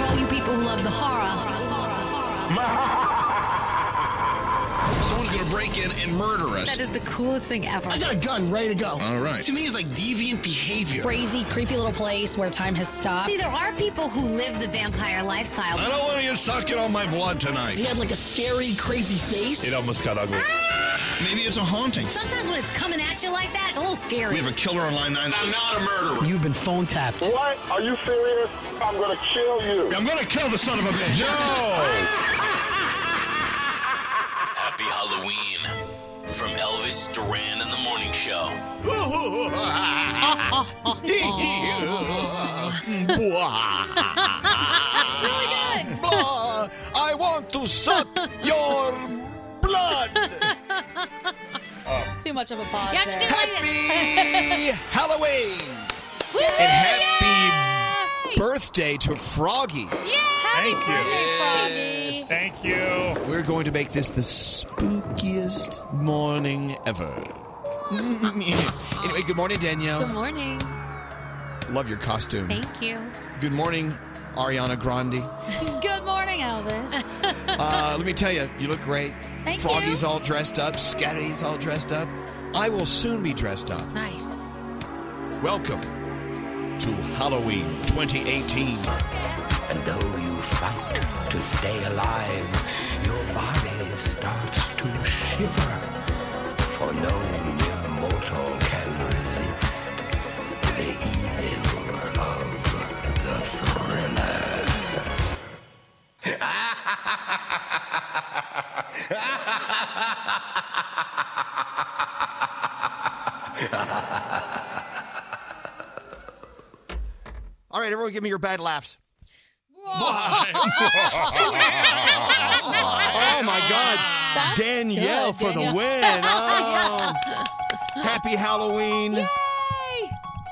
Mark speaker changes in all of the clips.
Speaker 1: room of the horror.
Speaker 2: Someone's gonna break in and murder us.
Speaker 1: That is the coolest thing ever.
Speaker 3: I got a gun ready to go.
Speaker 2: All right.
Speaker 3: To me, it's like deviant behavior.
Speaker 4: crazy, creepy little place where time has stopped.
Speaker 1: See, there are people who live the vampire lifestyle.
Speaker 2: I don't want you sucking on my blood
Speaker 3: He
Speaker 2: tonight.
Speaker 3: had like a scary, crazy face.
Speaker 5: It almost got ugly.
Speaker 2: Maybe it's a haunting.
Speaker 1: Sometimes when it's coming at you like that, it's a little
Speaker 2: We
Speaker 1: scary.
Speaker 2: have a killer on line nine. I'm not a murderer.
Speaker 3: You've been phone tapped.
Speaker 6: What? Are you serious? I'm gonna kill you.
Speaker 5: I'm gonna kill the son of a bitch. No!
Speaker 7: Happy Halloween from Elvis Duran and the Morning Show.
Speaker 1: That's really good.
Speaker 2: I want to suck your blood.
Speaker 4: Too much of a pause
Speaker 1: You have to
Speaker 4: there.
Speaker 1: do it.
Speaker 5: Happy Halloween! And happy birthday to Froggy.
Speaker 8: Thank you.
Speaker 4: Froggy.
Speaker 8: Thank you.
Speaker 5: We're going to make this the spookiest morning ever. anyway, good morning,
Speaker 1: Good
Speaker 5: Danielle.
Speaker 1: morning.
Speaker 5: Love your costume.
Speaker 1: Thank you.
Speaker 5: Good morning, Ariana Grande.
Speaker 4: Good morning, Elvis.
Speaker 5: Uh, let me tell you, you look great.
Speaker 4: Thank
Speaker 5: Froggy's
Speaker 4: you.
Speaker 5: all dressed up. Scatty's all dressed up. I will soon be dressed up.
Speaker 1: Nice.
Speaker 5: Welcome to Halloween 2018.
Speaker 9: And though you fight to stay alive, your body starts to shiver. For no mere mortal can resist the evil of the thriller.
Speaker 5: All right, everyone, give me your bad laughs. oh my God, Danielle
Speaker 4: good,
Speaker 5: for
Speaker 4: Danielle.
Speaker 5: the win! Oh. Happy Halloween!
Speaker 1: Yay.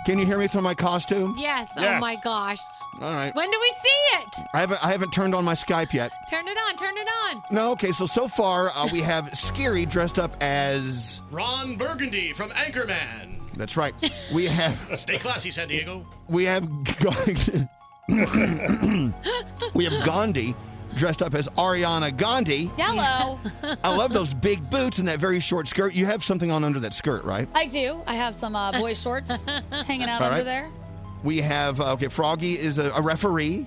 Speaker 5: Can you hear me through my costume?
Speaker 1: Yes. Oh
Speaker 8: Yes.
Speaker 1: my gosh.
Speaker 5: All right,
Speaker 1: When do we see it?
Speaker 5: I haven't I haven't turned on my Skype yet.
Speaker 1: Turn it on. Turn it on.
Speaker 5: No, okay, so so far uh, we have Scary dressed up as
Speaker 10: Ron Burgundy from Anchorman.
Speaker 5: that's right. We have
Speaker 10: Stay classy, San Diego.
Speaker 5: we have Ga- we have Gandhi dressed up as Ariana Gandhi.
Speaker 4: Hello.
Speaker 5: I love those big boots and that very short skirt. You have something on under that skirt, right?
Speaker 4: I do. I have some uh, boy shorts hanging out
Speaker 5: All
Speaker 4: under
Speaker 5: right.
Speaker 4: there.
Speaker 5: We have uh, okay. Froggy is a, a referee.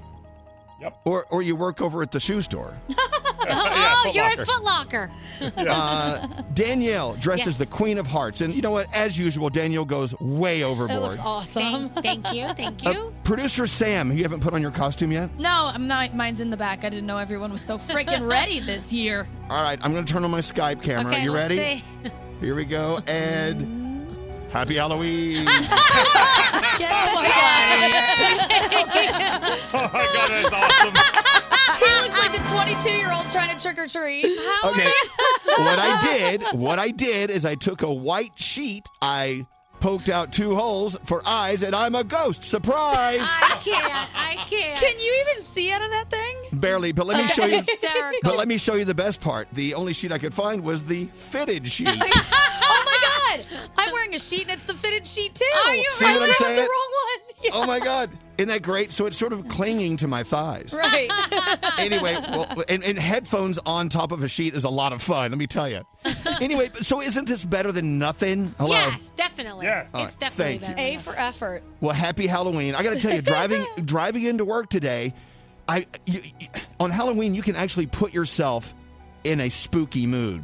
Speaker 8: Yep.
Speaker 5: Or or you work over at the shoe store.
Speaker 1: Oh,
Speaker 8: Yeah, Foot
Speaker 1: you're at
Speaker 8: Locker.
Speaker 1: Foot Locker.
Speaker 5: Uh, Danielle dressed
Speaker 1: Yes.
Speaker 5: as the Queen of Hearts, and you know what? As usual, Danielle goes way
Speaker 4: It
Speaker 5: overboard.
Speaker 4: looks awesome.
Speaker 1: Thank, thank you. Thank
Speaker 5: Uh,
Speaker 1: you.
Speaker 5: Producer Sam, you haven't put on your costume yet.
Speaker 11: No, I'm not. Mine's in the back. I didn't know everyone was so freaking ready this year.
Speaker 5: All right, I'm going to turn on my Skype camera.
Speaker 1: okay.
Speaker 5: you
Speaker 1: let's
Speaker 5: ready?
Speaker 1: see.
Speaker 5: Here we go. And happy Halloween.
Speaker 8: Oh my god, that's awesome.
Speaker 4: he looks like a 22 year old trying to trick or treat. How?
Speaker 5: okay. what I did, what I did is I took a white sheet, I poked out two holes for eyes, and I'm a ghost. Surprise!
Speaker 1: I can't. I can't.
Speaker 4: Can you even see out of that thing?
Speaker 5: Barely, but let me show you.
Speaker 1: Hysterical.
Speaker 5: But let me show you the best part. The only sheet I could find was the fitted sheet.
Speaker 4: Oh my God. I'm wearing a sheet and it's the fitted sheet too.
Speaker 1: Are you
Speaker 5: See what
Speaker 4: I
Speaker 5: I'm
Speaker 4: grabbed
Speaker 5: saying?
Speaker 4: the wrong one. Yeah.
Speaker 5: Oh my God! Isn't that great? So it's sort of clinging to my thighs.
Speaker 4: Right.
Speaker 5: anyway, well, and, and headphones on top of a sheet is a lot of fun. Let me tell you. Anyway, so isn't this better than nothing? Hello.
Speaker 1: Yes, definitely.
Speaker 8: Yes.
Speaker 5: All
Speaker 1: It's
Speaker 5: right,
Speaker 1: definitely
Speaker 5: thank
Speaker 1: better.
Speaker 4: A
Speaker 1: than
Speaker 4: for effort.
Speaker 5: Well, happy Halloween! I got to tell you, driving driving into work today, I you, you- on Halloween you can actually put yourself in a spooky mood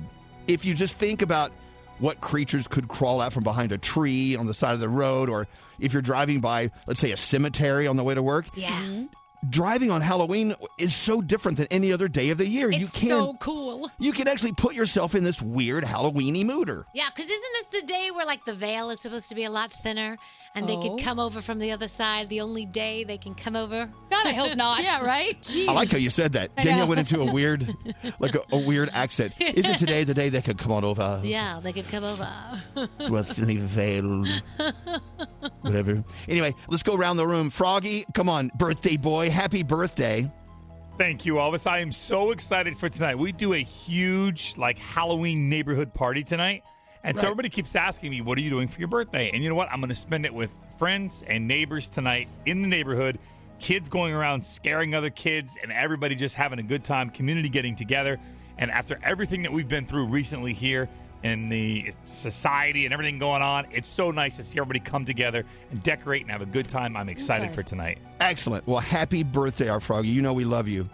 Speaker 5: if you just think about what creatures could crawl out from behind a tree on the side of the road, or if you're driving by, let's say, a cemetery on the way to work.
Speaker 1: that. Yeah.
Speaker 5: Driving on Halloween is so different than any other day of the year. you
Speaker 11: It's
Speaker 5: can
Speaker 11: so cool.
Speaker 5: you can actually put yourself in this weird Halloweeny mooder.
Speaker 1: Yeah, because isn't this the day where like the veil is supposed to be a lot thinner and they
Speaker 4: Oh.
Speaker 1: could come over from the other side? The only day they can come over?
Speaker 4: God, I hope not.
Speaker 11: Yeah, right?
Speaker 5: I like how you said that.
Speaker 4: know.
Speaker 5: Danielle went into a weird, like a, a weird accent. Isn't today the day they could come on over?
Speaker 1: Yeah, they could come over.
Speaker 5: Well, thinly veiled. Whatever. Anyway, let's go around the room. Froggy, come on, birthday boy, happy birthday.
Speaker 8: Thank you, Elvis. I am so excited for tonight. We do a huge like Halloween neighborhood party tonight. And so
Speaker 5: Right.
Speaker 8: everybody keeps asking me, what are you doing for your birthday? And you know what? I'm gonna spend it with friends and neighbors tonight in the neighborhood. kids going around scaring other kids and everybody just having a good time, community getting together. And after everything that we've been through recently here in the society and everything going on, it's so nice to see everybody come together and decorate and have a good time. I'm excited
Speaker 5: Okay.
Speaker 8: for tonight.
Speaker 5: Excellent. Well, happy birthday, our Froggy. You know we love you.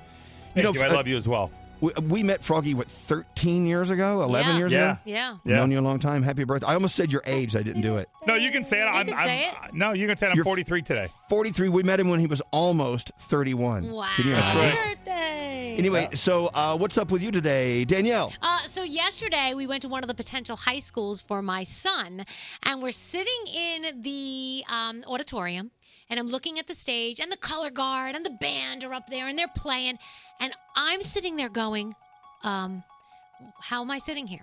Speaker 5: uh,
Speaker 8: Thank you. I love you as well.
Speaker 5: We, we met Froggy what 13 years ago, 11
Speaker 8: Yeah.
Speaker 5: years
Speaker 8: Yeah.
Speaker 5: ago.
Speaker 8: Yeah.
Speaker 5: known you a long time. Happy birthday! I almost said your age. I didn't do it.
Speaker 8: No, you can say it. I'm, I'm, No, you can say it. I'm 43 today.
Speaker 5: 43. We met him when he was almost 31.
Speaker 1: Wow.
Speaker 5: Can you imagine?
Speaker 1: birthday.
Speaker 5: Anyway, so uh, what's up with you today, Danielle?
Speaker 1: Uh, so yesterday we went to one of the potential high schools for my son, and we're sitting in the um, auditorium, and I'm looking at the stage, and the color guard and the band are up there, and they're playing, and I'm sitting there going, um, "How am I sitting here?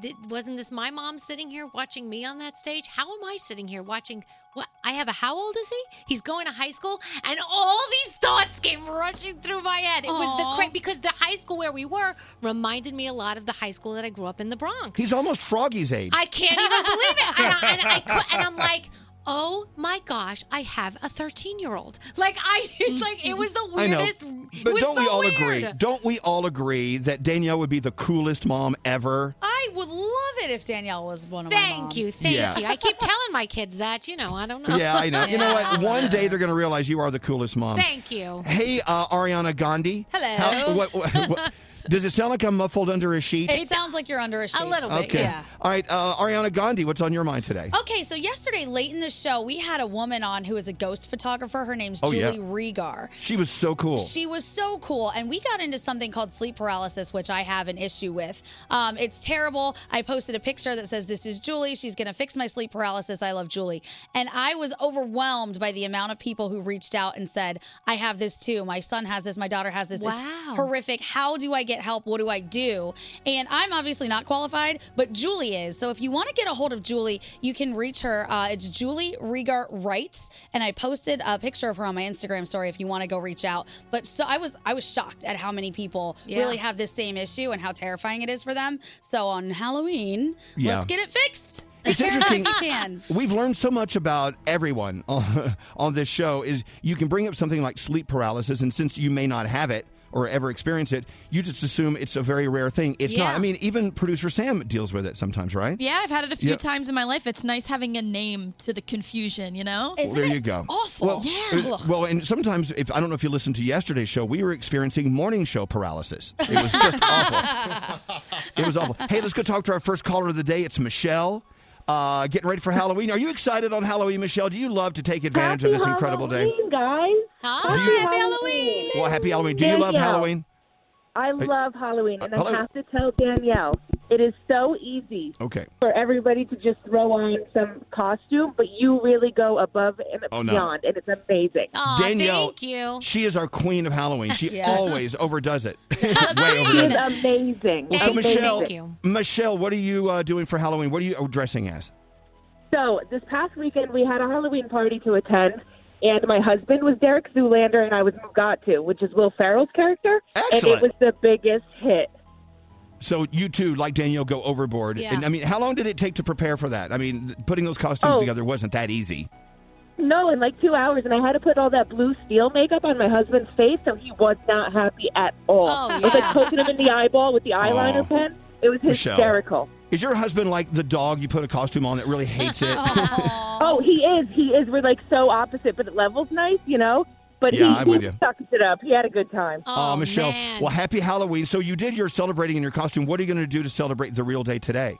Speaker 1: Th- wasn't this my mom sitting here watching me on that stage? How am I sitting here watching? What I have a how old is he? He's going to high school, and all these thoughts came rushing through my head. It was
Speaker 11: Aw.
Speaker 1: the cra- because the high school where we were reminded me a lot of the high school that I grew up in the Bronx.
Speaker 5: He's almost Froggy's age.
Speaker 1: I can't even believe it, and, I, and, I cou- and I'm like. Oh my gosh! I have a 13-year-old. Like I, it's like it was the
Speaker 5: I know.
Speaker 1: weirdest. it
Speaker 5: But
Speaker 1: was
Speaker 5: don't
Speaker 1: so
Speaker 5: we all
Speaker 1: weird.
Speaker 5: agree? Don't we all agree that Danielle would be the coolest mom ever?
Speaker 4: I would love it if Danielle was one of my
Speaker 1: Thank
Speaker 4: moms.
Speaker 1: you, thank
Speaker 5: Yeah.
Speaker 1: you. I keep telling my kids that. You know, I don't know.
Speaker 5: Yeah, I know. You know what? One day they're going to realize you are the coolest mom.
Speaker 1: Thank you.
Speaker 5: Hey, uh, Ariana Gandhi.
Speaker 1: Hello.
Speaker 5: what, what- what- does it sound like I'm muffled under a sheet?
Speaker 4: It sounds like you're under a sheet. A little
Speaker 5: okay. All right, uh, Ariana Gandhi, what's on your mind
Speaker 1: Oh.
Speaker 5: today?
Speaker 4: Okay, so yesterday late in the show, we had a woman on who is a ghost photographer. Her name's
Speaker 5: Oh,
Speaker 4: Julie
Speaker 5: yeah.
Speaker 4: Regar.
Speaker 5: She was so cool.
Speaker 4: She was so cool. And we got into something called sleep paralysis, which I have an issue with. Um, it's terrible. I posted a picture that says, This is Julie. She's going to fix my sleep paralysis. I love Julie. And I was overwhelmed by the amount of people who reached out and said, I have this too. My son has this. My daughter has this. It's
Speaker 1: Wow.
Speaker 4: horrific. How do I get help? What do I do? And I'm obviously not qualified, but Julie is. So if you want to get a hold of Julie, you can reach her. Uh, it's Julie Regar Writes, and I posted a picture of her on my Instagram story. If you want to go reach out, but so I was I was shocked at how many people
Speaker 1: Yeah.
Speaker 4: really have this same issue and how terrifying it is for them. So on Halloween,
Speaker 5: Yeah.
Speaker 4: let's get it fixed.
Speaker 5: It's interesting.
Speaker 4: If you can.
Speaker 5: We've learned so much about everyone on, on this show. Is you can bring up something like sleep paralysis, and since you may not have it or ever experience it, you just assume it's a very rare thing. It's not.
Speaker 11: Yeah.
Speaker 5: I mean, even producer Sam deals with it sometimes, right?
Speaker 11: Yeah, I've had it a few
Speaker 5: Yeah.
Speaker 11: times in my life. It's nice having a name to the confusion, you know?
Speaker 5: Well, there you go. Well,
Speaker 11: yeah.
Speaker 5: uh, Well, and sometimes if I don't know if you listened to yesterday's show, we were experiencing morning show paralysis. It was just awful. It was awful. Hey, let's go talk to our first caller of the day. It's Michelle. Uh, getting ready for Halloween. Are you excited on Halloween, Michelle? Do you love to take advantage of this incredible day?
Speaker 12: guys.
Speaker 1: Hi, Halloween.
Speaker 5: Well, happy Halloween. Do you love
Speaker 12: Danielle,
Speaker 5: Halloween?
Speaker 12: I
Speaker 5: Hey.
Speaker 12: love Halloween, and
Speaker 5: Uh, hello.
Speaker 12: I have to tell Danielle, it is so easy
Speaker 5: Okay.
Speaker 12: for everybody to just throw on some costume, but you really go above and
Speaker 5: Oh, no.
Speaker 12: beyond, and it's amazing.
Speaker 5: Danielle, she is our queen of Halloween. She
Speaker 12: Yes.
Speaker 5: always overdoes it. Way
Speaker 12: She
Speaker 5: overdoes
Speaker 12: is
Speaker 5: it.
Speaker 12: amazing.
Speaker 5: Well, so
Speaker 12: Amazing.
Speaker 5: Michelle, Michelle, what are you uh, doing for Halloween? What are you uh, dressing as?
Speaker 12: So this past weekend we had a Halloween party to attend, and my husband was Derek Zoolander, and I was Mugatu, which is Will Ferrell's character,
Speaker 5: Excellent.
Speaker 12: and it was the biggest hit.
Speaker 5: So you too, like Danielle, go overboard.
Speaker 12: Yeah.
Speaker 5: And I mean, how long did it take to prepare for that? I mean, th- putting those costumes
Speaker 12: Oh.
Speaker 5: together wasn't that easy.
Speaker 12: No, in like two hours, and I had to put all that blue steel makeup on my husband's face, so he was not happy at all.
Speaker 1: Oh,
Speaker 12: It was like poking him in the eyeball with the eyeliner pen. It was
Speaker 5: Michelle.
Speaker 12: hysterical.
Speaker 5: Is your husband like the dog you put a costume on that really hates it?
Speaker 12: Oh, he is. He is. We're like so opposite, but the level's nice, you know. But
Speaker 5: Yeah,
Speaker 12: he,
Speaker 5: I'm
Speaker 12: he
Speaker 5: with you.
Speaker 12: sucked it up. He had a good time.
Speaker 5: Aw, Oh, Michelle. Well, happy Halloween. So you did your celebrating in your costume. What are you going to do to celebrate the real day today?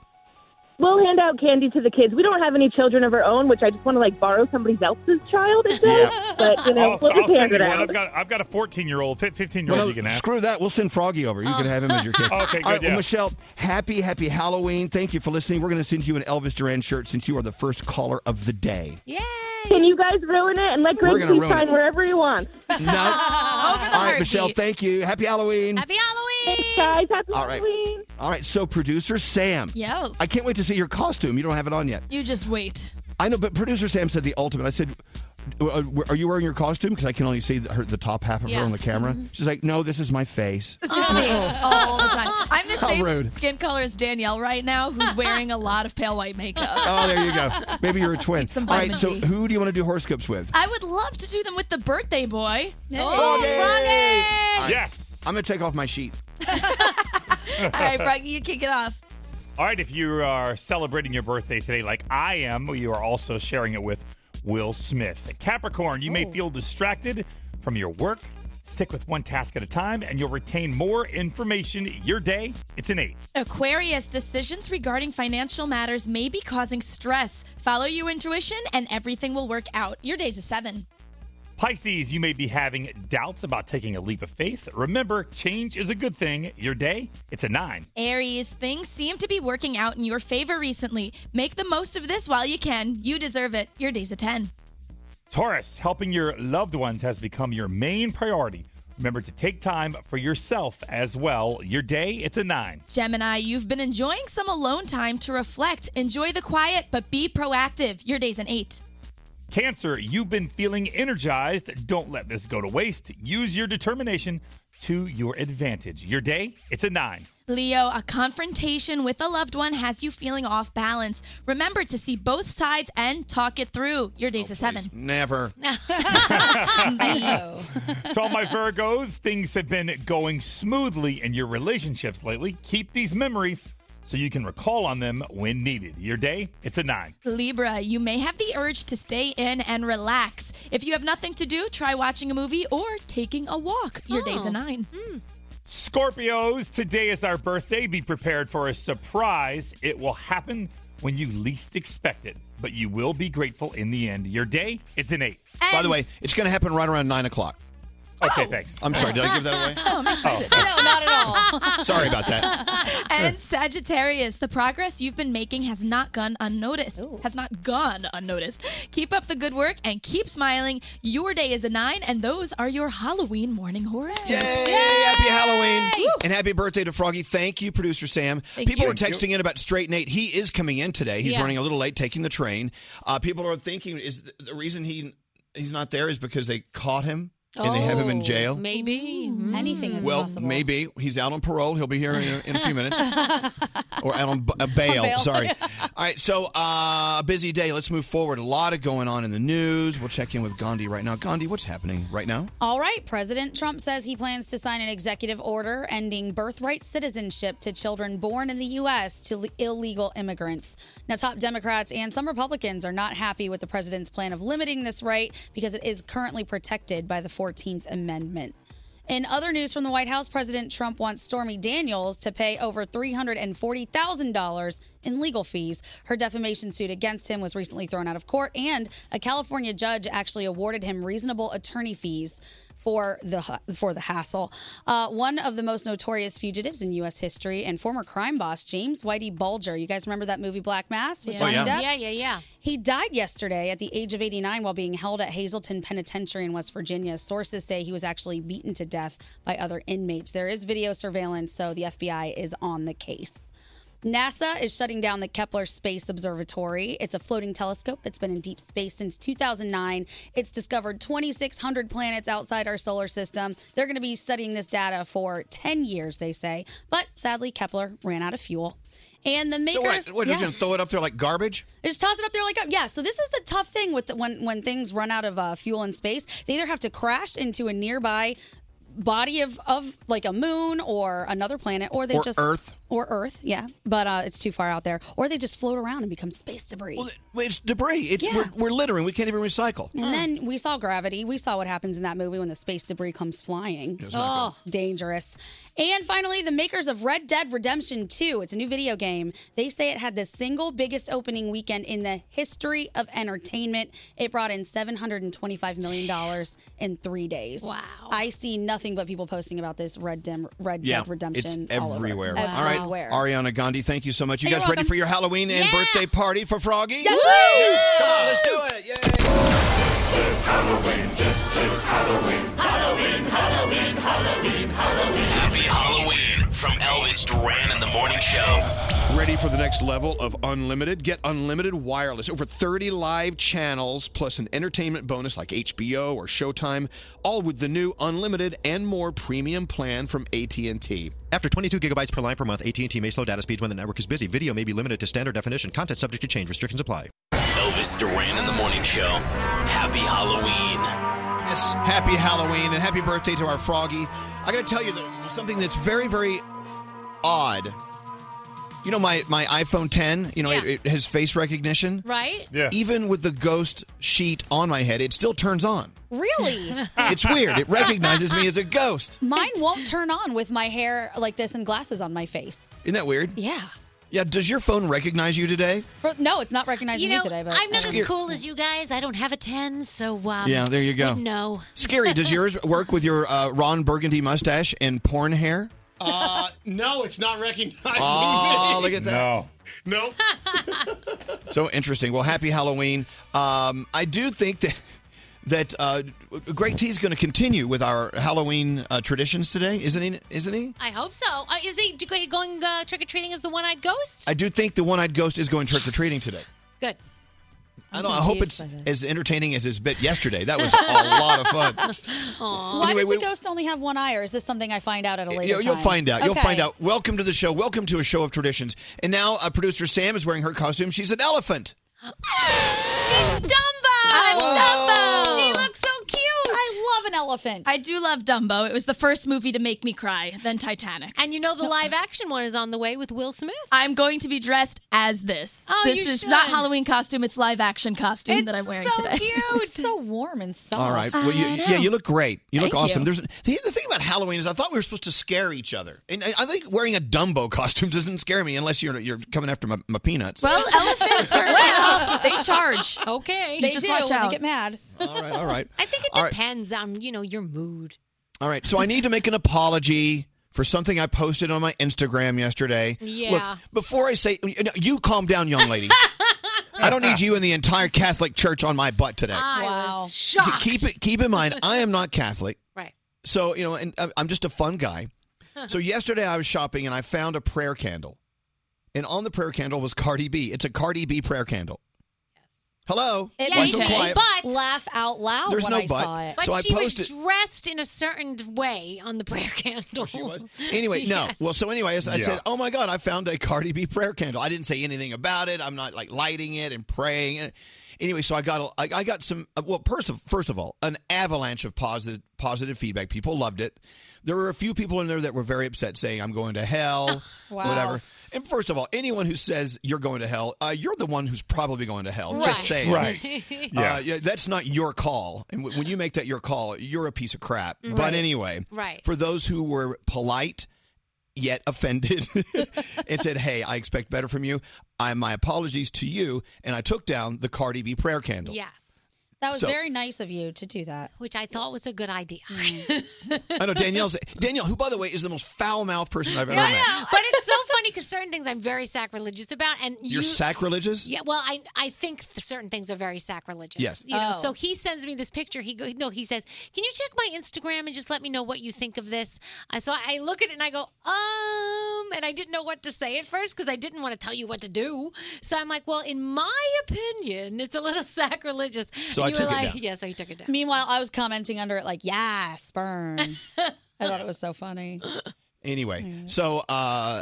Speaker 12: We'll hand out candy to the kids. We don't have any children of our own, which I just want to like borrow somebody else's child instead. But you know,
Speaker 8: I'll,
Speaker 12: we'll
Speaker 8: I'll
Speaker 12: just
Speaker 8: send
Speaker 12: hand it
Speaker 8: you one. I've
Speaker 12: out.
Speaker 8: got, I've got a 14 year old, 15 year old you can have.
Speaker 5: Screw that. We'll send Froggy over. You can have him as your kid.
Speaker 8: Okay, good,
Speaker 5: All right, well,
Speaker 8: yeah.
Speaker 5: Michelle, happy, happy Halloween. Thank you for listening. We're going to send you an Elvis Duran shirt since you are the first caller of the day.
Speaker 12: Can you guys ruin it and let
Speaker 5: We're
Speaker 12: Greg
Speaker 5: gonna
Speaker 12: T
Speaker 5: ruin
Speaker 12: sign
Speaker 5: it.
Speaker 12: wherever he wants?
Speaker 5: No. All right, Michelle, thank you. Happy Halloween.
Speaker 1: Happy Halloween,
Speaker 12: guys. Happy
Speaker 5: All right.
Speaker 12: Halloween.
Speaker 5: All right, so producer Sam.
Speaker 11: Yes.
Speaker 5: I can't wait to see your costume. You don't have it on yet.
Speaker 11: You just wait.
Speaker 5: I know, but producer Sam said the ultimate. I said, uh, are you wearing your costume? Because I can only see the, her, the top half of
Speaker 11: Yeah.
Speaker 5: her on the camera. She's like, no, this is my face.
Speaker 11: It's just me all the time. I'm the
Speaker 5: How
Speaker 11: same
Speaker 5: rude.
Speaker 11: skin color as Danielle right now, who's wearing a lot of pale white makeup.
Speaker 5: Oh, there you go. Maybe you're a twin.
Speaker 11: Need some
Speaker 5: All right,
Speaker 11: vitamin
Speaker 5: so
Speaker 11: D.
Speaker 5: who do you want to do horoscopes with?
Speaker 11: I would love to do them with the birthday boy. Oh,
Speaker 1: Oh,
Speaker 8: Yes.
Speaker 5: I'm going to take off my sheet.
Speaker 11: All right, Froggy, you kick it off.
Speaker 8: All right, if you are celebrating your birthday today, like I am, you are also sharing it with Will Smith. Capricorn, you may feel distracted from your work. Stick with one task at a time, and you'll retain more information your day. It's an eight.
Speaker 11: Aquarius, decisions regarding financial matters may be causing stress. Follow your intuition and everything will work out. Your day's a seven.
Speaker 8: Pisces, you may be having doubts about taking a leap of faith. Remember, change is a good thing. Your day, it's a nine.
Speaker 11: Aries, things seem to be working out in your favor recently. Make the most of this while you can. You deserve it. Your day's a 10.
Speaker 8: Taurus, helping your loved ones has become your main priority. Remember to take time for yourself as well. Your day, it's a nine.
Speaker 11: Gemini, you've been enjoying some alone time to reflect. Enjoy the quiet, but be proactive. Your day's an 8.
Speaker 8: Cancer, you've been feeling energized. Don't let this go to waste. Use your determination to your advantage. Your day, it's a nine.
Speaker 11: Leo, a confrontation with a loved one has you feeling off balance. Remember to see both sides and talk it through. Your day's a 7.
Speaker 5: Never.
Speaker 8: to all my Virgos, things have been going smoothly in your relationships lately. Keep these memories so you can recall on them when needed. Your day, it's a nine.
Speaker 11: Libra, you may have the urge to stay in and relax. If you have nothing to do, try watching a movie or taking a walk. Your day's a nine.
Speaker 8: Scorpios, today is our birthday. Be prepared for a surprise. It will happen when you least expect it, but you will be grateful in the end. Your day, it's an eight.
Speaker 5: By the way, it's going to happen right around 9 o'clock.
Speaker 8: Okay, thanks.
Speaker 5: I'm sorry, did I give that away?
Speaker 11: Oh, I'm excited.
Speaker 5: Oh.
Speaker 11: No, not at all.
Speaker 5: Sorry about that.
Speaker 11: And Sagittarius, the progress you've been making has not gone unnoticed. Has not gone unnoticed. Keep up the good work and keep smiling. Your day is a nine, and those are your Halloween morning horoscopes.
Speaker 5: Happy Halloween and happy birthday to Froggy. Thank you, producer Sam.
Speaker 11: Thank
Speaker 5: people
Speaker 11: you.
Speaker 5: were
Speaker 11: Thank
Speaker 5: texting in about Straight Nate. He is coming in today. He's
Speaker 13: Yeah.
Speaker 5: running a little late, taking the train. Uh, people are thinking is th- the reason he he's not there is because they caught him and they have him
Speaker 11: Oh,
Speaker 5: in jail.
Speaker 1: Maybe.
Speaker 4: Anything is
Speaker 5: well,
Speaker 4: possible.
Speaker 5: maybe he's out on parole. He'll be here in a, in a few minutes, or out on b- uh, bail.
Speaker 4: bail.
Speaker 5: Sorry. All right, so uh, a busy day. Let's move forward. A lot of going on in the news. We'll check in with Gandhi right now. Gandhi, what's happening right now?
Speaker 4: All right, President Trump says he plans to sign an executive order ending birthright citizenship to children born in the U.S. to le- illegal immigrants. Now, top Democrats and some Republicans are not happy with the president's plan of limiting this right because it is currently protected by the 14th Amendment. In other news from the White House, President Trump wants Stormy Daniels to pay over $340,000 in legal fees. Her defamation suit against him was recently thrown out of court, and a California judge actually awarded him reasonable attorney fees. For the for the hassle, uh, one of the most notorious fugitives in U.S. history and former crime boss James Whitey Bulger. You guys remember that movie Black Mass with
Speaker 1: Yeah.
Speaker 4: Johnny Depp?
Speaker 1: yeah, yeah, yeah.
Speaker 4: He died yesterday at the age of 89 while being held at Hazleton Penitentiary in West Virginia. Sources say he was actually beaten to death by other inmates. There is video surveillance, so the FBI is on the case. NASA is shutting down the Kepler Space Observatory. It's a floating telescope that's been in deep space since 2009. It's discovered 2,600 planets outside our solar system. They're going to be studying this data for 10 years, they say. But sadly, Kepler ran out of fuel. And the
Speaker 5: So
Speaker 4: makers.
Speaker 5: what? What,
Speaker 4: Yeah.
Speaker 5: You're going to throw it up there like garbage?
Speaker 4: They just toss it up there like up. Yeah. So this is the tough thing with the, when when things run out of uh, fuel in space. They either have to crash into a nearby body of of like a moon or another planet, or they
Speaker 5: Or
Speaker 4: just
Speaker 5: Earth.
Speaker 4: or Earth. Yeah, but uh, it's too far out there, or they just float around and become space debris.
Speaker 5: Well, It's debris. It's we're, we're littering. We can't even recycle.
Speaker 4: and then we saw Gravity. We saw what happens in that movie when the space debris comes flying.
Speaker 5: was
Speaker 4: Oh,
Speaker 5: not
Speaker 4: dangerous. And finally, the makers of Red Dead Redemption 2. It's a new video game. They say it had the single biggest opening weekend in the history of entertainment. It brought in $725 million in three days. Wow. I see nothing but people posting about this Red, Dem- Red
Speaker 5: yeah,
Speaker 4: Dead Redemption
Speaker 5: It's everywhere.
Speaker 4: All, over.
Speaker 5: All right,
Speaker 4: Everywhere.
Speaker 5: Ariana Gandhi, thank you so much. You
Speaker 4: You're
Speaker 5: guys ready
Speaker 4: welcome.
Speaker 5: for your Halloween and birthday party for Froggy?
Speaker 4: Yes,
Speaker 5: Woo!
Speaker 4: please!
Speaker 5: Come on, let's do it.
Speaker 2: This is Halloween. This is Halloween. Halloween, Halloween, Halloween, Halloween.
Speaker 7: Happy Halloween from Elvis Duran and the Morning Show.
Speaker 13: Ready for the next level of unlimited? Get unlimited wireless. Over 30 live channels, plus an entertainment bonus like HBO or Showtime, all with the new unlimited and more premium plan from AT&T.
Speaker 14: After 22 gigabytes per line per month, AT&T may slow data speeds when the network is busy. Video may be limited to standard definition. Content subject to change. Restrictions apply.
Speaker 7: Elvis Duran in the Morning Show. Happy Halloween.
Speaker 5: Yes, happy Halloween and happy birthday to our froggy. I got to tell you that there's something that's very, very odd. You know my my iPhone 10. You know
Speaker 1: Yeah.
Speaker 5: it, it has face recognition.
Speaker 1: Right?
Speaker 5: Even with the ghost sheet on my head, it still turns on.
Speaker 4: Really?
Speaker 5: It's weird. It recognizes me as a ghost.
Speaker 4: Mine won't turn on with my hair like this and glasses on my face.
Speaker 5: Isn't that weird?
Speaker 4: Yeah.
Speaker 5: Yeah. Does your phone recognize you today?
Speaker 4: But No, it's not recognizing
Speaker 1: You know,
Speaker 4: me today. But
Speaker 1: I'm not as
Speaker 5: Scary.
Speaker 1: cool as you guys. I don't have a 10, so um,
Speaker 5: Yeah, there you go.
Speaker 1: No.
Speaker 5: Scary. Does yours work with your uh, Ron Burgundy mustache and porn hair?
Speaker 10: Uh, no, it's not recognizing
Speaker 5: Oh,
Speaker 10: me.
Speaker 5: look at that. No.
Speaker 10: No.
Speaker 5: So interesting. Well, happy Halloween. Um, I do think that that uh, Great T is going to continue with our Halloween uh, traditions today, isn't he? Isn't he?
Speaker 1: I hope so. Uh, is he g- going uh, trick or treating as the one eyed ghost?
Speaker 5: I do think the one-eyed ghost is going trick or treating today.
Speaker 1: Good.
Speaker 5: I don't. I hope it's as entertaining as his bit yesterday. That was a lot of fun.
Speaker 4: Why
Speaker 5: Anyway,
Speaker 4: does the
Speaker 5: we-
Speaker 4: ghost only have one eye, or is this something I find out at a later
Speaker 5: You'll,
Speaker 4: time?
Speaker 5: you'll find out. You'll
Speaker 4: Okay.
Speaker 5: find out. Welcome to the show. Welcome to a show of traditions. And now, uh, producer Sam is wearing her costume. She's an elephant.
Speaker 1: Dumbo!
Speaker 11: I'm
Speaker 5: Dumbo!
Speaker 11: She
Speaker 1: looks so cute.
Speaker 11: I
Speaker 4: love an elephant.
Speaker 11: I do love Dumbo. It was the first movie to make me cry, then Titanic.
Speaker 1: And you know the live action one is on the way with Will Smith.
Speaker 11: I'm going to be dressed as this.
Speaker 1: Oh,
Speaker 11: this
Speaker 1: you
Speaker 11: is not
Speaker 1: should.
Speaker 11: Halloween costume, it's live action costume
Speaker 4: It's
Speaker 11: that I'm wearing
Speaker 4: so
Speaker 11: today.
Speaker 4: Cute. Oh, It's so warm and soft.
Speaker 5: All right. Well, you, yeah, you look great. You look
Speaker 4: Thank
Speaker 5: awesome.
Speaker 4: you.
Speaker 5: There's the, the thing about Halloween is I thought we were supposed to scare each other, and I, I think wearing a Dumbo costume doesn't scare me unless you're you're coming after my, my peanuts.
Speaker 11: Well, elephants are well, they charge.
Speaker 1: Okay.
Speaker 11: You just watch out.
Speaker 4: mad.
Speaker 5: all right, all right,
Speaker 1: I think it
Speaker 5: All right.
Speaker 1: depends on, you know, your mood.
Speaker 5: all right. So I need to make an apology for something I posted on my Instagram yesterday.
Speaker 1: Yeah.
Speaker 5: Look, before I say, you calm down, young lady. I don't need you and the entire Catholic Church on my butt today.
Speaker 1: I was
Speaker 5: K-
Speaker 1: Ah, shocked.
Speaker 5: Keep it. Keep in mind, I am not Catholic,
Speaker 1: Right.
Speaker 5: so you know, and I- I'm just a fun guy. So yesterday I was shopping and I found a prayer candle, and on the prayer candle was Cardi B. It's a Cardi B prayer candle. Hello.
Speaker 4: It
Speaker 5: Why
Speaker 4: made
Speaker 5: so
Speaker 4: me
Speaker 5: quiet?
Speaker 4: but laugh out loud
Speaker 5: There's
Speaker 4: when
Speaker 5: no
Speaker 4: I
Speaker 5: but.
Speaker 4: saw it.
Speaker 1: But
Speaker 5: So I
Speaker 1: she was
Speaker 5: posted-
Speaker 1: dressed in a certain way on the prayer candle.
Speaker 5: Anyway, no. Well, so anyway, I, s- I
Speaker 15: Yeah.
Speaker 5: said, "Oh my God, I found a Cardi B prayer candle." I didn't say anything about it. I'm not like lighting it and praying. And anyway, so I got a, I, I got some. uh, Well, first of first of all, an avalanche of positive positive feedback. People loved it. There were a few people in there that were very upset, saying, "I'm going to hell,"
Speaker 15: Wow.
Speaker 5: whatever. And first of all, anyone who says you're going to hell, uh, you're the one who's probably going to hell.
Speaker 15: Right.
Speaker 5: Just saying,
Speaker 15: Right.
Speaker 5: Yeah.
Speaker 15: Yeah.
Speaker 5: Uh, yeah, that's not your call. And w- when you make that your call, you're a piece of crap. But
Speaker 4: Mm-hmm.
Speaker 15: Right.
Speaker 5: anyway,
Speaker 15: Right.
Speaker 5: for those who were polite yet offended and said, "Hey, I expect better from you," I my apologies to you, and I took down the Cardi B prayer candle.
Speaker 1: Yes.
Speaker 4: That was
Speaker 5: So-
Speaker 4: very nice of you to do that. Mm.
Speaker 1: Which I thought was a good idea.
Speaker 5: I know Danielle's Danielle, who by the way is the most foul mouthed person I've ever
Speaker 1: No,
Speaker 5: met.
Speaker 1: no, but it's so funny because certain things I'm very sacrilegious about, and
Speaker 5: You're
Speaker 1: you-
Speaker 5: sacrilegious.
Speaker 1: Yeah, well, I I think th- certain things are very sacrilegious.
Speaker 5: Yes.
Speaker 1: you know.
Speaker 4: Oh.
Speaker 1: So he sends me this picture. He go, no, he says, "Can you check my Instagram and just let me know what you think of this?" Uh, so I I look at it and I go, um, and I didn't know what to say at first because I didn't want to tell you what to do. So I'm like, well, in my opinion, it's a little sacrilegious.
Speaker 4: So I
Speaker 1: and you were
Speaker 4: took it
Speaker 1: like,
Speaker 4: down.
Speaker 1: yeah, so you took it down.
Speaker 4: Meanwhile, I was commenting under it like, "Yeah, sperm." I thought it was so funny.
Speaker 5: Anyway, so uh,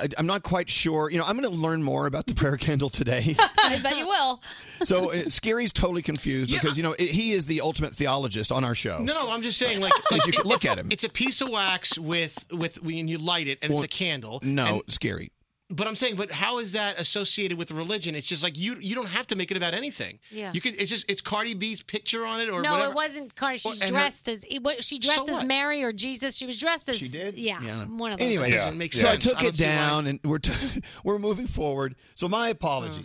Speaker 5: I- I'm not quite sure. You know, I'm going to learn more about the prayer candle today.
Speaker 4: I bet you will.
Speaker 5: so uh, Scary's totally confused because you know it, he is the ultimate theologist on our show.
Speaker 10: No, no, I'm just saying, like,
Speaker 5: Because you could look at him.
Speaker 10: It's a piece of wax with with when you light it, and
Speaker 5: Well,
Speaker 10: it's a candle.
Speaker 5: No,
Speaker 10: And-
Speaker 5: Scary.
Speaker 10: but I'm saying, but how is that associated with religion? It's just like you you don't have to make it about anything.
Speaker 1: Yeah.
Speaker 10: you could. It's just it's Cardi B's picture on it, or
Speaker 1: no,
Speaker 10: whatever.
Speaker 1: it wasn't Cardi.
Speaker 10: Or-
Speaker 1: She's
Speaker 10: and her-
Speaker 1: dressed as it was, she dressed as
Speaker 10: what?
Speaker 1: Mary or Jesus. She was dressed as
Speaker 5: She did?
Speaker 1: Yeah, one of those.
Speaker 5: Anyway,
Speaker 10: Doesn't make
Speaker 5: so I
Speaker 10: sense.
Speaker 5: took
Speaker 10: I don't
Speaker 5: it
Speaker 10: see why-
Speaker 5: down, and we're t- we're moving forward. So my apologies.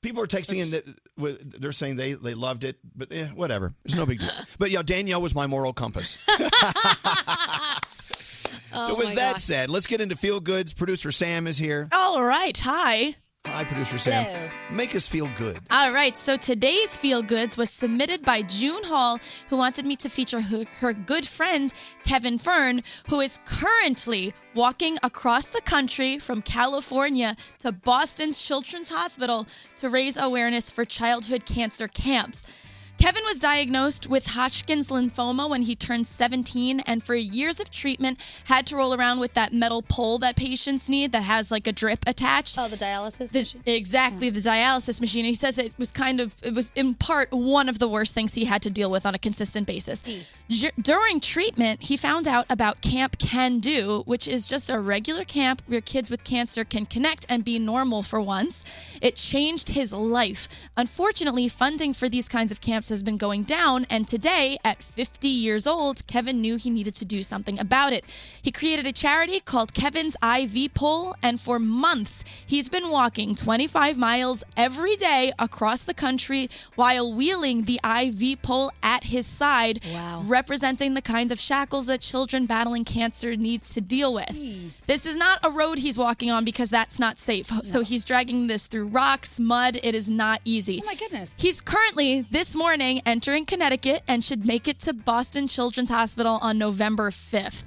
Speaker 5: People are texting in that with- they're saying they they loved it, but eh, whatever. It's no big deal. but yeah, Danielle was my moral compass. so
Speaker 11: Oh
Speaker 5: with
Speaker 11: my
Speaker 5: that
Speaker 11: gosh.
Speaker 10: Oh
Speaker 1: Oh
Speaker 5: said, let's get into feel goods. Producer Sam is here.
Speaker 11: All right. Hi.
Speaker 5: Hi, Hi, producer Sam.
Speaker 11: Hello.
Speaker 5: Make us feel good.
Speaker 11: All right, so today's Feel Goods was submitted by June Hall, who wanted me to feature her, her good friend, Kevin Fern, who is currently walking across the country from California to Boston's Children's Hospital to raise awareness for childhood cancer camps. Kevin was diagnosed with Hodgkin's lymphoma when he turned 17, and for years of treatment, had to roll around with that metal pole that patients need that has like a drip attached. Oh,
Speaker 4: the dialysis
Speaker 11: Exactly, the dialysis machine. He says it was kind of, it was in part one of the worst things he had to deal with on a consistent basis. Ju- During treatment, he found out about Camp Can Do, which is just a regular camp where kids with cancer can connect and be normal for once. It changed his life. Unfortunately, funding for these kinds of camps has been going down, and today, at 50 years old, Kevin knew he needed to do something about it. He created a charity called Kevin's IV Pole, and for months, he's been walking 25 miles every day across the country while wheeling the IV pole at his side, representing the kinds of shackles that children battling cancer need to deal with. This is not a road he's walking on because that's not safe. So he's dragging this through rocks, mud. It is not easy.
Speaker 4: Oh my goodness.
Speaker 11: He's currently this morning entering Connecticut and should make it to Boston Children's Hospital on November 5th.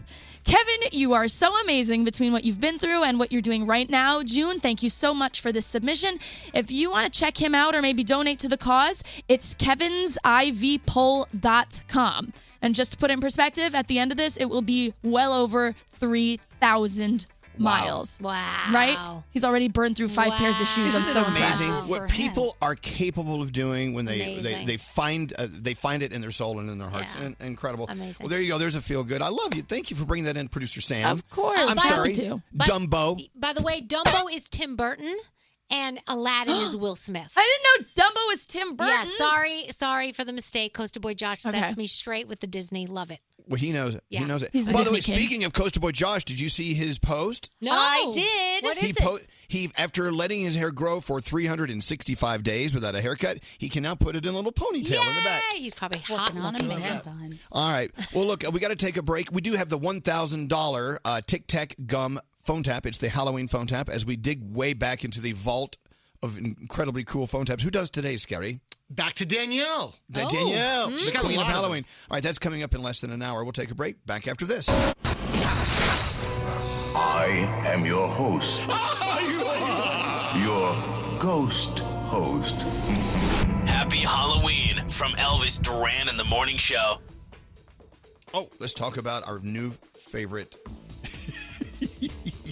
Speaker 11: Kevin, you are so amazing between what you've been through and what you're doing right now. June, thank you so much for this submission. If you want to check him out or maybe donate to the cause, it's kevinsivpoll.com. And just to put in perspective, at the end of this, it will be well over 3,000 miles.
Speaker 1: Wow.
Speaker 11: Right? He's already burned through five pairs of shoes.
Speaker 5: Isn't
Speaker 11: I'm
Speaker 5: it
Speaker 11: so impressed.
Speaker 5: amazing what people are capable of doing when they they,
Speaker 11: Amazing.
Speaker 5: they find uh, they find it in their soul and in their hearts. In- incredible.
Speaker 1: Amazing.
Speaker 5: Well, there you go. There's a feel good. I love you. Thank you for bringing that in, producer Sam.
Speaker 1: Of course.
Speaker 5: I'm
Speaker 1: Oh, by-
Speaker 5: sorry,
Speaker 1: do. But-
Speaker 5: Dumbo.
Speaker 1: By the way, Dumbo is Tim Burton and Aladdin is Will Smith.
Speaker 11: I didn't know Dumbo was Tim
Speaker 1: Burton. Yeah, sorry, sorry for the mistake. Coaster Boy Josh sets
Speaker 5: Okay.
Speaker 1: me straight with the Disney. Love it.
Speaker 5: Well, he knows it. He
Speaker 1: Yeah.
Speaker 5: knows it.
Speaker 1: He's the
Speaker 5: By
Speaker 1: Disney
Speaker 5: the way,
Speaker 1: king.
Speaker 5: speaking of Coaster Boy Josh, did you see his post?
Speaker 1: No,
Speaker 4: I did. What
Speaker 5: he po- he after letting his hair grow for 365 days without a haircut, he can now put it in a little ponytail in the back.
Speaker 1: Hey, he's probably hot looking man.
Speaker 5: All right. Well, look, we got to take a break. We do have the $1,000 uh, Tic Tac gum phone tap. It's the Halloween phone tap as we dig way back into the vault of incredibly cool phone taps. Who does today, Scary?
Speaker 10: Back to Danielle.
Speaker 1: Oh.
Speaker 5: Da- Danielle,
Speaker 10: Mm.
Speaker 5: the
Speaker 10: She's got a
Speaker 5: queen
Speaker 10: lot of
Speaker 5: of
Speaker 10: them.
Speaker 5: Halloween. All right, that's coming up in less than an hour. We'll take a break. Back after this.
Speaker 2: I am your host. your ghost host.
Speaker 7: Happy Halloween from Elvis Duran and the Morning Show.
Speaker 5: Oh, let's talk about our new favorite.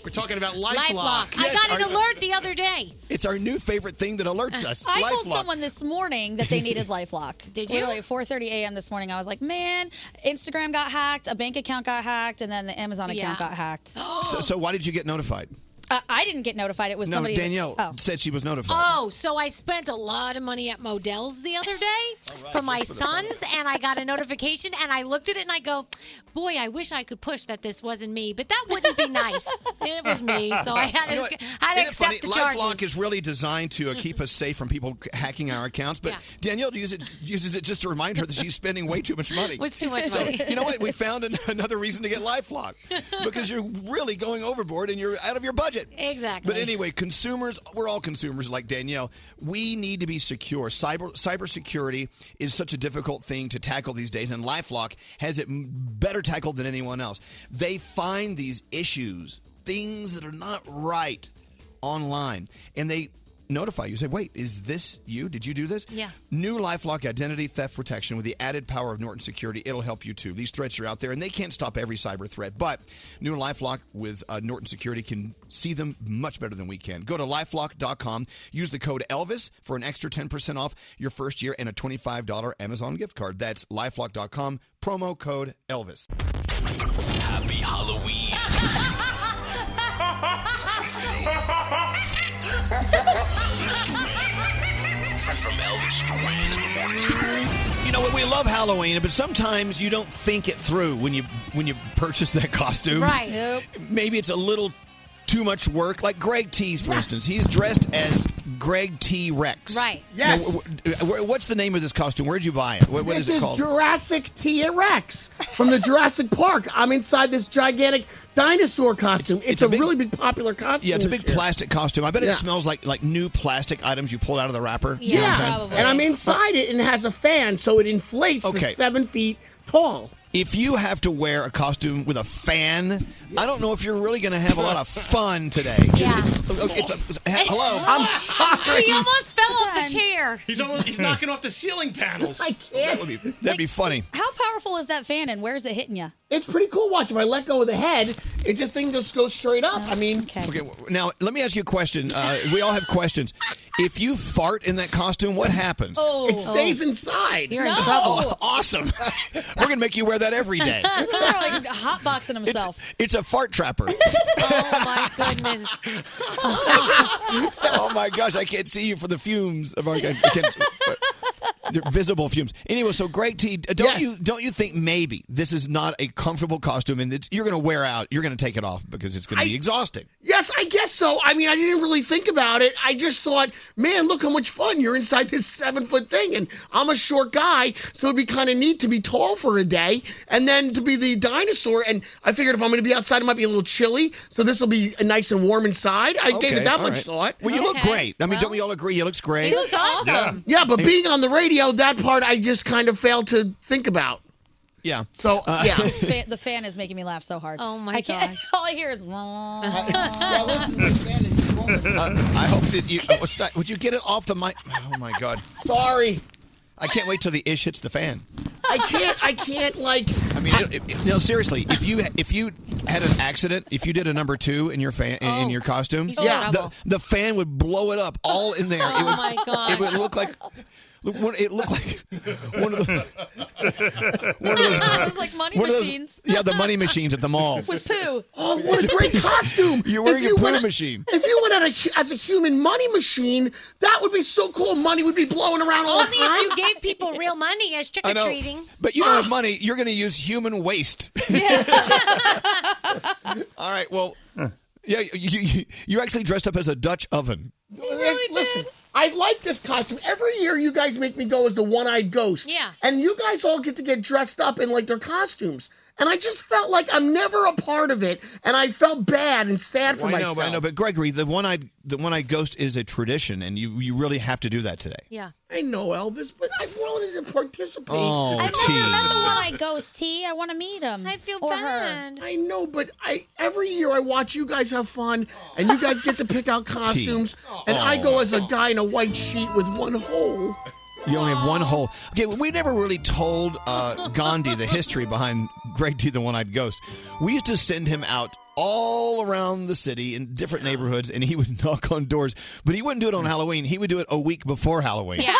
Speaker 10: We're talking about
Speaker 1: LifeLock. I
Speaker 5: Yes,
Speaker 1: got an
Speaker 5: our-
Speaker 1: alert the other day.
Speaker 5: It's our new favorite thing that alerts us.
Speaker 4: Uh, I told
Speaker 5: LifeLock.
Speaker 4: someone this morning that they needed LifeLock.
Speaker 1: Did
Speaker 5: you?
Speaker 4: Literally at 4:30 a.m. this morning, I was like, "Man, Instagram got hacked, a bank account got hacked, and then the Amazon account
Speaker 1: Yeah.
Speaker 4: got hacked."
Speaker 5: So, so why did you get notified?
Speaker 4: Uh, I didn't get notified. It was
Speaker 5: no,
Speaker 4: somebody.
Speaker 5: Danielle
Speaker 4: oh.
Speaker 5: said she was notified.
Speaker 1: Oh, so I spent a lot of money at Modell's the other day for my sons, and I got a notification, and I looked at it, and I go, "Boy, I wish I could push that this wasn't me, but that wouldn't be nice. it was me, so I had to,
Speaker 5: You know what?
Speaker 1: I had to
Speaker 5: Isn't it
Speaker 1: accept
Speaker 5: funny?
Speaker 1: the charges."
Speaker 5: LifeLock is really designed to uh, keep us safe from people c- hacking our accounts, but
Speaker 1: Yeah.
Speaker 5: Danielle uses it, uses it just to remind her that she's spending way too much money.
Speaker 1: Was too much
Speaker 5: So,
Speaker 1: money.
Speaker 5: you know what? We found an, another reason to get LifeLock because you're really going overboard and you're out of your budget.
Speaker 1: Exactly.
Speaker 5: But anyway, consumers, we're all consumers like Danielle. We need to be secure. Cyber cybersecurity is such a difficult thing to tackle these days and LifeLock has it m- better tackled than anyone else. They find these issues, things that are not right online and they notify you. Say, "Wait, is this you? Did you do this?"
Speaker 2: Yeah.
Speaker 5: New LifeLock identity theft protection with the added power of Norton Security. It'll help you too. These threats are out there, and they can't stop every cyber threat. But new LifeLock with uh, Norton Security can see them much better than we can. Go to LifeLock.com. Use the code Elvis for an extra ten percent off your first year and a twenty-five dollar Amazon gift card. That's LifeLock.com. Promo code Elvis.
Speaker 7: Happy Halloween. From Elvis Duran in the Morning Show.
Speaker 5: You know what? We love Halloween, but sometimes you don't think it through when you when you purchase that costume.
Speaker 1: Right.
Speaker 5: Maybe it's a little too much work. Like Greg Tees, for instance, he's dressed as Greg T. Rex.
Speaker 15: Right.
Speaker 5: Now,
Speaker 15: Yes.
Speaker 5: wh- wh- what's the name of this costume? Where'd you buy it? What, what
Speaker 15: this
Speaker 5: is it
Speaker 15: is
Speaker 5: called?
Speaker 15: Jurassic T-Rex from the Jurassic Park. I'm inside this gigantic dinosaur costume. It's, a, really big popular costume.
Speaker 5: yeah, it's a
Speaker 15: this
Speaker 5: big
Speaker 15: year.
Speaker 5: plastic costume. I bet it
Speaker 15: Yeah.
Speaker 5: smells like like new plastic items you pulled out of the wrapper. You know what I'm saying?
Speaker 15: Yeah, and I'm inside it and it has a fan, so it inflates to
Speaker 5: Okay.
Speaker 15: seven feet tall.
Speaker 5: If you have to wear a costume with a fan, I don't know if you're really going to have a lot of fun today. Yeah. It's a, it's a- hello.
Speaker 15: I'm sorry.
Speaker 1: He almost fell off the chair.
Speaker 10: He's almost he's knocking off the ceiling panels.
Speaker 15: I can't.
Speaker 5: That'd be, that'd be funny.
Speaker 4: How powerful is that fan, and where's it hitting you?
Speaker 15: It's pretty cool. Watch if I let go of the head, it just thing just goes straight up. I mean,
Speaker 5: Okay, w- now let me ask you a question. Uh, we all have questions. If you fart in that costume, what happens?
Speaker 15: Oh. It stays inside. You're in No.
Speaker 5: Oh,
Speaker 15: trouble.
Speaker 5: awesome. We're gonna make you wear that every day.
Speaker 4: like hotboxing himself.
Speaker 5: It's a fart trapper.
Speaker 1: Oh my goodness.
Speaker 5: oh my gosh, I can't see you for the fumes of our. I can't- they're visible fumes. Anyway, so Greg T, uh, don't you don't you think maybe this is not a comfortable costume and it's, you're going to wear out? You're going to take it off because it's going to be
Speaker 15: I-
Speaker 5: exhausting.
Speaker 15: Yes, I guess so. I mean, I didn't really think about it. I just thought, man, look how much fun you're inside this seven foot thing. And I'm a short guy, so it'd be kind of neat to be tall for a day and then to be the dinosaur. And I figured if I'm going to be outside, it might be a little chilly. So this will be nice and warm inside. I gave
Speaker 5: Okay,
Speaker 15: it that
Speaker 5: all
Speaker 15: much
Speaker 5: right.
Speaker 15: thought.
Speaker 5: Well, you look great. I mean, don't we all agree? You looks great.
Speaker 15: He Yeah. but
Speaker 5: Hey,
Speaker 15: being on the radio, that part I just kind of failed to think about.
Speaker 5: yeah. Uh,
Speaker 15: So, yeah.
Speaker 4: This fa- the fan is making me laugh so hard. Oh my I can't, All I hear is. yeah,
Speaker 5: Uh, I hope that you. oh, what's that? Would you get it off the mic? Oh my god.
Speaker 15: Sorry.
Speaker 5: I can't wait till the ish hits the fan.
Speaker 15: I can't, I can't, like,
Speaker 5: I mean, it- it- no, seriously. If you if you had an accident, if you did a number two in your fan in- in
Speaker 15: Oh.
Speaker 5: your costume,
Speaker 15: He's in Yeah.
Speaker 5: the,
Speaker 15: trouble.
Speaker 5: the fan would blow it up all in there. It
Speaker 15: Oh
Speaker 5: would,
Speaker 15: my
Speaker 5: It would
Speaker 15: gosh.
Speaker 5: look like. look, what- It looked like one of the one of those,
Speaker 4: Those, like, money
Speaker 5: one of those-
Speaker 4: machines.
Speaker 5: yeah, the money machines at the mall.
Speaker 4: With poo.
Speaker 15: Oh, what a great costume!
Speaker 5: You're wearing
Speaker 15: If
Speaker 5: a
Speaker 15: you
Speaker 5: poo
Speaker 15: went-
Speaker 5: machine.
Speaker 15: If you went out a, as a human money machine, that would be so cool. Money would be blowing around all the
Speaker 1: Only
Speaker 15: time.
Speaker 1: if you gave people real money as trick
Speaker 5: I
Speaker 1: or
Speaker 5: know.
Speaker 1: treating.
Speaker 5: But you don't
Speaker 15: Ah!
Speaker 5: have money. You're going to use human waste. All right. Well, yeah, you, you, you actually dressed up as a Dutch oven.
Speaker 15: Listen, I like this costume. Every year, you guys make me go as the one-eyed ghost. Yeah. And you guys all get to get dressed up in like their costumes. And I just felt like I'm never a part of it, and I felt bad and sad for
Speaker 5: Well, I know,
Speaker 15: myself.
Speaker 5: but I know. But Gregory, the one-eyed, the one-eyed ghost is a tradition, and you you really have to do that today.
Speaker 1: Yeah.
Speaker 15: I know Elvis, but I wanted to participate.
Speaker 5: Oh,
Speaker 4: I
Speaker 5: T.
Speaker 4: remember when I ghost T. I want to meet him. I feel bad.
Speaker 15: I know, but I every year I watch you guys have fun, and you guys get to pick out costumes, and I go as a guy in a white sheet with one hole.
Speaker 5: You only have one hole. Okay, we never really told uh, Gandhi the history behind Greg T, the one-eyed ghost. We used to send him out all around the city in different neighborhoods, and he would knock on doors. But he wouldn't do it on Halloween. He would do it a week before Halloween.
Speaker 1: Yeah.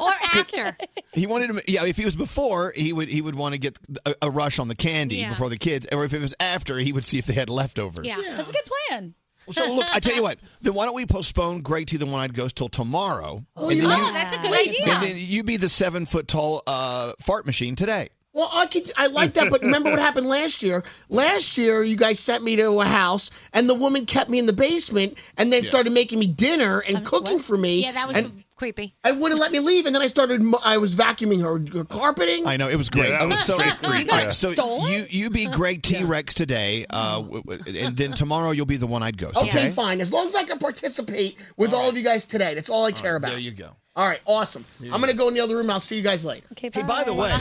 Speaker 1: or after.
Speaker 5: He wanted to. Yeah, if he was before, he would he would want to get a, a rush on the candy
Speaker 4: Yeah.
Speaker 5: before the kids, or if it was after, he would see if they had leftovers.
Speaker 4: That's a good plan.
Speaker 5: So look, I tell you what. Then why don't we postpone Greg T the One Eyed Ghost till tomorrow?
Speaker 15: Oh,
Speaker 5: and then
Speaker 15: yeah.
Speaker 5: you-
Speaker 15: Oh, that's a good
Speaker 5: and
Speaker 15: idea.
Speaker 5: then you be the seven foot tall uh, fart machine today.
Speaker 15: Well, I could I like that, but remember what happened last year? Last year, you guys sent me to a house, and the woman kept me in the basement, and then started making me dinner and cooking for me.
Speaker 1: Yeah, that was
Speaker 15: and,
Speaker 1: creepy.
Speaker 15: and wouldn't let me leave, and then I started. mo- I was vacuuming her, her carpeting.
Speaker 5: I know it was great.
Speaker 15: Yeah, that
Speaker 5: It
Speaker 15: was
Speaker 5: so
Speaker 15: pretty creepy.
Speaker 5: All right, so
Speaker 15: Stolen?
Speaker 5: you you be Greg T Rex today, uh, w- w- and then tomorrow you'll be the One Eyed Ghost.
Speaker 15: Okay, fine. As long as I can participate with all, of you guys today, that's all I care about.
Speaker 5: There you go.
Speaker 15: All right, awesome. I'm gonna go in the other room. I'll see you guys later.
Speaker 4: Okay,
Speaker 5: Hey, by the way,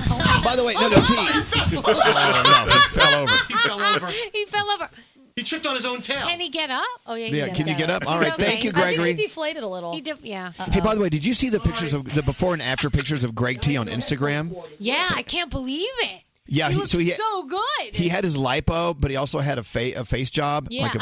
Speaker 5: by the way, Oh, no, no, T. Oh, no, it fell over.
Speaker 10: He fell over.
Speaker 1: Uh-uh. he fell over.
Speaker 10: He tripped on his own tail.
Speaker 1: Can he get up? Oh yeah. he
Speaker 5: Yeah,
Speaker 1: can,
Speaker 5: can you get up? All right, thank you, Gregory.
Speaker 4: deflated a little.
Speaker 1: He did, yeah.
Speaker 5: Hey, by the way, did you see the pictures of the before and after pictures of Greg T on Instagram?
Speaker 1: yeah, I can't believe it.
Speaker 5: Yeah,
Speaker 1: he,
Speaker 5: he-
Speaker 1: looks
Speaker 5: so he-
Speaker 1: so good.
Speaker 5: He had his lipo, but he also had a, fa- a face job,
Speaker 1: Yeah.
Speaker 5: like a
Speaker 1: A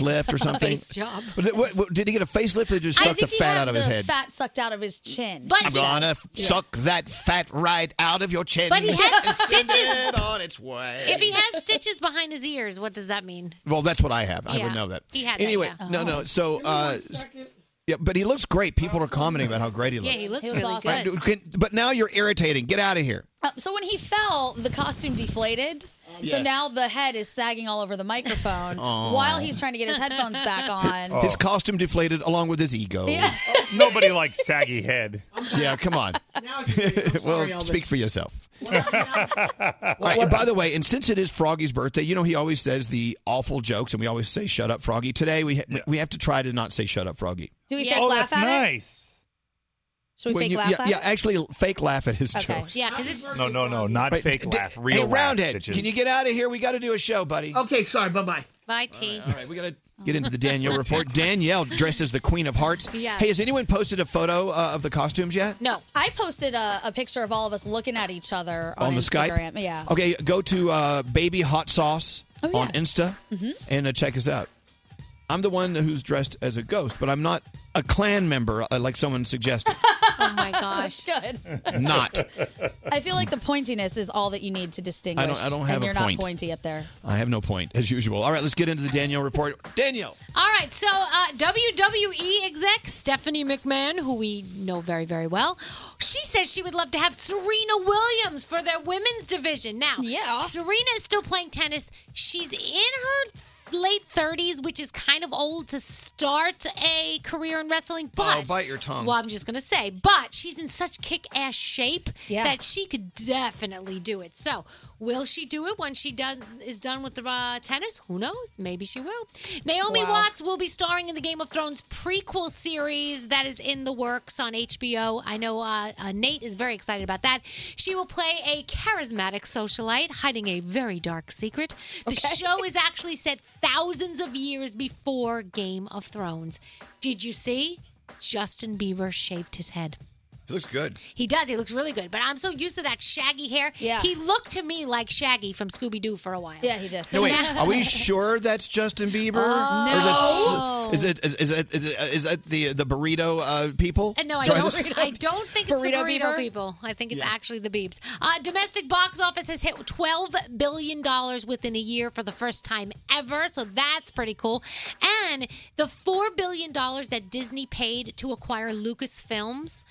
Speaker 5: facelift or
Speaker 4: job.
Speaker 5: something.
Speaker 4: Face job.
Speaker 5: But th- what- what- did he get a facelift? Or they just
Speaker 4: I
Speaker 5: sucked the
Speaker 4: think he
Speaker 5: fat
Speaker 4: had
Speaker 5: out of
Speaker 4: the
Speaker 5: his head.
Speaker 4: Fat sucked out of his chin.
Speaker 5: I'm gonna f- suck that fat right out of your chin.
Speaker 1: But he had
Speaker 5: and send
Speaker 1: stitches.
Speaker 5: it on its way.
Speaker 1: If he has stitches behind his ears, what does that mean?
Speaker 5: well, that's what I have. I
Speaker 1: Yeah.
Speaker 5: would know that.
Speaker 1: He had that,
Speaker 5: anyway.
Speaker 1: yeah.
Speaker 5: No,
Speaker 4: Oh.
Speaker 5: no. So, uh,
Speaker 1: second.
Speaker 5: yeah, but he looks great. People are commenting about how great he
Speaker 1: Yeah,
Speaker 5: looks.
Speaker 1: he looks
Speaker 4: He looks
Speaker 1: really
Speaker 4: awesome.
Speaker 1: good.
Speaker 4: Um,
Speaker 5: Right, can- But now you're irritating. Get out of here.
Speaker 4: Uh, so when he fell, the costume deflated, So
Speaker 5: Yes.
Speaker 4: now the head is sagging all over the microphone
Speaker 5: Aw. Oh.
Speaker 4: while he's trying to get his headphones back on.
Speaker 5: His costume deflated along with his ego.
Speaker 4: Oh. Yeah.
Speaker 8: Nobody likes saggy head.
Speaker 5: Yeah, come on. well,
Speaker 16: Elvis.
Speaker 5: speak for yourself. All right, and by the way, and since it is Froggy's birthday, you know he always says the awful jokes, and we always say "Shut up, Froggy." Today we ha- we have to try to not say "Shut up, Froggy."
Speaker 4: Do we
Speaker 1: Yeah.
Speaker 4: fake
Speaker 1: Oh,
Speaker 4: laugh
Speaker 1: that's
Speaker 4: at it?
Speaker 8: nice.
Speaker 4: Should we
Speaker 5: When
Speaker 4: fake
Speaker 5: you-
Speaker 4: laugh
Speaker 5: yeah,
Speaker 4: at
Speaker 5: yeah,
Speaker 4: it?
Speaker 5: actually, fake laugh at his
Speaker 4: Okay.
Speaker 5: jokes.
Speaker 1: Yeah, because it.
Speaker 8: No, no, no, not
Speaker 5: Right,
Speaker 8: fake
Speaker 5: d- d-
Speaker 8: laugh, real
Speaker 5: hey,
Speaker 8: laugh,
Speaker 5: Roundhead,
Speaker 8: bitches.
Speaker 5: can you get out of here? We got to do a show, buddy.
Speaker 15: Okay, sorry. Bye bye.
Speaker 1: Bye, T.
Speaker 5: All right, we gotta Get into the Danielle report. Danielle dressed as the Queen of Hearts.
Speaker 4: Yes.
Speaker 5: Hey, has anyone posted a photo uh, of the costumes yet?
Speaker 4: No, I posted a, a picture of all of us looking at each other on,
Speaker 5: on, the
Speaker 4: Instagram.
Speaker 5: Skype.
Speaker 4: Yeah.
Speaker 5: Okay, go to uh, Baby Hot Sauce on Insta
Speaker 4: Mhm.
Speaker 5: and uh, check us out. I'm the one who's dressed as a ghost, but I'm not a clan member uh, like someone suggested.
Speaker 4: Oh my gosh. good.
Speaker 5: not.
Speaker 4: I feel like the pointiness is all that you need to distinguish.
Speaker 5: I don't have
Speaker 4: and
Speaker 5: a
Speaker 4: you're
Speaker 5: point.
Speaker 4: not pointy up there.
Speaker 5: I have no point as usual. All right, let's get into the Danielle report. Danielle,
Speaker 1: All right, so uh, WWE exec Stephanie McMahon, who we know very, very well, she says she would love to have Serena Williams for their women's division. Now, yeah. Serena is still playing tennis. She's in her late 30s, which is kind of old to start a career in wrestling, but.
Speaker 5: Oh, bite your tongue.
Speaker 1: Well, I'm just going to say, but she's in such kick ass shape
Speaker 4: Yeah.
Speaker 1: that she could definitely do it. So, will she do it when she done, is done with the uh, tennis? Who knows? Maybe she will. Naomi
Speaker 4: Wow.
Speaker 1: Watts will be starring in the Game of Thrones prequel series that is in the works on HBO. I know uh, uh, Nate is very excited about that. She will play a charismatic socialite hiding a very dark secret. The show is actually set thousands of years before Game of Thrones. Did you see? Justin Bieber shaved his head.
Speaker 5: he looks good.
Speaker 1: He does. He looks really good. But I'm so used to that shaggy hair.
Speaker 4: Yeah.
Speaker 1: He looked to me like Shaggy from Scooby Doo for a while.
Speaker 4: Yeah, he did.
Speaker 5: So wait, are we sure that's Justin Bieber?
Speaker 1: Oh.
Speaker 5: Or is that, is, is, it, is, it, is that the the burrito uh, people?
Speaker 1: And no, I
Speaker 5: Driving
Speaker 1: don't.
Speaker 5: us-
Speaker 1: I don't think it's
Speaker 4: Burrito
Speaker 1: the burrito
Speaker 4: Beaver?
Speaker 1: people. I think it's actually the Beebs. Uh, domestic box office has hit twelve billion dollars within a year for the first time ever, so that's pretty cool. And the four billion dollars that Disney paid to acquire Lucasfilms,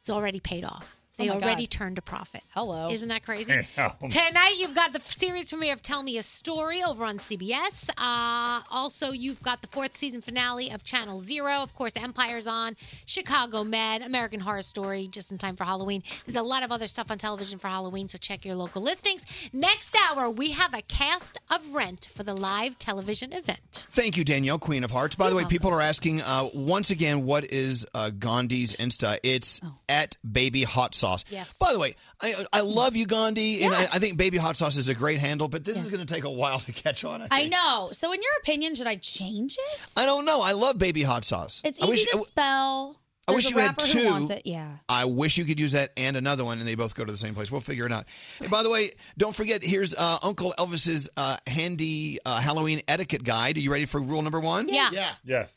Speaker 1: it's already paid off. They
Speaker 4: Oh my
Speaker 1: already
Speaker 4: God.
Speaker 1: turned a profit.
Speaker 4: Hello.
Speaker 1: Isn't that crazy? Tonight, you've got the series premiere of Tell Me a Story over on CBS. Uh, also, you've got the fourth season finale of Channel Zero. Of course, Empire's on, Chicago Med, American Horror Story, just in time for Halloween. There's a lot of other stuff on television for Halloween, so check your local listings. Next hour, we have a cast of Rent for the live television event.
Speaker 5: Thank you, Danielle, Queen of Hearts. By the way, people are asking uh, once again, what is uh, Gandhi's Insta? It's
Speaker 4: Oh.
Speaker 5: at Baby Hot Sauce.
Speaker 13: Yes.
Speaker 5: By the way, I, I
Speaker 4: Mm.
Speaker 5: love you, Gandhi, and I, I think Baby Hot Sauce is a great handle, but this is going to take a while to catch on. I,
Speaker 4: I
Speaker 5: think.
Speaker 4: know. So, in your opinion, should I change it?
Speaker 5: I don't know. I love Baby Hot Sauce.
Speaker 4: It's
Speaker 5: I
Speaker 4: easy
Speaker 5: wish,
Speaker 4: to spell.
Speaker 5: I
Speaker 4: There's
Speaker 5: wish
Speaker 4: a
Speaker 5: you had
Speaker 4: rapper
Speaker 5: two.
Speaker 4: who wants it. Yeah.
Speaker 5: I wish you could use that and another one, and they both go to the same place. We'll figure it out. And by the way, don't forget here's uh, Uncle Elvis's uh, handy uh, Halloween etiquette guide. Are you ready for rule number one?
Speaker 1: Yeah. Yeah.
Speaker 8: Yes.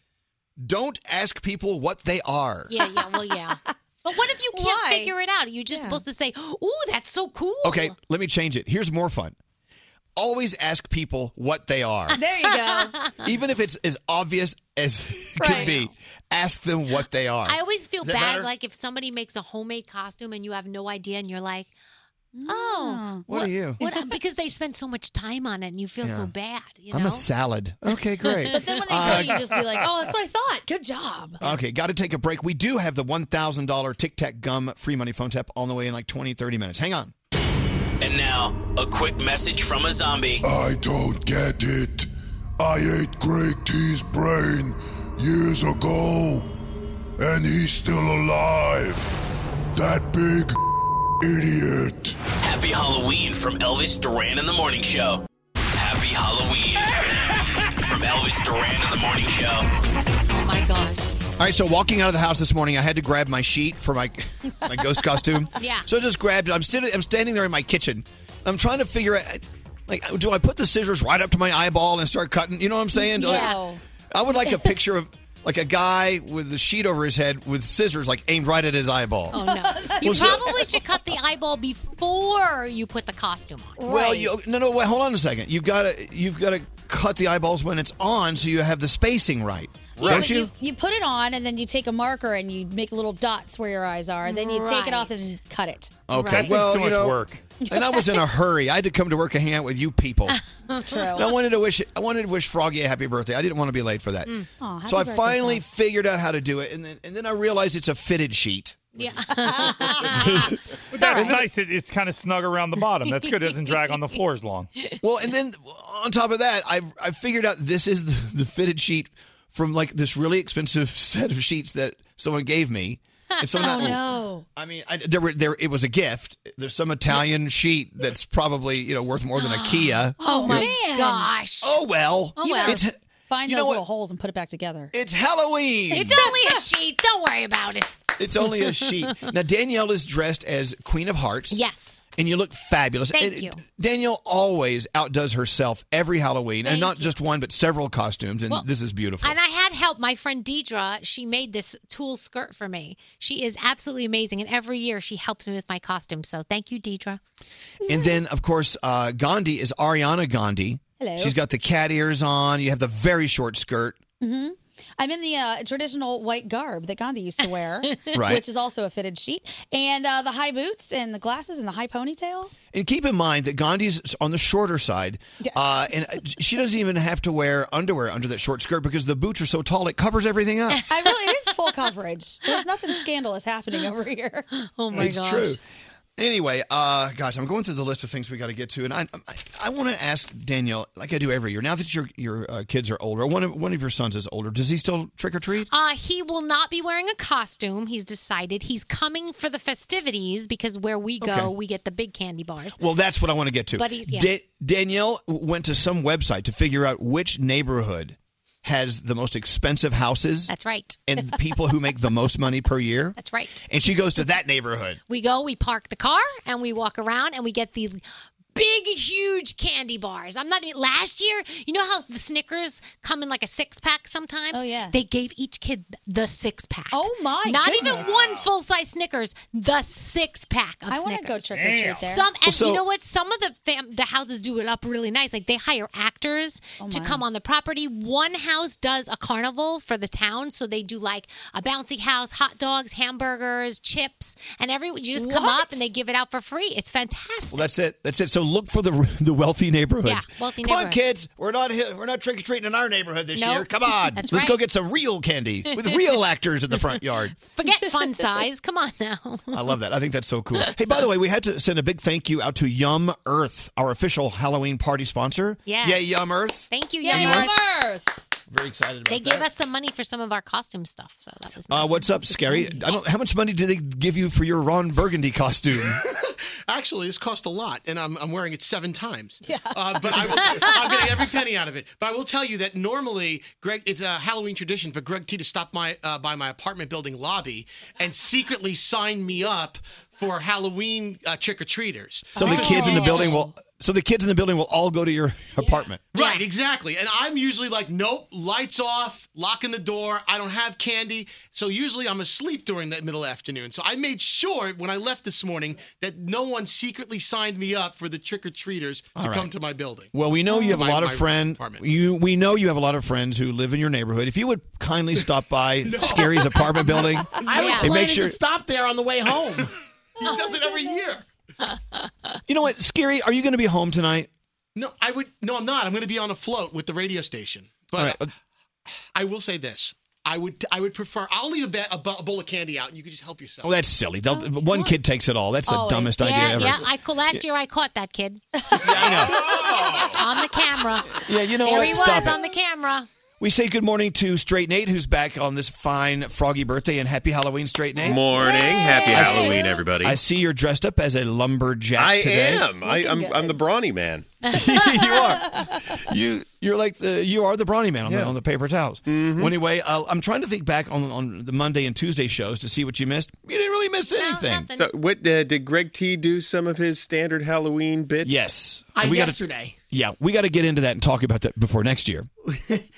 Speaker 5: Don't ask people what they are.
Speaker 1: Yeah, yeah, well, yeah. But what if you can't figure it out? Are you just supposed to say, ooh, that's so cool?
Speaker 5: Okay, let me change it. Here's more fun. Always ask people what they are.
Speaker 4: There you go.
Speaker 5: Even if it's as obvious as it could be, ask them what they are.
Speaker 1: I always feel
Speaker 5: Uh, Does that
Speaker 1: bad,
Speaker 5: matter?
Speaker 1: like if somebody makes a homemade costume and you have no idea, and you're like, "Oh,
Speaker 5: What are you?
Speaker 1: what- because they spend so much time on it, and you feel so
Speaker 5: Yeah.
Speaker 1: bad. You
Speaker 5: I'm
Speaker 1: know?
Speaker 5: a salad. Okay, great.
Speaker 4: But then when they
Speaker 5: Uh,
Speaker 4: tell you, you just be like, oh, that's what I thought. Good job.
Speaker 5: Okay, got to take a break. We do have the $1,000 Tic Tac Gum free money phone tap on the way in like 20, 30 minutes. Hang on.
Speaker 7: And now, a quick message from a zombie.
Speaker 2: I don't get it. I ate Greg T's brain years ago, and he's still alive. That big idiot.
Speaker 7: Happy Halloween from Elvis Duran and the Morning Show. Happy Halloween from Elvis Duran and the Morning Show.
Speaker 1: Oh my gosh.
Speaker 5: All right, so walking out of the house this morning, I had to grab my sheet for my my ghost costume.
Speaker 1: Yeah.
Speaker 5: So I just grabbed it. I'm sitting. I'm standing there in my kitchen. I'm trying to figure out, like, do I put the scissors right up to my eyeball and start cutting? You know what I'm saying? Like,
Speaker 13: Yeah.
Speaker 5: I would like a picture of like a guy with a sheet over his head with scissors like aimed right at his eyeball.
Speaker 1: Oh no! You
Speaker 5: Well, so-
Speaker 1: probably should cut the eyeball before you put the costume on.
Speaker 5: Well, you no no wait, hold on a second. You've got to you've got to cut the eyeballs when it's on so you have the spacing right.
Speaker 4: Yeah,
Speaker 5: Don't
Speaker 4: but
Speaker 5: you?
Speaker 4: you put it on and then you take a marker and you make little dots where your eyes are. Then you take it off and cut it.
Speaker 5: Okay. Well, you know, And I was in a hurry. I had to come to work and hang out with you people.
Speaker 4: Ah, It's true.
Speaker 5: And I wanted to wish I wanted to wish Froggy a happy birthday. I didn't want to be late for that.
Speaker 4: Mm. Aw, happy
Speaker 5: so I
Speaker 4: birthday,
Speaker 5: finally figured out how to do it, and then and then I realized it's a fitted sheet.
Speaker 1: Yeah.
Speaker 8: But that's nice. It, it's kind of snug around the bottom. That's good. It doesn't drag on the floor as long.
Speaker 5: Well, and then on top of that, I I figured out this is the, the fitted sheet from like this really expensive set of sheets that someone gave me. And so
Speaker 4: oh
Speaker 5: not-
Speaker 4: no!
Speaker 5: I mean, I, there were there. It was a gift. There's some Italian sheet that's probably you know worth more than a Kia.
Speaker 4: Oh,
Speaker 5: You
Speaker 4: my
Speaker 5: know,
Speaker 4: gosh!
Speaker 5: Oh well.
Speaker 4: Oh well.
Speaker 5: It's,
Speaker 4: Find
Speaker 5: you know
Speaker 4: those
Speaker 5: what?
Speaker 4: little holes and put it back together.
Speaker 5: It's Halloween.
Speaker 1: It's only a sheet. Don't worry about it.
Speaker 5: It's only a sheet. Now Danielle is dressed as Queen of Hearts.
Speaker 1: Yes.
Speaker 5: And you look fabulous.
Speaker 1: Thank
Speaker 5: And
Speaker 1: you.
Speaker 5: Danielle always outdoes herself every Halloween, and
Speaker 1: Thank
Speaker 5: not
Speaker 1: you.
Speaker 5: just one, but several costumes. And
Speaker 1: Well,
Speaker 5: this is beautiful.
Speaker 1: And I had help. My friend Deidre, she made this tulle skirt for me. She is absolutely amazing. And every year she helps me with my costume. So thank you, Deidre.
Speaker 5: And then, of course, uh, Gandhi is Ariana Gandhi.
Speaker 4: Hello.
Speaker 5: She's got the cat ears on. You have the very short skirt.
Speaker 4: hmm I'm in the uh, traditional white garb that Gandhi used to wear,
Speaker 5: Right.
Speaker 4: which is also a fitted sheet, and uh, the high boots and the glasses and the high ponytail.
Speaker 5: And keep in mind that Gandhi's on the shorter side, uh, and uh, she doesn't even have to wear underwear under that short skirt because the boots are so tall it covers everything up.
Speaker 4: I really, it is full coverage. There's nothing scandalous happening over here. Oh
Speaker 5: it's true. Anyway, uh, guys, I'm going through the list of things we got to get to, and I I, I want to ask Danielle, like I do every year. Now that your your uh, kids are older, one of one of your sons is older. Does he still trick or treat?
Speaker 1: Uh, he will not be wearing a costume. He's decided he's coming for the festivities because where we go,
Speaker 5: Okay.
Speaker 1: we get the big candy bars.
Speaker 5: Well, that's what I want to get to.
Speaker 1: But he's- yeah.
Speaker 5: Da- Danielle went to some website to figure out which neighborhood has the most expensive houses.
Speaker 1: That's right.
Speaker 5: And people who make the most money per year.
Speaker 1: That's right.
Speaker 5: And she goes to that neighborhood.
Speaker 1: We go, we park the car, and we walk around, and we get the big, huge candy bars. I'm not even, last year, you know how the Snickers come in like a six pack sometimes? Oh, yeah. They gave each kid the six pack. Oh,
Speaker 4: my
Speaker 1: Not
Speaker 4: goodness.
Speaker 1: even one full size Snickers, the six pack of
Speaker 4: I wanna
Speaker 1: Snickers.
Speaker 4: go trick-or-treat Damn. there.
Speaker 1: Some,
Speaker 5: Well,
Speaker 1: and
Speaker 5: so-
Speaker 1: you know what? Some of the fam- the houses do it up really nice. Like they hire actors to
Speaker 4: Oh my.
Speaker 1: come on the property. One house does a carnival for the town, so they do like a bouncy house, hot dogs, hamburgers, chips, and every you just come
Speaker 4: What?
Speaker 1: up and they give it out for free. It's fantastic.
Speaker 5: Well, that's it. That's it. So look for the the wealthy neighborhoods.
Speaker 1: Yeah, wealthy
Speaker 5: Come on,
Speaker 1: neighborhoods.
Speaker 5: kids. We're not hi- we're not trick or treating in our neighborhood this
Speaker 1: Nope.
Speaker 5: year. Come on.
Speaker 1: That's
Speaker 5: Let's go
Speaker 1: right.
Speaker 5: get some real candy with real actors in the front yard.
Speaker 1: Forget fun size. Come on now.
Speaker 5: I love that. I think that's so cool. Hey, by the way, we had to send a big thank you out to Yum Earth, our official Halloween party sponsor.
Speaker 1: Yes.
Speaker 5: Yeah, Yum Earth.
Speaker 1: Thank you,
Speaker 4: Yay,
Speaker 1: Yum
Speaker 4: Yum
Speaker 5: Very excited about
Speaker 1: They
Speaker 5: that.
Speaker 1: gave us some money for some of our costume stuff, so that was
Speaker 5: Uh, what's up, Scary? I don't. How much money did they give you for your Ron Burgundy costume?
Speaker 10: Actually, this cost a lot, and I'm, I'm wearing it seven times. Yeah. Uh, but I will, I'm getting every penny out of it. But I will tell you that normally, Greg, it's a Halloween tradition for Greg T to stop my uh, by my apartment building lobby and secretly sign me up for Halloween uh, trick or treaters.
Speaker 5: So the kids in the building will. So the kids in the building will all go to your apartment.
Speaker 10: Right, exactly. And I'm usually like, nope, lights off, locking the door. I don't have candy. So usually I'm asleep during that middle afternoon. So I made sure when I left this morning that no one secretly signed me up for the trick or treaters
Speaker 5: All
Speaker 10: to
Speaker 5: right.
Speaker 10: come to my building.
Speaker 5: Well, we know you
Speaker 10: To
Speaker 5: have a
Speaker 10: my-
Speaker 5: lot of
Speaker 10: my
Speaker 5: friends.
Speaker 10: apartment.
Speaker 5: You, we know you have a lot of friends who live in your neighborhood. If you would kindly stop by
Speaker 10: No.
Speaker 5: Scary's apartment building,
Speaker 15: I was
Speaker 5: and
Speaker 15: planning
Speaker 5: make sure.
Speaker 15: to stop there on the way home. Uh,
Speaker 10: He does it every year.
Speaker 5: You know what, Scary? Are you going to be home tonight?
Speaker 10: No, I would. No, I'm not. I'm going to be on a float with the radio station.
Speaker 5: All right. uh,
Speaker 10: I will say this. I would. I would prefer. I'll leave a, ba- a, bu- a bowl of candy out, and you can just help yourself.
Speaker 5: Oh, that's silly. They'll, one kid takes it all. That's the
Speaker 1: Always.
Speaker 5: dumbest
Speaker 1: yeah,
Speaker 5: idea ever.
Speaker 1: Yeah, I ca- last year I caught that kid. on the camera.
Speaker 5: Yeah, you know
Speaker 1: there
Speaker 5: what?
Speaker 1: he
Speaker 5: Stop
Speaker 1: was
Speaker 5: it.
Speaker 1: on the camera.
Speaker 5: We say good morning to Straight Nate, who's back on this fine froggy birthday, and happy Halloween, Straight Nate.
Speaker 17: Morning. Happy
Speaker 5: I see-
Speaker 17: Halloween, everybody.
Speaker 5: I see you're dressed up as a lumberjack
Speaker 17: I
Speaker 5: today.
Speaker 17: am. I, I'm, I'm the brawny man.
Speaker 5: you you're like the you are the brawny man on, the, on the paper towels. Well, anyway, uh, I'm trying to think back on on the Monday and Tuesday shows to see what you missed. You didn't really miss anything.
Speaker 17: So, what uh, did Greg T do? Some of his standard Halloween bits.
Speaker 5: Yes,
Speaker 15: I
Speaker 5: We gotta-
Speaker 15: yesterday.
Speaker 5: yeah, we got to get into that and talk about that before next year.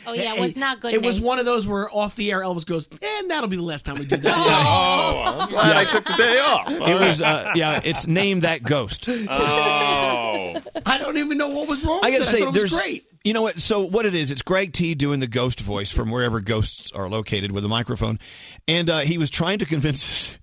Speaker 1: Oh yeah,
Speaker 15: Hey,
Speaker 1: it was not good.
Speaker 15: It was
Speaker 1: Nate.
Speaker 15: one of those where off the air Elvis goes, and that'll be the last time we do that.
Speaker 17: Oh, I'm glad I took the day off.
Speaker 5: it was uh, yeah, it's name that ghost.
Speaker 17: Oh. terrible.
Speaker 15: I don't even know what was wrong.
Speaker 5: I gotta
Speaker 15: with it.
Speaker 5: say,
Speaker 15: I thought it was
Speaker 5: there's
Speaker 15: great.
Speaker 5: You know what? So what it is? It's Greg T doing the ghost voice from wherever ghosts are located with a microphone, and uh, he was trying to convince us.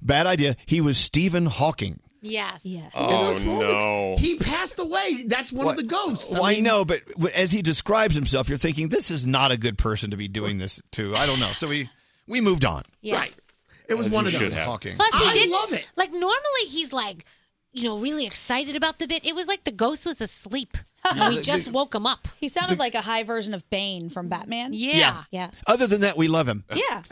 Speaker 5: Bad idea. He was Stephen Hawking.
Speaker 1: Yes.
Speaker 15: Yes.
Speaker 5: Oh, no.
Speaker 15: He passed away. That's one
Speaker 5: What-
Speaker 15: of the ghosts.
Speaker 5: Well, I, know, but w- as he describes himself, you're thinking this is not a good person to be doing this to. I don't know. So we we moved on.
Speaker 1: Yeah.
Speaker 15: Right. It was
Speaker 5: As
Speaker 15: one
Speaker 5: you
Speaker 15: of
Speaker 5: should
Speaker 15: those.
Speaker 5: have. Hawking.
Speaker 1: Plus, he
Speaker 15: I
Speaker 1: did
Speaker 15: love it.
Speaker 1: Like normally, he's like, you know, really excited about the bit. It was like the ghost was asleep,
Speaker 5: Yeah,
Speaker 1: and we
Speaker 5: the-
Speaker 1: just
Speaker 5: the-
Speaker 1: woke him up.
Speaker 4: He sounded like a high version of Bane from Batman.
Speaker 5: Yeah.
Speaker 4: Yeah.
Speaker 5: Other than that, we love him.
Speaker 4: Yeah.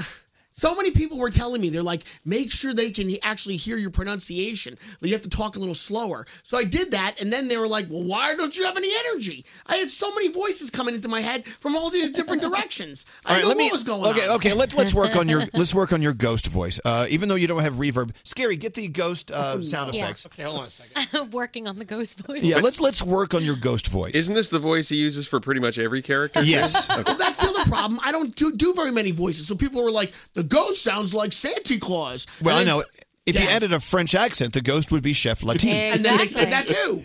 Speaker 15: So many people were telling me they're like, make sure they can actually hear your pronunciation. You have to talk a little slower. So I did that, and then they were like, "Well, why don't you have any energy?" I had so many voices coming into my head from all these different directions. I didn't
Speaker 5: All right,
Speaker 15: know
Speaker 5: let
Speaker 15: what
Speaker 5: me.
Speaker 15: was going
Speaker 5: okay,
Speaker 15: on.
Speaker 5: okay. Let's let's work on your let's work on your ghost voice. Uh, even though you don't have reverb, scary. Get the ghost uh, sound
Speaker 1: Oh, Yeah.
Speaker 5: effects.
Speaker 15: Okay, hold on a second.
Speaker 1: Working on the ghost voice.
Speaker 5: Yeah, let's let's work on your ghost voice.
Speaker 17: Isn't this the voice he uses for pretty much every character? too?
Speaker 5: Yes.
Speaker 17: Okay.
Speaker 15: Well, that's the other problem. I don't do, do very many voices, so people were like, "The ghost sounds like Santa Claus."
Speaker 5: Well, I
Speaker 15: And
Speaker 5: know.
Speaker 15: it's-
Speaker 5: If you
Speaker 15: Yeah.
Speaker 5: added a French accent, the ghost would be Chef Latin.
Speaker 15: and then they said that too.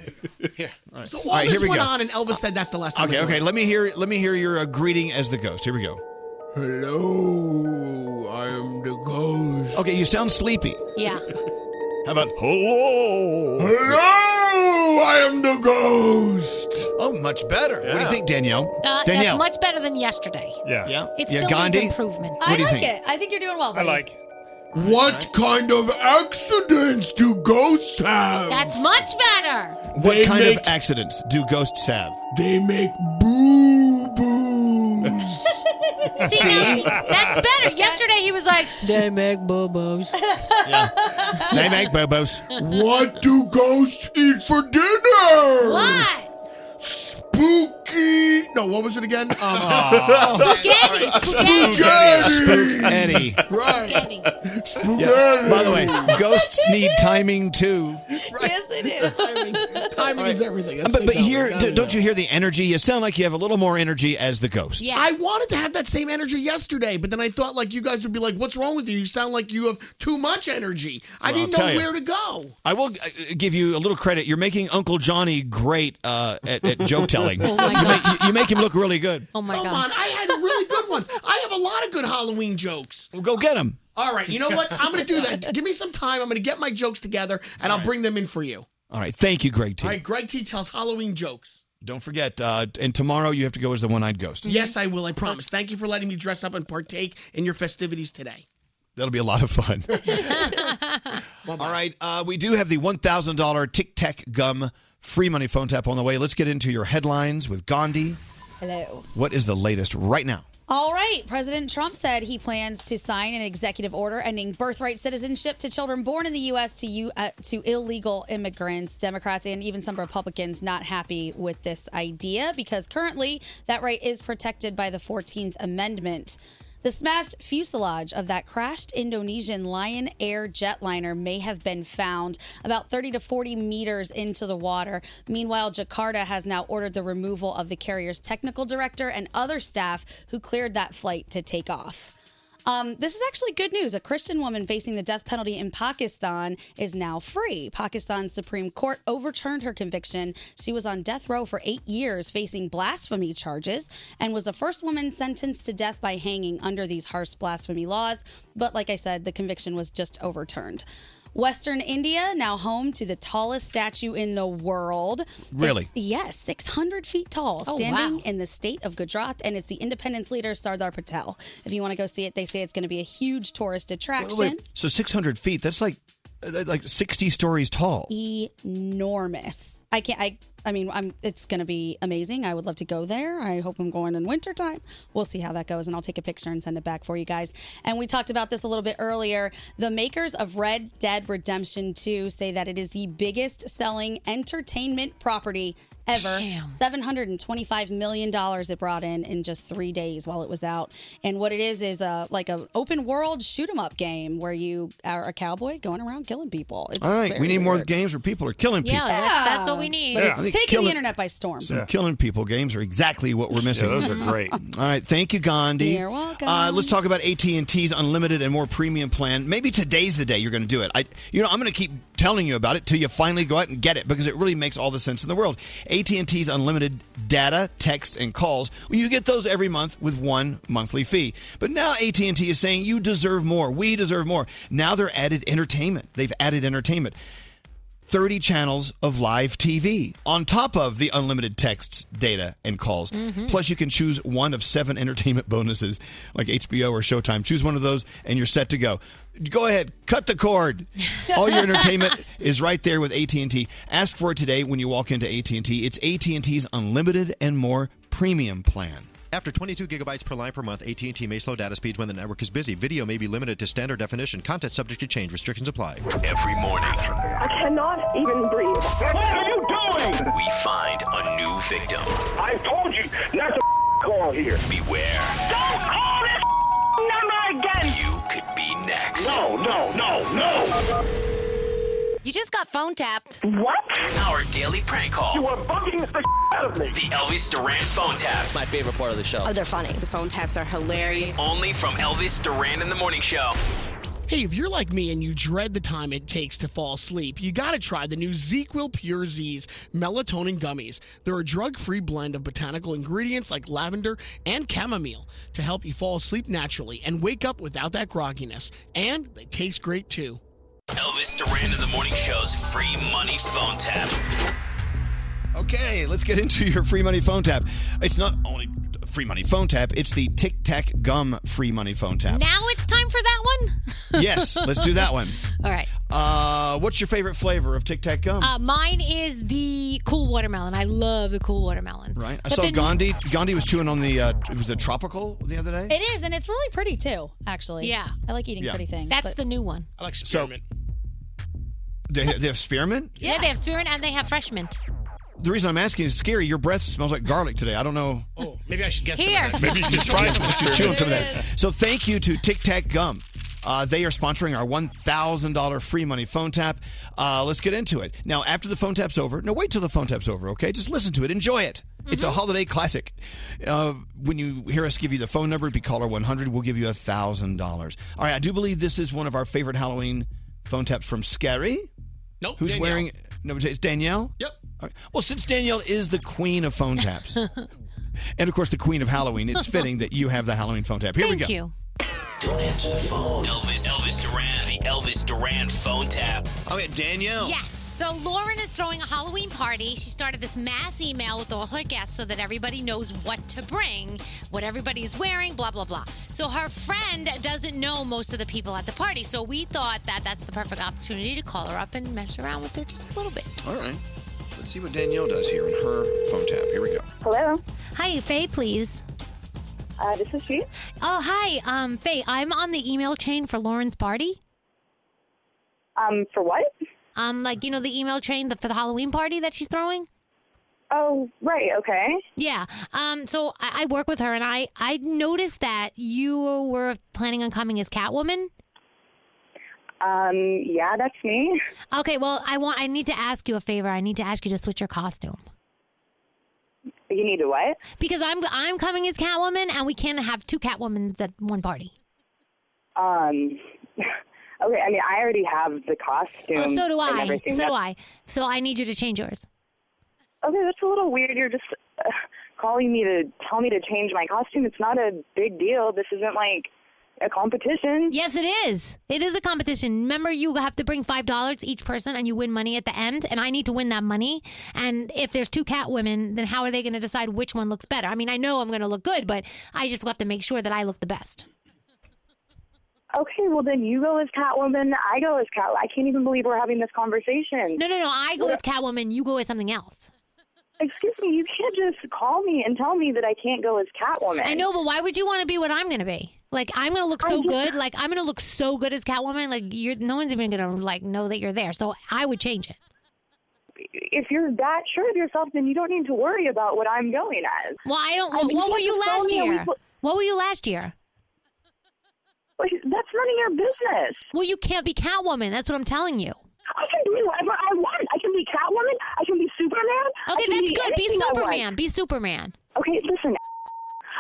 Speaker 15: So all,
Speaker 5: All right,
Speaker 15: this
Speaker 5: here we
Speaker 15: went
Speaker 5: go.
Speaker 15: on, and Elvis said that's the last time.
Speaker 5: Okay,
Speaker 15: I do
Speaker 5: okay.
Speaker 15: it.
Speaker 5: Let me hear. Let me hear your uh, greeting as the ghost. Here we go.
Speaker 18: Hello, I am the ghost.
Speaker 5: Okay, you sound sleepy.
Speaker 1: Yeah. Uh,
Speaker 5: How about hello?
Speaker 18: Hello, I am the ghost.
Speaker 5: Oh, much better. What do you
Speaker 18: Yeah.
Speaker 5: think, Danielle?
Speaker 1: Uh, that's
Speaker 5: Danielle.
Speaker 1: much better than yesterday.
Speaker 5: yeah. Yeah.
Speaker 1: It
Speaker 5: yeah,
Speaker 1: still
Speaker 5: Gandhi?
Speaker 1: needs improvement.
Speaker 5: What do you think?
Speaker 4: it. I think you're doing well.
Speaker 18: I
Speaker 4: buddy.
Speaker 18: like. What kind of accidents do ghosts have?
Speaker 1: That's much better.
Speaker 5: What
Speaker 18: They
Speaker 5: kind of
Speaker 18: make-
Speaker 5: accidents do ghosts have?
Speaker 18: They make boo boos.
Speaker 1: See, now, that's better. Yesterday he was like, they make bobos.
Speaker 5: They make bobos.
Speaker 18: what do ghosts eat for dinner?
Speaker 1: What?
Speaker 18: Spooky. No, what was it again? Um, uh,
Speaker 15: Aw. Spaghetti, spaghetti.
Speaker 18: Spaghetti.
Speaker 5: Spaghetti.
Speaker 18: Right. Spaghetti.
Speaker 5: Yeah. By the way, ghosts need timing too.
Speaker 4: Yes, they do.
Speaker 15: timing timing is everything. That's
Speaker 5: But,
Speaker 15: the
Speaker 5: but
Speaker 15: Elvis.
Speaker 5: here,
Speaker 15: Got
Speaker 5: d-
Speaker 15: it.
Speaker 5: don't you hear the energy? You sound like you have a little more energy as the ghost.
Speaker 15: I wanted to have that same energy yesterday, but then I thought like you guys would be like, "What's wrong with you? You sound like you have too much energy." I
Speaker 5: Well,
Speaker 15: didn't
Speaker 5: I'll
Speaker 15: know
Speaker 5: tell you.
Speaker 15: where to go.
Speaker 5: I will uh, give you a little credit. You're making Uncle Johnny great uh, at, at joke telling.
Speaker 15: Oh, my
Speaker 5: you, make, you- you make him look really good.
Speaker 1: Oh my
Speaker 15: Come on, I had really good ones. I have a lot of good Halloween jokes.
Speaker 5: Well, go get him.
Speaker 15: All right, you know what? I'm going to do that. Give me some time. I'm going to get my jokes together, and I'll bring them in for you.
Speaker 5: All right. Thank you, Greg T.
Speaker 15: All right, Greg T tells Halloween jokes.
Speaker 5: Don't forget, uh, and tomorrow you have to go as the one eyed ghost.
Speaker 15: Yes, I will. I promise. Thank you for letting me dress up and partake in your festivities today.
Speaker 5: That'll be a lot of fun. All right. Uh, we do have the $1,000 Tic Tac Gum free money phone tap on the way. Let's get into your headlines with Gandhi.
Speaker 4: Hello.
Speaker 5: What is the latest right now?
Speaker 4: All right. President Trump said he plans to sign an executive order ending birthright citizenship to children born in the U.S. to you uh, to illegal immigrants. Democrats and even some Republicans not happy with this idea because currently that right is protected by the 14th Amendment. The smashed fuselage of that crashed Indonesian Lion Air jetliner may have been found about 30 to 40 meters into the water. Meanwhile, Jakarta has now ordered the removal of the carrier's technical director and other staff who cleared that flight to take off. Um, this is actually good news. A Christian woman facing the death penalty in Pakistan is now free. Pakistan's Supreme Court overturned her conviction. She was on death row for eight years, facing blasphemy charges, and was the first woman sentenced to death by hanging under these harsh blasphemy laws. But like I said, the conviction was just overturned. Western India, now home to the tallest statue in the world.
Speaker 5: Really?
Speaker 4: It's- yes, 600 feet tall,
Speaker 1: Oh,
Speaker 4: standing
Speaker 1: wow.
Speaker 4: in the state of Gujarat, and it's the independence leader Sardar Patel. If you want to go see it, they say it's going to be a huge tourist attraction.
Speaker 5: So 600 feet, that's like uh, like 60 stories tall.
Speaker 4: Enormous. I can't. I. I mean, I'm. It's going to be amazing. I would love to go there. I hope I'm going in wintertime. We'll see how that goes, and I'll take a picture and send it back for you guys. And we talked about this a little bit earlier. The makers of Red Dead Redemption 2 say that it is the biggest selling entertainment property ever. $725 million it brought in in just three days while it was out. And what it is is a, like an open world shoot 'em up game where you are a cowboy going around killing people. It's
Speaker 5: All right.
Speaker 4: very
Speaker 5: We need more
Speaker 4: weird.
Speaker 5: games where people are killing people.
Speaker 1: that's- that's what we need.
Speaker 4: But
Speaker 5: Yeah. I
Speaker 4: it's
Speaker 5: think
Speaker 4: taking
Speaker 5: killing-
Speaker 4: the internet by storm.
Speaker 5: So killing people games are exactly what we're missing.
Speaker 4: Yeah, those are great.
Speaker 5: All right, thank you, Gandhi.
Speaker 4: You're welcome.
Speaker 5: Uh, let's talk about AT and T's unlimited and more premium plan. Maybe today's the day you're going to do it. I, you know, I'm going to keep telling you about it till you finally go out and get it because it really makes all the sense in the world. AT&T's unlimited data, text, and calls. Well, you get those every month with one monthly fee. But now AT&T is saying you deserve more. We deserve more. Now they're added entertainment. They've added entertainment. 30 channels of live TV on top of the unlimited texts, data, and calls.
Speaker 2: Mhm.
Speaker 5: Plus, you can choose one of seven entertainment bonuses like HBO or Showtime. Choose one of those and you're set to go. Go ahead, cut the cord. All your entertainment is right there with AT&T. Ask for it today when you walk into AT&T. It's AT&T's unlimited and more premium plan.
Speaker 14: After 22 gigabytes per line per month, AT&T may slow data speeds when the network is busy. Video may be limited to standard definition. Content subject to change. Restrictions apply.
Speaker 7: Every morning,
Speaker 2: I cannot even breathe. What are you doing?
Speaker 7: we find a new victim.
Speaker 2: I told you not to call here.
Speaker 7: Beware.
Speaker 2: Don't call this number again.
Speaker 7: You could be next.
Speaker 2: No, no, no, no.
Speaker 19: You just got phone tapped.
Speaker 2: What?
Speaker 7: Our daily prank call.
Speaker 2: You are bugging the out of me.
Speaker 7: The Elvis Duran phone tap. It's my favorite part of the show.
Speaker 19: Oh, they're funny. The phone taps are hilarious.
Speaker 1: Oh,
Speaker 7: Only from Elvis Duran in the Morning Show.
Speaker 15: Hey, if you're like me and you dread the time it takes to fall asleep, you gotta try the new ZQL Pure Z's melatonin gummies. They're a drug free blend of botanical ingredients like lavender and chamomile to help you fall asleep naturally and wake up without that grogginess. And they taste great too.
Speaker 7: Elvis Duran in the Morning Show's free money phone tap.
Speaker 5: Okay, let's get into your free money phone tap. It's not only free money phone tap, it's the Tic Tac Gum free money phone tap.
Speaker 1: Now it's time for that one?
Speaker 5: yes, let's do that one.
Speaker 1: All right.
Speaker 5: Uh, what's your favorite flavor of Tic Tac Gum?
Speaker 1: Uh, mine is the cool watermelon. I love the cool watermelon.
Speaker 5: right? I
Speaker 1: but
Speaker 5: saw
Speaker 1: then-
Speaker 5: Gandhi. Gandhi was chewing on the, uh, it was a tropical the other day?
Speaker 4: It is, and it's really pretty too, actually. Yeah. I like eating
Speaker 5: Yeah.
Speaker 4: pretty things.
Speaker 1: That's the new one.
Speaker 10: I like
Speaker 5: spearmint. They, they have spearmint?
Speaker 1: Yeah, they have spearmint and they have fresh mint.
Speaker 5: The reason I'm asking is scary. Your breath smells like garlic today. I don't know.
Speaker 10: Oh, maybe I should get
Speaker 1: Here.
Speaker 10: some of that.
Speaker 5: Maybe you should try some. Just chewing some of that. So thank you to Tic Tac Gum. Uh, they are sponsoring our $1,000 free money phone tap. Uh, let's get into it. Now, after the phone tap's over, no, wait till the phone tap's over, okay? Just listen to it. Enjoy it. It's a holiday classic. Uh, when you hear us give you the phone number, be caller 100. We'll give you $1,000. All right, I do believe this is one of our favorite Halloween phone taps from Scary.
Speaker 10: Nope.
Speaker 5: Who's
Speaker 10: Danielle.
Speaker 5: wearing. No, it's Danielle? Yep. Well, since Danielle is the queen of phone taps. And of course, the queen of Halloween. It's fitting that you have the Halloween phone tap. Here we
Speaker 1: Thank
Speaker 5: go.
Speaker 1: you.
Speaker 7: Don't answer the phone. Elvis, Elvis Duran, the Elvis Duran phone tap.
Speaker 5: Oh, yeah, Danielle.
Speaker 1: Yes. So Lauren is throwing a Halloween party. She started this mass email with all her guests so that everybody knows what to bring, what everybody is wearing, blah, blah, blah. So her friend doesn't know most of the people at the party. So we thought that that's the perfect opportunity to call her up and mess around with her just a little bit.
Speaker 13: All right. Let's see what Danielle does here in her phone tap. Here we go.
Speaker 1: Hello. Hi, Faye, please. Uh, this is she. Oh, hi, um, Faye. I'm on the email chain for Lauren's party. Um, for what? Um, like you know the email chain the, for the Halloween party that she's throwing. Oh, right. Okay. Yeah. Um. So I, I work with her, and I I noticed that you were planning on coming as Catwoman. Um. Yeah, that's me. Okay. Well, I want. I need to ask you a favor. I need to ask you to switch your costume. You need to what? Because I'm I'm coming as Catwoman, and we can't have two Catwomans at one party.
Speaker 20: Um. Okay, I mean, I already have the costume.
Speaker 1: Oh, so do
Speaker 20: and
Speaker 1: I.
Speaker 20: everything.
Speaker 1: So do
Speaker 20: That's-
Speaker 1: I. So I need you to change yours.
Speaker 20: Okay, that's a little weird. You're just uh, calling me to tell me to change my costume. It's not a big deal. This isn't like a competition.
Speaker 1: Yes, it is. It is a competition. Remember, you have to bring five dollars each person, and you win money at the end. And I need to win that money. And if there's two cat women, then how are they going to decide which one looks better? I mean, I know I'm going to look good, but I just have to make sure that I look the best.
Speaker 20: Okay, well then you go as Catwoman. I go as Cat. I can't even believe we're having this conversation.
Speaker 1: No, no, no. I go as Catwoman. You go as something else.
Speaker 20: Excuse me. You can't just call me and tell me that I can't go as Catwoman.
Speaker 1: I know, but why would you want to be what I'm going to be? Like I'm going to look so good. Like I'm going to look so good as Catwoman. Like you're no one's even going to like know that you're there. So I would change it.
Speaker 20: If you're that sure of yourself, then you don't need to worry about what I'm going as.
Speaker 1: Well, I don't.
Speaker 20: I mean,
Speaker 1: what
Speaker 20: you can't
Speaker 1: were you
Speaker 20: just call
Speaker 1: last
Speaker 20: me and we
Speaker 1: year?
Speaker 20: put-
Speaker 1: What were you last year?
Speaker 20: That's none of your business.
Speaker 1: Well, you can't be Catwoman. That's what I'm telling you.
Speaker 20: I can be whatever I want. I can be Catwoman. I can be Superman. I
Speaker 1: Okay,
Speaker 20: can
Speaker 1: that's good. Be
Speaker 20: anything I want.
Speaker 1: Superman. Be Superman.
Speaker 20: Okay, listen.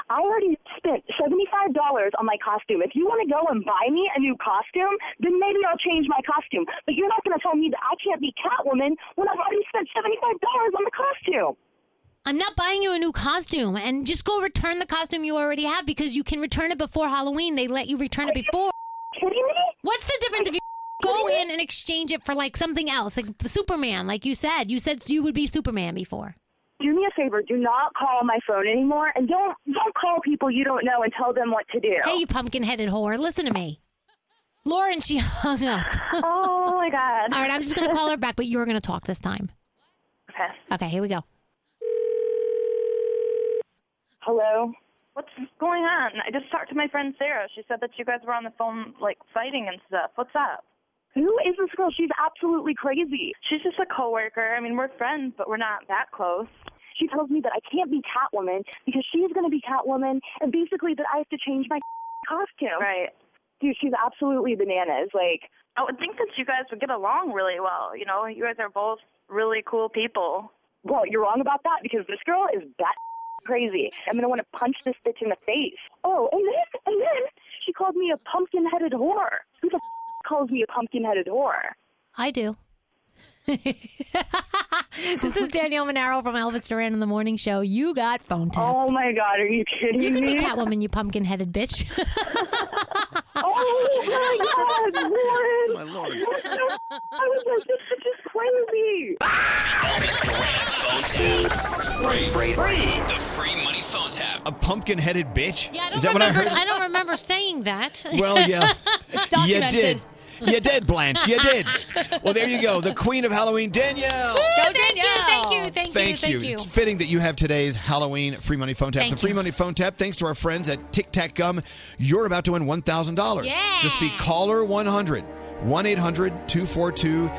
Speaker 20: I already spent $75 on my costume. If you want to go and buy me a new costume, then maybe I'll change my costume. But you're not going to tell me that I can't be Catwoman when I've already spent $75 on the costume.
Speaker 1: I'm not buying you a new costume, and just go return the costume you already have because you can return it before Halloween. They let you return it before.
Speaker 20: Kidding me?
Speaker 1: What's the difference if you go in and exchange it for like something else, like Superman, like you said? You said you would be Superman before.
Speaker 20: Do me a favor. Do not call my phone anymore, and don't don't call people you don't know and tell them what to do.
Speaker 1: Hey, you pumpkin-headed whore, listen to me. Lauren, she hung up.
Speaker 20: oh my god!
Speaker 1: All right, I'm just gonna call her back, but you're gonna talk this time.
Speaker 20: Okay.
Speaker 1: Okay, here we go.
Speaker 21: Hello? What's going on? I just talked to my friend Sarah. She said that you guys were on the phone, like, fighting and stuff. What's up?
Speaker 20: Who is this girl? She's absolutely crazy.
Speaker 21: She's just a coworker. I mean, we're friends, but we're not that close.
Speaker 20: She tells me that I can't be Catwoman because she's going to be Catwoman, and basically that I have to change my costume.
Speaker 21: Right.
Speaker 20: Dude, she's absolutely bananas. Like,
Speaker 21: I would think that you guys would get along really well. You know, you guys are both really cool people.
Speaker 20: well, you're wrong about that because this girl is bat crazy. I'm going to want to punch this bitch in the face. Oh, and then, and then she called me a pumpkin headed whore. Who the calls me a pumpkin headed whore?
Speaker 1: I do. this is Danielle Monaro from Elvis Duran in the Morning Show. You got phone tapped. Oh
Speaker 20: my God, are you kidding
Speaker 1: You can be
Speaker 20: me?
Speaker 1: Catwoman, you pumpkin headed bitch.
Speaker 20: oh my God, Lauren! My lord. I was like, this bitch is crazy.
Speaker 7: Free. The free money phone tap.
Speaker 5: A pumpkin headed bitch?
Speaker 1: Yeah, I
Speaker 5: Is that what I heard?
Speaker 1: I don't remember saying that.
Speaker 5: Well, yeah. You did. You did, Blanche. You did. Well, there you go. The queen of Halloween, Danielle.
Speaker 1: Go, Danielle. Thank you, thank you, thank you, thank you.
Speaker 5: It's fitting that you have today's Halloween free money phone tap.
Speaker 1: Thank
Speaker 5: the free
Speaker 1: you.
Speaker 5: money phone tap, thanks to our friends at Tic Tac Gum, you're about to win $1,000.
Speaker 1: Yeah.
Speaker 5: Just be caller 100, 1 800 242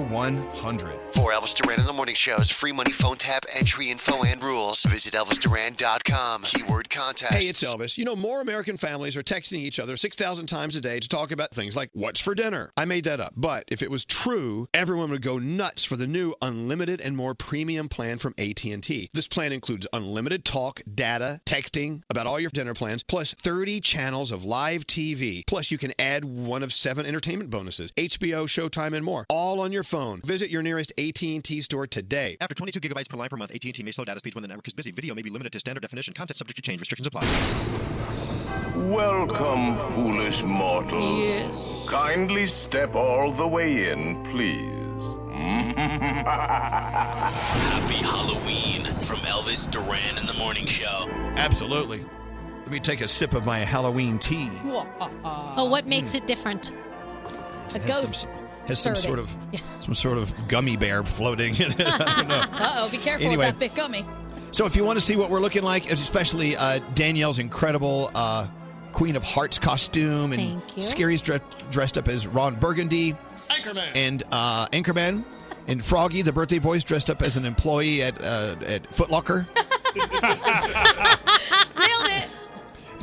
Speaker 5: 0100.
Speaker 22: For Elvis Duran in the Morning Show's free money phone tap entry info and rules, visit ElvisDuran.com. Keyword contest.
Speaker 13: Hey, it's Elvis. You know, more American families are texting each other 6,000 times a day to talk about things like what's for dinner. I made that up, but if it was true, everyone would go nuts for the new unlimited and more premium plan from AT&T. This plan includes unlimited talk, data, texting about all your dinner plans, plus 30 channels of live TV. Plus, you can add one of seven entertainment bonuses, HBO, Showtime, and more, all on your phone. Visit your nearest AT&T store today.
Speaker 14: After 22 gigabytes per line per month, AT&T may slow data speeds when the network is busy. Video may be limited to standard definition. Content subject to change. Restrictions apply.
Speaker 2: Welcome, foolish mortals. Kindly step all the way in, please.
Speaker 7: Happy Halloween from Elvis Duran in the Morning Show.
Speaker 5: Absolutely. Let me take a sip of my Halloween tea.
Speaker 1: Oh, what makes it different? A
Speaker 5: Has some s-
Speaker 1: ghost.
Speaker 5: has some
Speaker 1: stirred
Speaker 5: sort
Speaker 1: it.
Speaker 5: of some sort of gummy bear floating in it. I don't know.
Speaker 4: Uh oh, be careful
Speaker 5: Anyway.
Speaker 4: with that big gummy.
Speaker 5: So if you want to see what we're looking like, especially uh, Danielle's incredible uh, Queen of Hearts costume and
Speaker 4: Thank you.
Speaker 5: Scary's dre- dressed up as Ron Burgundy, Anchorman, and uh, Anchorman, and Froggy the birthday boy's dressed up as an employee at uh, at Foot Locker.
Speaker 4: Nailed it.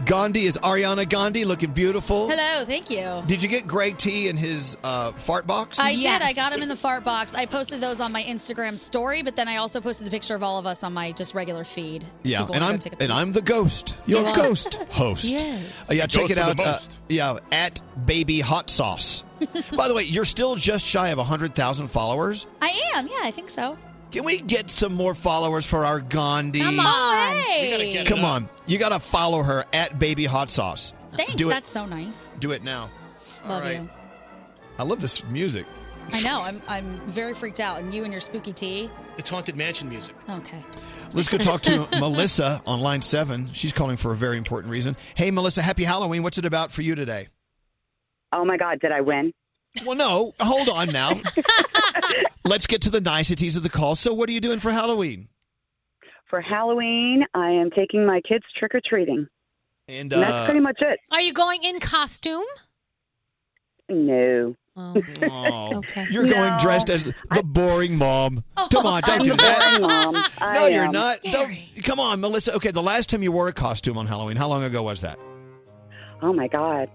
Speaker 5: Gandhi is Ariana Gandhi, looking beautiful.
Speaker 4: Hello, thank you.
Speaker 5: Did you get Greg T in his uh, fart box?
Speaker 4: I did. I got him in the fart box. I posted those on my Instagram story, but then I also posted the picture of all of us on my just regular feed.
Speaker 5: Yeah,
Speaker 4: People
Speaker 5: and
Speaker 4: wanna go
Speaker 5: I'm
Speaker 4: take a
Speaker 5: and I'm the ghost, your
Speaker 4: Yeah.
Speaker 5: ghost host.
Speaker 4: Yes.
Speaker 5: Uh, yeah,
Speaker 4: The
Speaker 5: check
Speaker 4: ghost
Speaker 5: it
Speaker 4: with
Speaker 5: out.
Speaker 4: the
Speaker 5: Uh,
Speaker 4: most.
Speaker 5: yeah, at baby hot sauce. By the way, you're still just shy of hundred thousand followers.
Speaker 4: I am. Yeah, I think so.
Speaker 5: Can we get some more followers for our Gandhi?
Speaker 4: Come on. Oh, hey. We gotta get it
Speaker 5: Come
Speaker 4: up.
Speaker 5: on. You got to follow her at baby hot sauce.
Speaker 4: Thanks.
Speaker 5: Do it.
Speaker 4: That's so nice.
Speaker 5: Do it now. All
Speaker 4: Love
Speaker 5: right.
Speaker 4: you.
Speaker 5: I love this music.
Speaker 4: I know. I'm I'm very freaked out. And you and your spooky tea.
Speaker 10: It's haunted mansion music.
Speaker 4: Okay.
Speaker 5: Let's go talk to Melissa on line seven. She's calling for a very important reason. Hey, Melissa, happy Halloween. What's it about for you today?
Speaker 23: Oh my God, did I win?
Speaker 5: Well, no, hold on now. Let's get to the niceties of the call. So, what are you doing for Halloween?
Speaker 23: For Halloween, I am taking my kids trick or treating.
Speaker 5: And,
Speaker 23: that's
Speaker 5: uh,
Speaker 23: pretty much it.
Speaker 1: Are you going in costume?
Speaker 23: No.
Speaker 5: Oh,
Speaker 1: Okay.
Speaker 5: You're going
Speaker 23: No.
Speaker 5: dressed as the boring mom. Come on, don't
Speaker 23: I'm
Speaker 5: do that.
Speaker 23: sorry, Mom.
Speaker 5: Oh, No,
Speaker 23: I
Speaker 5: you're
Speaker 23: am.
Speaker 5: not. Don't, come on, Melissa. Okay, the last time you wore a costume on Halloween, how long ago was that?
Speaker 23: Oh my God.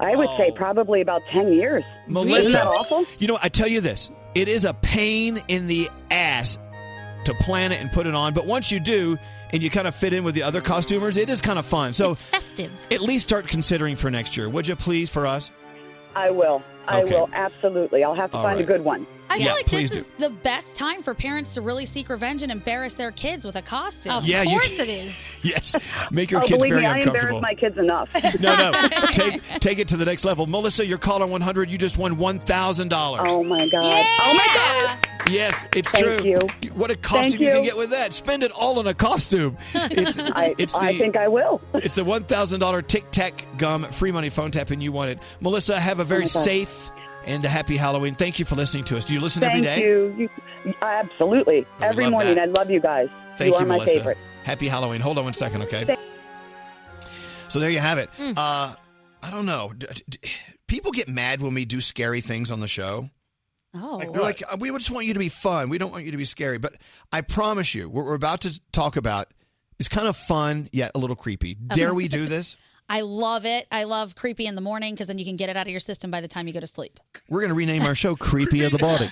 Speaker 23: I would say probably about 10 years.
Speaker 5: Oh. Melissa,
Speaker 23: Isn't that awful?
Speaker 5: you know, I tell you this, it is a pain in the ass to plan it and put it on. But once you do, and you kind of fit in with the other costumers, it is kind of fun. So
Speaker 1: festive.
Speaker 5: At least start considering for next year, would you please, for us?
Speaker 23: I will. I
Speaker 5: Okay.
Speaker 23: will absolutely. I'll have to
Speaker 5: All
Speaker 23: find
Speaker 5: right.
Speaker 23: a good one.
Speaker 4: I feel
Speaker 5: Yeah,
Speaker 4: like this
Speaker 5: please
Speaker 4: is the best time for parents to really seek revenge and embarrass their kids with a costume.
Speaker 5: Of Yeah, you- course
Speaker 4: it
Speaker 1: is.
Speaker 5: Yes, make your
Speaker 23: oh,
Speaker 5: kids
Speaker 23: believe
Speaker 5: very
Speaker 23: me, I
Speaker 5: uncomfortable.
Speaker 23: embarrassed my kids enough.
Speaker 5: no, no, take take it to the next level, Melissa. You're caller 100. You just won one thousand dollars.
Speaker 23: Oh my god. Oh my god.
Speaker 5: Yes, it's
Speaker 23: Thank
Speaker 5: true.
Speaker 23: you.
Speaker 5: What a costume
Speaker 23: Thank
Speaker 5: you. can
Speaker 23: you.
Speaker 5: get with that. Spend it all on a costume. It's,
Speaker 23: I- I think I will.
Speaker 5: It's the $1,000 Tic Tac gum free money phone tap, and you want it. Melissa, have a very
Speaker 23: Oh my God.
Speaker 5: safe and a happy Halloween. Thank you for listening to us. Do you listen
Speaker 23: Thank
Speaker 5: every day?
Speaker 23: you. you. Absolutely. Every
Speaker 5: love
Speaker 23: morning.
Speaker 5: that.
Speaker 23: I love you guys.
Speaker 5: Thank
Speaker 23: you
Speaker 5: you,
Speaker 23: are my
Speaker 5: Melissa.
Speaker 23: favorite.
Speaker 5: Happy Halloween. Hold on one second, okay?
Speaker 23: Thank- Mm.
Speaker 5: So there you have it. Uh, I don't know. D- d- people get mad when we do scary things on the show.
Speaker 4: Oh.
Speaker 5: They're like, "Uh, we just want you to be fun. We don't want you to be scary. But I promise you, what we're about to talk about is kind of fun, yet a little creepy. Dare we do this?
Speaker 4: I love it. I love creepy in the morning because then you can get it out of your system by the time you go to sleep.
Speaker 5: We're going to rename our show Creepy of the Baltic.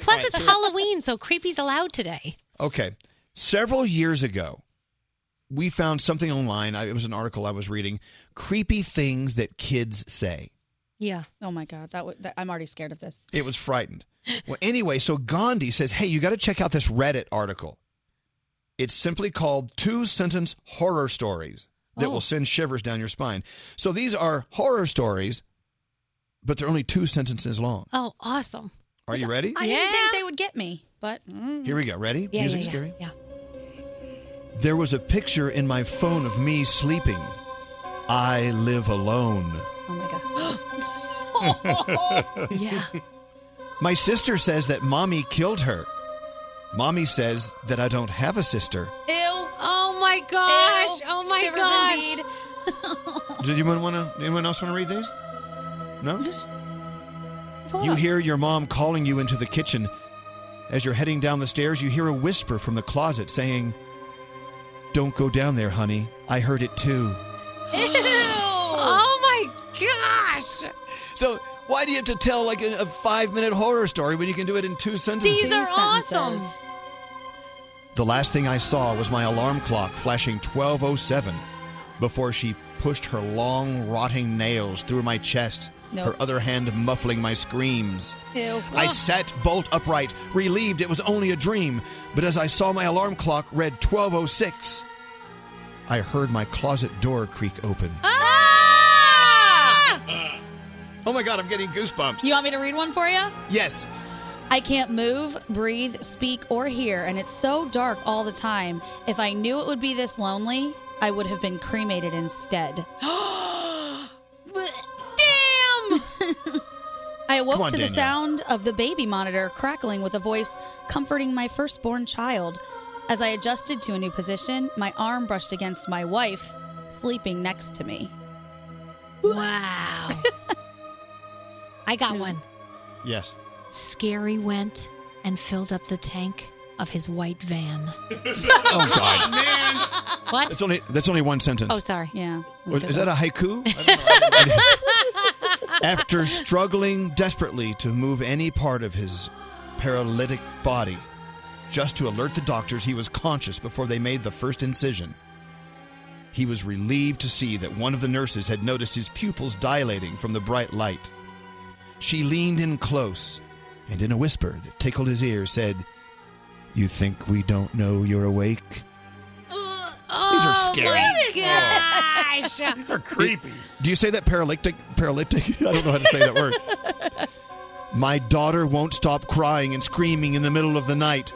Speaker 1: Plus, it's Halloween, so creepy's allowed today.
Speaker 5: Okay. Several years ago, we found something online. I- It was an article I was reading creepy things that kids say.
Speaker 1: Yeah.
Speaker 4: Oh my god, that, w- that I'm already scared of this.
Speaker 5: It was frightened. Well, anyway, so Gandhi says, hey, you got to check out this Reddit article. It's simply called Two Sentence Horror Stories that
Speaker 4: Oh.
Speaker 5: will send shivers down your spine. So these are horror stories, but they're only two sentences long.
Speaker 1: Oh, awesome.
Speaker 5: Are you ready?
Speaker 4: I didn't think they would get me, but
Speaker 5: Here we go. Ready?
Speaker 4: Yeah,
Speaker 5: Music
Speaker 4: yeah, yeah,
Speaker 5: scary?
Speaker 1: yeah.
Speaker 5: There was a picture in my phone of me sleeping. I live alone.
Speaker 4: Oh my god.
Speaker 1: yeah.
Speaker 5: My sister says that mommy killed her. Mommy says that I don't have a sister.
Speaker 1: Ew. Oh my gosh. oh my
Speaker 4: Shivers
Speaker 1: gosh.
Speaker 5: Does anyone want to? Anyone else want to read these? No. You hear your mom calling you into the kitchen. As you're heading down the stairs, you hear a whisper from the closet saying, "Don't go down there, honey. I heard it too."
Speaker 1: Oh my gosh.
Speaker 5: So why do you have to tell like a, a five-minute horror story when you can do it in two sentences?
Speaker 1: These are awesome.
Speaker 5: The last thing I saw was my alarm clock flashing 1207 before she pushed her long, rotting nails through my chest,
Speaker 4: Nope.
Speaker 5: her other hand muffling my screams.
Speaker 4: Ew.
Speaker 5: I sat bolt upright, relieved it was only a dream, but as I saw my alarm clock read 1206, I heard my closet door creak open. Oh my god, I'm getting goosebumps.
Speaker 4: You want me to read one for you?
Speaker 5: Yes.
Speaker 4: I can't move, breathe, speak, or hear, and it's so dark all the time. If I knew it would be this lonely, I would have been cremated instead. Damn! I awoke
Speaker 3: Come on,
Speaker 4: to the
Speaker 3: Danielle.
Speaker 4: sound of the baby monitor crackling with a voice comforting my firstborn child. As I adjusted to a new position, my arm brushed against my wife, sleeping next to me.
Speaker 1: Wow. I got one.
Speaker 5: Yes.
Speaker 1: Scary went and filled up the tank of his white van.
Speaker 5: Oh, God.
Speaker 1: Ah. What?
Speaker 5: That's only that's only one sentence.
Speaker 1: Oh, sorry.
Speaker 4: Yeah.
Speaker 5: Was- Is that a haiku? After struggling desperately to move any part of his paralytic body, just to alert the doctors he was conscious before they made the first incision, he was relieved to see that one of the nurses had noticed his pupils dilating from the bright light. She leaned in close and, in a whisper that tickled his ear, said, You think we don't know you're awake? These are scary. Oh.
Speaker 1: my Oh gosh.
Speaker 5: These are creepy. Do you say that paralytic? Paralytic? I don't know how to say that word. My daughter won't stop crying and screaming in the middle of the night.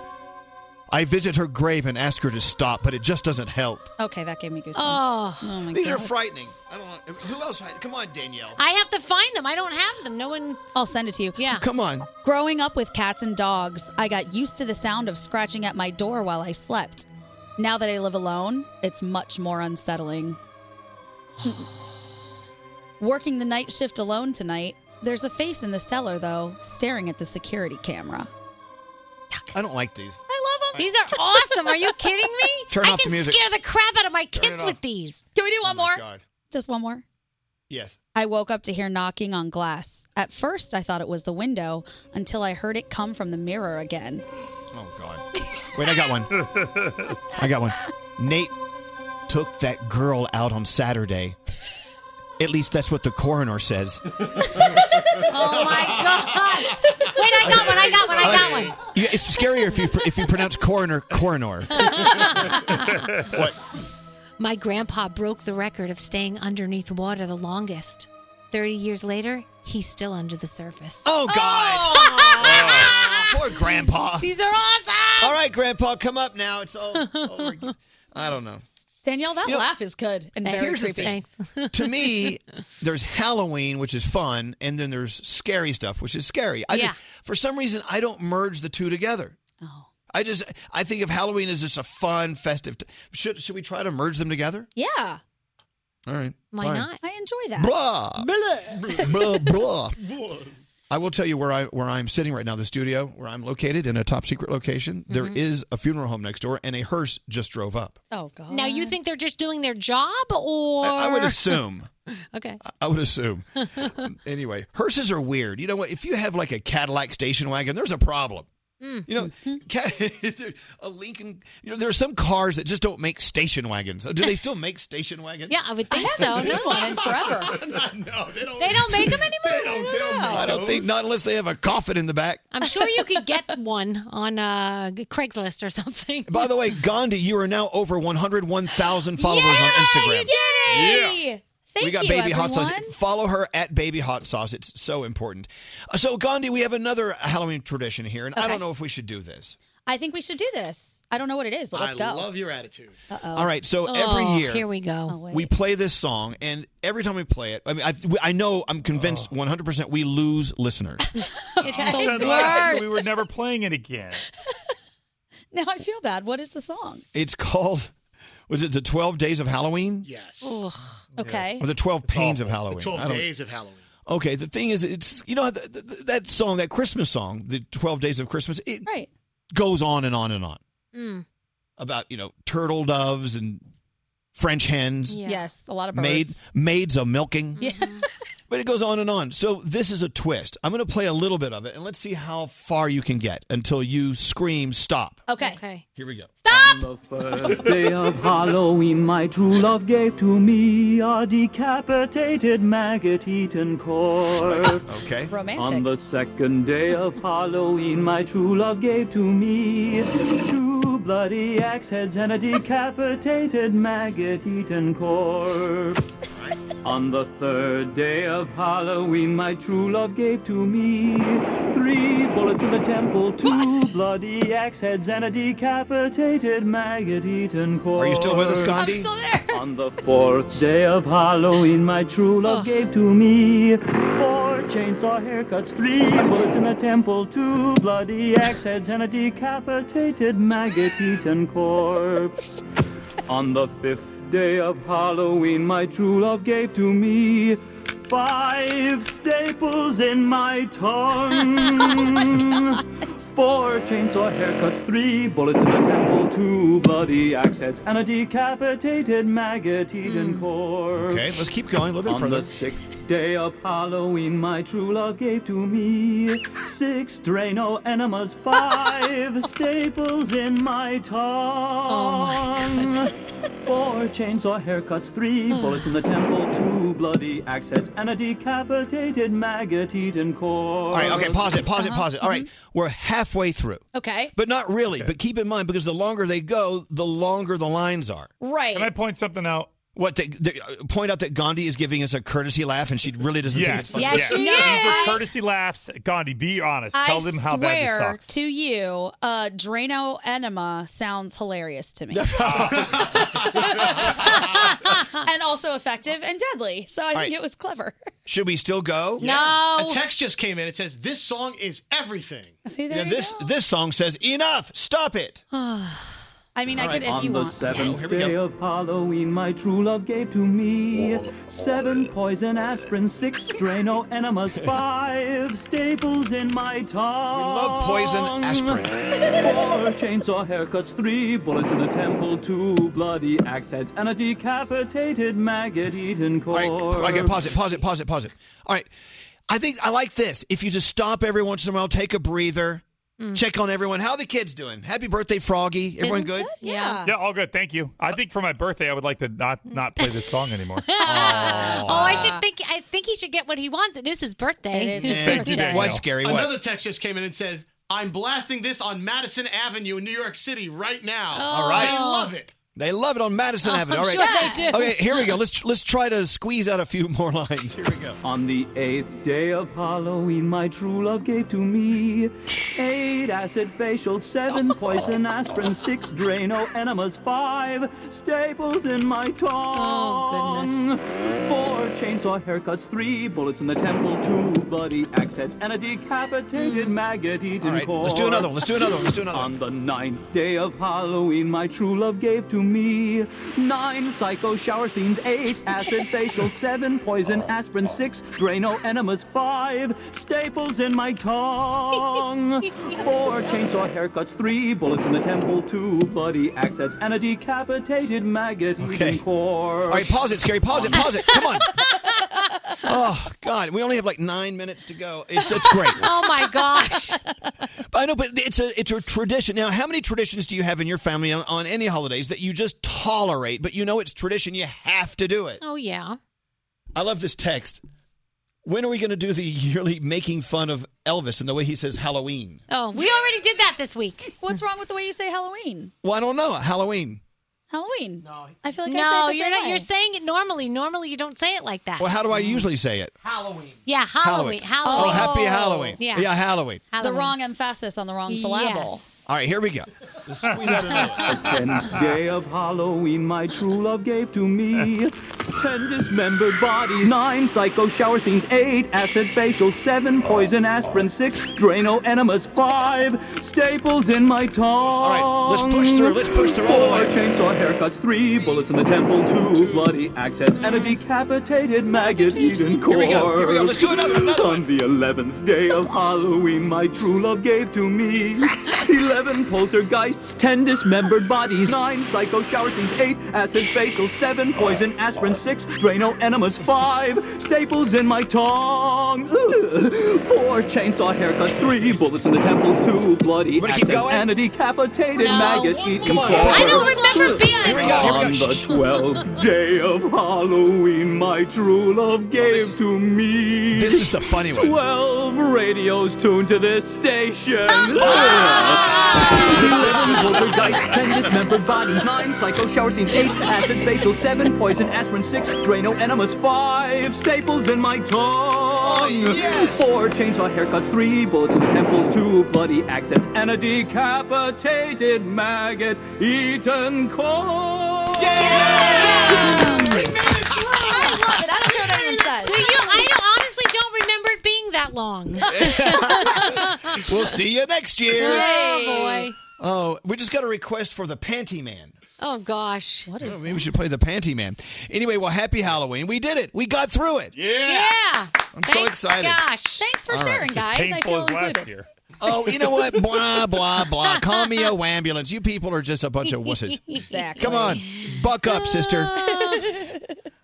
Speaker 5: I visit her grave and ask her to stop, but it just doesn't help.
Speaker 4: Okay, that gave me goosebumps.
Speaker 1: Oh.
Speaker 4: my
Speaker 5: These are
Speaker 4: God.
Speaker 5: frightening. I don't. Want, who else? had- Come on, Danielle.
Speaker 1: I have to find them. I don't have them. No one.
Speaker 4: I'll send it to you.
Speaker 1: Yeah.
Speaker 5: Come on.
Speaker 4: Growing up with cats and dogs, I got used to the sound of scratching at my door while I slept. Now that I live alone, it's much more unsettling. Working the night shift alone tonight, there's a face in the cellar, though, staring at the security camera.
Speaker 5: I don't like these.
Speaker 1: These are awesome. Are you kidding me?
Speaker 5: Turn
Speaker 1: I
Speaker 5: off the
Speaker 1: can
Speaker 5: music.
Speaker 1: scare the crap out of my
Speaker 5: Turn
Speaker 1: kids
Speaker 5: it
Speaker 1: with
Speaker 5: off. Oh
Speaker 1: these.
Speaker 4: Can we do one more?
Speaker 5: God.
Speaker 4: Just one more.
Speaker 5: Yes.
Speaker 4: I woke up to hear knocking on glass. At first, I thought it was the window until I heard it come from the mirror again.
Speaker 5: Oh God. Wait, I got one. I got one. Nate took that girl out on Saturday. At least that's what the coroner says.
Speaker 1: Oh my god! Wait, I got one. I got one. I got one.
Speaker 5: You- It's scarier if you if you pronounce coroner coroner. what?
Speaker 1: My grandpa broke the record of staying underneath water the longest. 30 years later, he's still under the surface.
Speaker 5: Oh, God. Poor grandpa.
Speaker 1: These are awesome.
Speaker 5: All right, grandpa, come up now. It's all over. I don't know.
Speaker 4: Danielle, that
Speaker 5: You know-
Speaker 4: laugh is good and
Speaker 1: Thanks.
Speaker 4: very
Speaker 1: Here's the
Speaker 4: creepy.
Speaker 1: thing.
Speaker 5: to me, there's Halloween, which is fun, and then there's scary stuff, which is scary. I
Speaker 1: Yeah.
Speaker 5: just- for some reason, I don't merge the two together. Oh. I just I think of Halloween as just a fun, festive. T- should should we try to merge them together?
Speaker 4: Yeah.
Speaker 5: All right.
Speaker 4: Why
Speaker 5: fine.
Speaker 4: not? I enjoy that.
Speaker 5: Blah. blah
Speaker 4: Blah.
Speaker 5: blah. I will tell you where I where I'm sitting right now, the studio where I'm located in a top secret location. There
Speaker 1: Mhm.
Speaker 5: is a funeral home next door, and a hearse just drove up.
Speaker 4: Oh god.
Speaker 1: Now you think they're just doing their job or
Speaker 5: I, I would assume.
Speaker 1: Okay.
Speaker 5: I would assume. anyway, hearses are weird. You know what? If you have like a Cadillac station wagon, there's a problem.
Speaker 15: Mm.
Speaker 5: You know, ca-
Speaker 15: Mm-hmm.
Speaker 5: a Lincoln. You know, there are some cars that just don't make station wagons. Oh, Do they still make station wagons?
Speaker 1: Yeah, I would think so. No. They don't make them anymore? I don't know.
Speaker 5: I don't think not unless they have a coffin in the back.
Speaker 1: I'm sure you could get one on uh, Craigslist or something.
Speaker 5: By the way, Gandhi, you are now over 101,000 followers on Instagram.
Speaker 4: Yeah.
Speaker 5: we
Speaker 4: Thank
Speaker 5: got
Speaker 4: you,
Speaker 5: Baby Hot Sauce.
Speaker 4: everyone.
Speaker 5: Follow her at Baby Hot Sauce. It's so important. Uh, So, Gandhi, we have another Halloween tradition here, and I
Speaker 4: Okay.
Speaker 5: don't know if we should do this.
Speaker 4: I think we should do this. I don't know what it is, but let's
Speaker 10: I
Speaker 4: go. Oh,
Speaker 10: love your attitude.
Speaker 4: Uh-oh.
Speaker 5: All right, so every year
Speaker 1: go.
Speaker 5: Oh, we play this song, and every time we play it, I mean, I, we- I know I'm convinced
Speaker 10: Oh.
Speaker 5: 100 percent we lose listeners.
Speaker 4: It's
Speaker 8: Said
Speaker 4: the
Speaker 8: last week
Speaker 4: worst.
Speaker 8: we were never playing it again.
Speaker 4: Now I feel bad. What is the song?
Speaker 5: It's called was it the 12 Days of Halloween?
Speaker 10: Yes.
Speaker 4: Okay.
Speaker 5: Or the 12 Pains of Halloween?
Speaker 10: The
Speaker 5: I
Speaker 10: 12
Speaker 5: don't-
Speaker 10: days of Halloween.
Speaker 5: Okay, the thing is, it's you know th- th- th- that song, that Christmas song, the 12 Days of Christmas. It
Speaker 4: right.
Speaker 5: goes on and on and on
Speaker 1: Mm.
Speaker 5: about you know turtle doves and French hens.
Speaker 4: Yes, a lot of birds.
Speaker 5: Mm. maids maids are milking.
Speaker 4: Yeah.
Speaker 5: But it goes on and on. So this is a twist. I'm going to play a little bit of it, and let's see how far you can get until you scream stop.
Speaker 4: Okay.
Speaker 1: Okay.
Speaker 5: Here we go.
Speaker 3: First day of Halloween, my true love gave to me a decapitated, maggot-eaten corpse.
Speaker 5: Okay.
Speaker 3: Romantic. On the second day of Halloween, my true love gave to me two bloody axe heads and a decapitated, maggot-eaten corpse. On the third day of Halloween, my true love gave to me three bullets in the temple, two bloody axe heads, and a decapitated maggot eaten corpse.
Speaker 5: Are you still with us, Gandhi?
Speaker 3: still there. On the fourth day of Halloween, my true love gave to me four chainsaw haircuts, three bullets in the temple, two bloody axe heads, and a decapitated maggot eaten corpse. On the fifth day of Halloween, my true love gave to me five staples in my tongue. Four chainsaw haircuts, three bullets in the temple, two bloody axe heads, and a decapitated maggot eaten corpse.
Speaker 5: Okay, let's keep going a little bit
Speaker 3: On
Speaker 5: further.
Speaker 3: the sixth day of Halloween, my true love gave to me six Drano enemas, five staples in my tongue. Four chainsaw haircuts, three bullets in the temple, two bloody axe heads, and a decapitated maggot eaten corpse.
Speaker 5: All right, okay, pause it, pause it,
Speaker 3: Uh-huh.
Speaker 5: pause it. All right, we're halfway through.
Speaker 4: Okay.
Speaker 5: But not really. But keep in mind, because the longer they go, the longer the lines are.
Speaker 4: Right.
Speaker 8: Can I point something out?
Speaker 5: What, the, the, uh, point out that Gandhi is giving us a courtesy laugh and she really doesn't think it's
Speaker 8: Yes.
Speaker 5: funny.
Speaker 4: Yes, she is.
Speaker 8: These are courtesy laughs. Gandhi, be honest.
Speaker 4: I
Speaker 8: Tell them how bad this
Speaker 4: swear
Speaker 8: sucks.
Speaker 4: to you, uh, Drano enema sounds hilarious to me, and also effective and deadly. So I think
Speaker 5: right.
Speaker 4: it was clever.
Speaker 5: Should we still go?
Speaker 10: A text just came in. It says, This song is everything.
Speaker 4: See,
Speaker 5: Yeah, this this song says enough. Stop it.
Speaker 4: I mean,
Speaker 5: All
Speaker 4: I
Speaker 5: right,
Speaker 4: could if
Speaker 5: on
Speaker 4: you
Speaker 5: the
Speaker 4: want.
Speaker 5: seventh-
Speaker 4: Yes.
Speaker 5: Oh, here we
Speaker 3: day
Speaker 5: go.
Speaker 3: of Halloween, my true love gave to me seven poison aspirin, six Drano enemas, five staples in my tongue.
Speaker 5: love poison aspirin.
Speaker 3: Four chainsaw haircuts, three bullets in the temple, two bloody axe heads, and a decapitated maggot-eaten corpse.
Speaker 5: Okay, pause it, pause it, pause it, pause it. All right. I think I like this. If you just stop every once in a while, take a breather,
Speaker 4: Mm.
Speaker 5: Check on everyone. How are the kids doing? Happy birthday, Froggy. Everyone good?
Speaker 8: Yeah. Yeah, all good. Thank you. I think for my birthday, I would like to not not play this song anymore.
Speaker 1: Oh, I should think. I think he should get what he wants. It is his birthday. It is
Speaker 8: his Thank you, birthday. Danielle. What, Scary? What?
Speaker 10: Another text just came in and says, "I'm blasting this on Madison Avenue in New York City right now.
Speaker 1: Oh.
Speaker 5: All right.
Speaker 10: I love it."
Speaker 5: They love it on Madison
Speaker 10: Oh,
Speaker 5: Avenue.
Speaker 10: I'm
Speaker 5: All right.
Speaker 10: sure they do.
Speaker 5: Okay, here we go. Let's let's try to squeeze out a few more lines. Here we go.
Speaker 3: On the eighth day of Halloween, my true love gave to me eight acid facials, seven poison aspirin, six Drano enemas, five staples in my
Speaker 5: Oh,
Speaker 3: tongue, four chainsaw haircuts, three bullets in the temple, two bloody axe heads, and a decapitated maggot-eaten
Speaker 5: Mm. All right,
Speaker 3: corpse.
Speaker 5: let's do another one. Let's do another one. Let's do another
Speaker 3: On the ninth day of Halloween, my true love gave to me nine psycho shower scenes, eight acid facials, seven poison aspirin, six Drano enemas, five staples in my tongue, four chainsaw haircuts, three bullets in the temple, two bloody axe heads, and a decapitated maggot-eating corpse.
Speaker 5: All right, pause it, Scary. Pause it. Pause it. Come on. Oh God, we only have like nine minutes to go. It's, it's great.
Speaker 1: oh my gosh.
Speaker 5: I know, but it's a it's a tradition. Now, how many traditions do you have in your family on, on any holidays that you just tolerate, but you know it's tradition, you have to do it?
Speaker 1: Oh yeah.
Speaker 5: I love this text. When are we going to do the yearly making fun of Elvis and the way he says Halloween?
Speaker 1: Oh, we already did that this week.
Speaker 4: What's wrong with the way you say Halloween?
Speaker 5: Well, I don't know. Halloween.
Speaker 4: Halloween. No, I feel like
Speaker 1: no,
Speaker 4: I say it the
Speaker 1: you're
Speaker 4: same
Speaker 1: not.
Speaker 4: way.
Speaker 1: You're saying it normally. Normally, you don't say it like that.
Speaker 5: Well, how
Speaker 10: Mm.
Speaker 5: do I usually say it?
Speaker 10: Halloween.
Speaker 1: Yeah, Halloween. Halloween.
Speaker 5: Mm-hmm. Oh, happy Halloween.
Speaker 1: Yeah.
Speaker 5: yeah Halloween.
Speaker 4: The wrong emphasis on the wrong syllable.
Speaker 5: All right, here we go.
Speaker 3: tenth day of Halloween, my true love gave to me ten dismembered bodies, nine psycho shower scenes, eight acid facials, seven poison aspirin, six Drano enemas, five staples in my tongue. All
Speaker 5: right, let's push through, let's push through all the way.
Speaker 3: Four chainsaw haircuts, three bullets in the temple, two bloody axe heads, and a decapitated maggot-eaten corpse.
Speaker 5: Here we go, here we go, let's do another one, another
Speaker 3: On the eleventh day of Halloween, my true love gave to me eleven poltergeists, ten dismembered bodies, nine psycho shower scenes, eight acid facials, seven poison aspirin, six Drano enemas, five staples in my tongue, Ugh. four chainsaw haircuts, three bullets in the temples, two bloody
Speaker 5: Wanna keep
Speaker 3: axes,
Speaker 5: going?
Speaker 3: and a decapitated
Speaker 5: No.
Speaker 3: maggot-eaten
Speaker 5: Come on.
Speaker 3: corpse.
Speaker 5: I don't remember being
Speaker 1: Here
Speaker 5: we go, here we go.
Speaker 3: On the twelfth day of Halloween, my true love gave to me.
Speaker 5: This is the funny one.
Speaker 3: Twelve radios tuned to this station.
Speaker 5: Ah!
Speaker 3: Eleven poltergeists, ten dismembered bodies, nine psycho shower scenes, eight acid facial, seven poison aspirin, six Drano enemas, five staples in my
Speaker 5: Oh,
Speaker 3: tongue, four chainsaw haircuts, three bullets in the temples, two bloody accents, and a decapitated maggot eaten corpse.
Speaker 4: I love it. I don't care what anyone says.
Speaker 1: Do you? I don't, honestly don't remember it being that long.
Speaker 5: We'll see you next year.
Speaker 1: Oh, boy.
Speaker 5: Oh, we just got a request for the Panty Man.
Speaker 1: Oh gosh. What is?
Speaker 5: Maybe we should play the Panty Man. Anyway, well, happy Halloween. We did it. We got through it.
Speaker 1: Yeah.
Speaker 5: I'm so excited.
Speaker 1: Gosh. Thanks
Speaker 5: for All right. sharing, This is guys. I painful feel as last included.
Speaker 8: year.
Speaker 5: Oh, you know what? blah blah blah. Call me a ambulance. You people are just a bunch of wusses.
Speaker 4: Exactly.
Speaker 5: Come on, buck up, sister.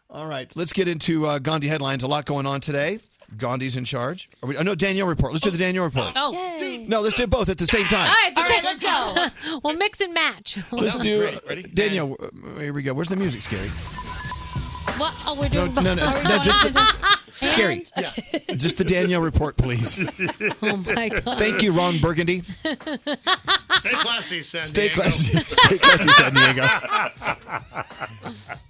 Speaker 5: All right, let's get into uh, Gandhi headlines. A lot going on today. Gandhi's in charge. Are we, oh, no, Danielle report. Let's do the Danielle report.
Speaker 1: Oh.
Speaker 5: No, let's do both at the same
Speaker 1: All
Speaker 5: time.
Speaker 1: right. All right. Let's go. we'll mix and match.
Speaker 5: Let's do Danielle. uh, Here we go. Where's the music, Scary?
Speaker 1: What? Oh, we're
Speaker 5: No,
Speaker 1: doing.
Speaker 5: no, no,
Speaker 1: Are we
Speaker 5: no,
Speaker 1: going
Speaker 5: just
Speaker 1: on?
Speaker 5: Scary. Just the Danielle report, please.
Speaker 1: Oh my god.
Speaker 5: Thank you, Ron Burgundy.
Speaker 10: Stay classy, San
Speaker 5: Stay
Speaker 10: Diego.
Speaker 5: classy, stay classy, San Diego.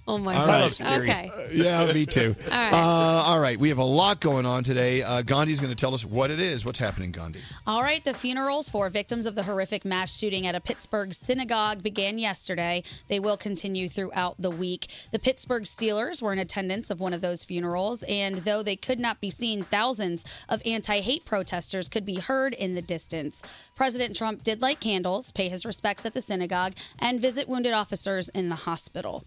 Speaker 1: Oh my
Speaker 5: All
Speaker 1: god.
Speaker 5: right.
Speaker 1: Okay.
Speaker 5: Yeah, me too.
Speaker 1: All right.
Speaker 5: Uh, all right, we have a lot going on today. Uh, Gandhi's going to tell us what it is. What's happening, Gandhi?
Speaker 4: All right, the funerals for victims of the horrific mass shooting at a Pittsburgh synagogue began yesterday. They will continue throughout the week. The Pittsburgh Steelers were in attendance of one of those funerals, and though they could not be seen, thousands of anti hate protesters could be heard in the distance. President Trump did light candles, pay his respects at the synagogue, and visit wounded officers in the hospital.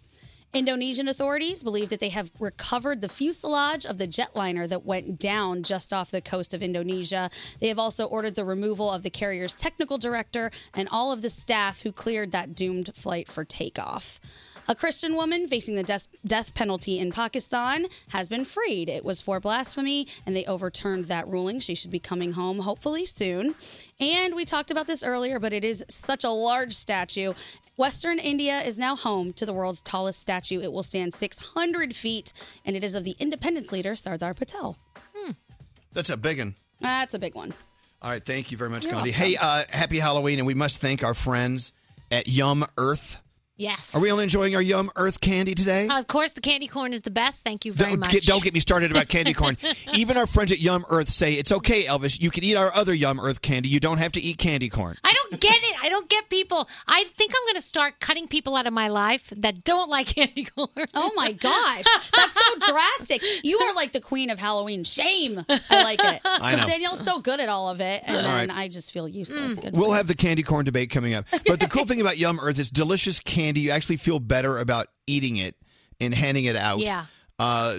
Speaker 4: Indonesian authorities believe that they have recovered the fuselage of the jetliner that went down just off the coast of Indonesia. They have also ordered the removal of the carrier's technical director and all of the staff who cleared that doomed flight for takeoff. A Christian woman facing the death, death penalty in Pakistan has been freed. It was for blasphemy, and they overturned that ruling. She should be coming home hopefully soon. And we talked about this earlier, but it is such a large statue. Western India is now home to the world's tallest statue. It will stand 600 feet, and it is of the independence leader Sardar Patel.
Speaker 5: That's a big one.
Speaker 4: That's a big one.
Speaker 5: All right, thank you very much,
Speaker 4: You're
Speaker 5: Gandhi.
Speaker 4: welcome.
Speaker 5: Hey, uh, happy Halloween, and we must thank our friends at Yum Earth.
Speaker 1: Yes.
Speaker 5: Are we all enjoying our Yum Earth candy today?
Speaker 1: Of course, the candy corn is the best. Thank you very
Speaker 5: don't,
Speaker 1: much.
Speaker 5: Get, don't get me started about candy corn. Even our friends at Yum Earth say it's okay, Elvis. You can eat our other Yum Earth candy. You don't have to eat candy corn.
Speaker 1: I don't get it. I don't get people. I think I'm going to start cutting people out of my life that don't like candy corn.
Speaker 4: Oh my gosh, that's so drastic. You are like the queen of Halloween. Shame. I like it.
Speaker 5: I know.
Speaker 4: Danielle's so good at all of it, and
Speaker 5: All
Speaker 4: then
Speaker 5: right.
Speaker 4: I just feel useless.
Speaker 1: Mm.
Speaker 4: Good
Speaker 5: We'll have the candy corn debate coming up. But the cool thing about Yum Earth is delicious candy. You actually feel better about eating it and handing it out.
Speaker 1: Yeah.
Speaker 5: Uh,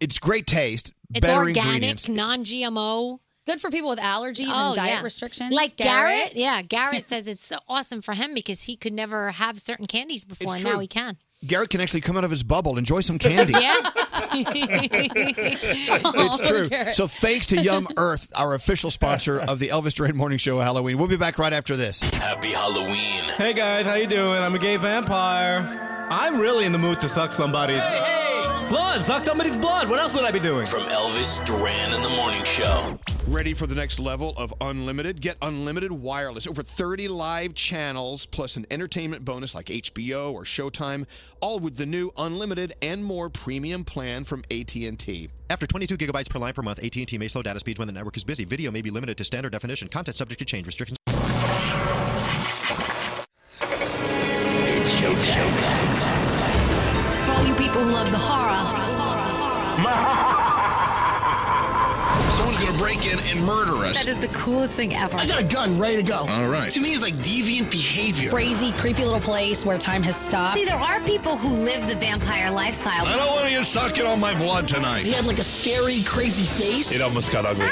Speaker 5: it's great taste.
Speaker 1: It's
Speaker 5: better
Speaker 1: organic,
Speaker 5: ingredients.
Speaker 1: non-GMO.
Speaker 4: Good for people with allergies and diet restrictions.
Speaker 1: Oh, Like Garrett,
Speaker 4: Garrett?
Speaker 1: yeah, Garrett says it's so awesome for him because he could never have certain candies before, and now
Speaker 5: true.
Speaker 1: he can.
Speaker 5: Garrett can actually come out of his bubble, enjoy some candy.
Speaker 1: Yeah. Oh,
Speaker 5: it's true. So thanks to Yum Earth, our official sponsor of the Elvis Duran Morning Show Halloween. We'll be back right after this.
Speaker 7: Happy Halloween.
Speaker 6: Hey guys, how you doing? I'm a gay vampire. I'm really in the mood to suck somebody's blood. Suck somebody's blood. What else would I be doing?
Speaker 7: From Elvis Duran in the Morning Show.
Speaker 13: Ready for the next level of unlimited? Get unlimited wireless. Over 30 live channels plus an entertainment bonus like HBO or Showtime, all with the new unlimited and more premium plan from AT&T.
Speaker 14: After 22 gigabytes per line per month, AT&T may slow data speeds when the network is busy. Video may be limited to standard definition. Content subject to change. Restrictions.
Speaker 2: For all you people who love the horror.
Speaker 9: Someone's gonna break in and murder us.
Speaker 6: That
Speaker 9: is the coolest thing ever. I got a gun ready to go. All right. To me, it's like deviant behavior.
Speaker 4: Crazy, creepy little place where time has stopped.
Speaker 9: See,
Speaker 4: there are people who live the vampire lifestyle.
Speaker 9: I don't want you sucking on my blood tonight. You had like a scary, crazy face. It almost got ugly.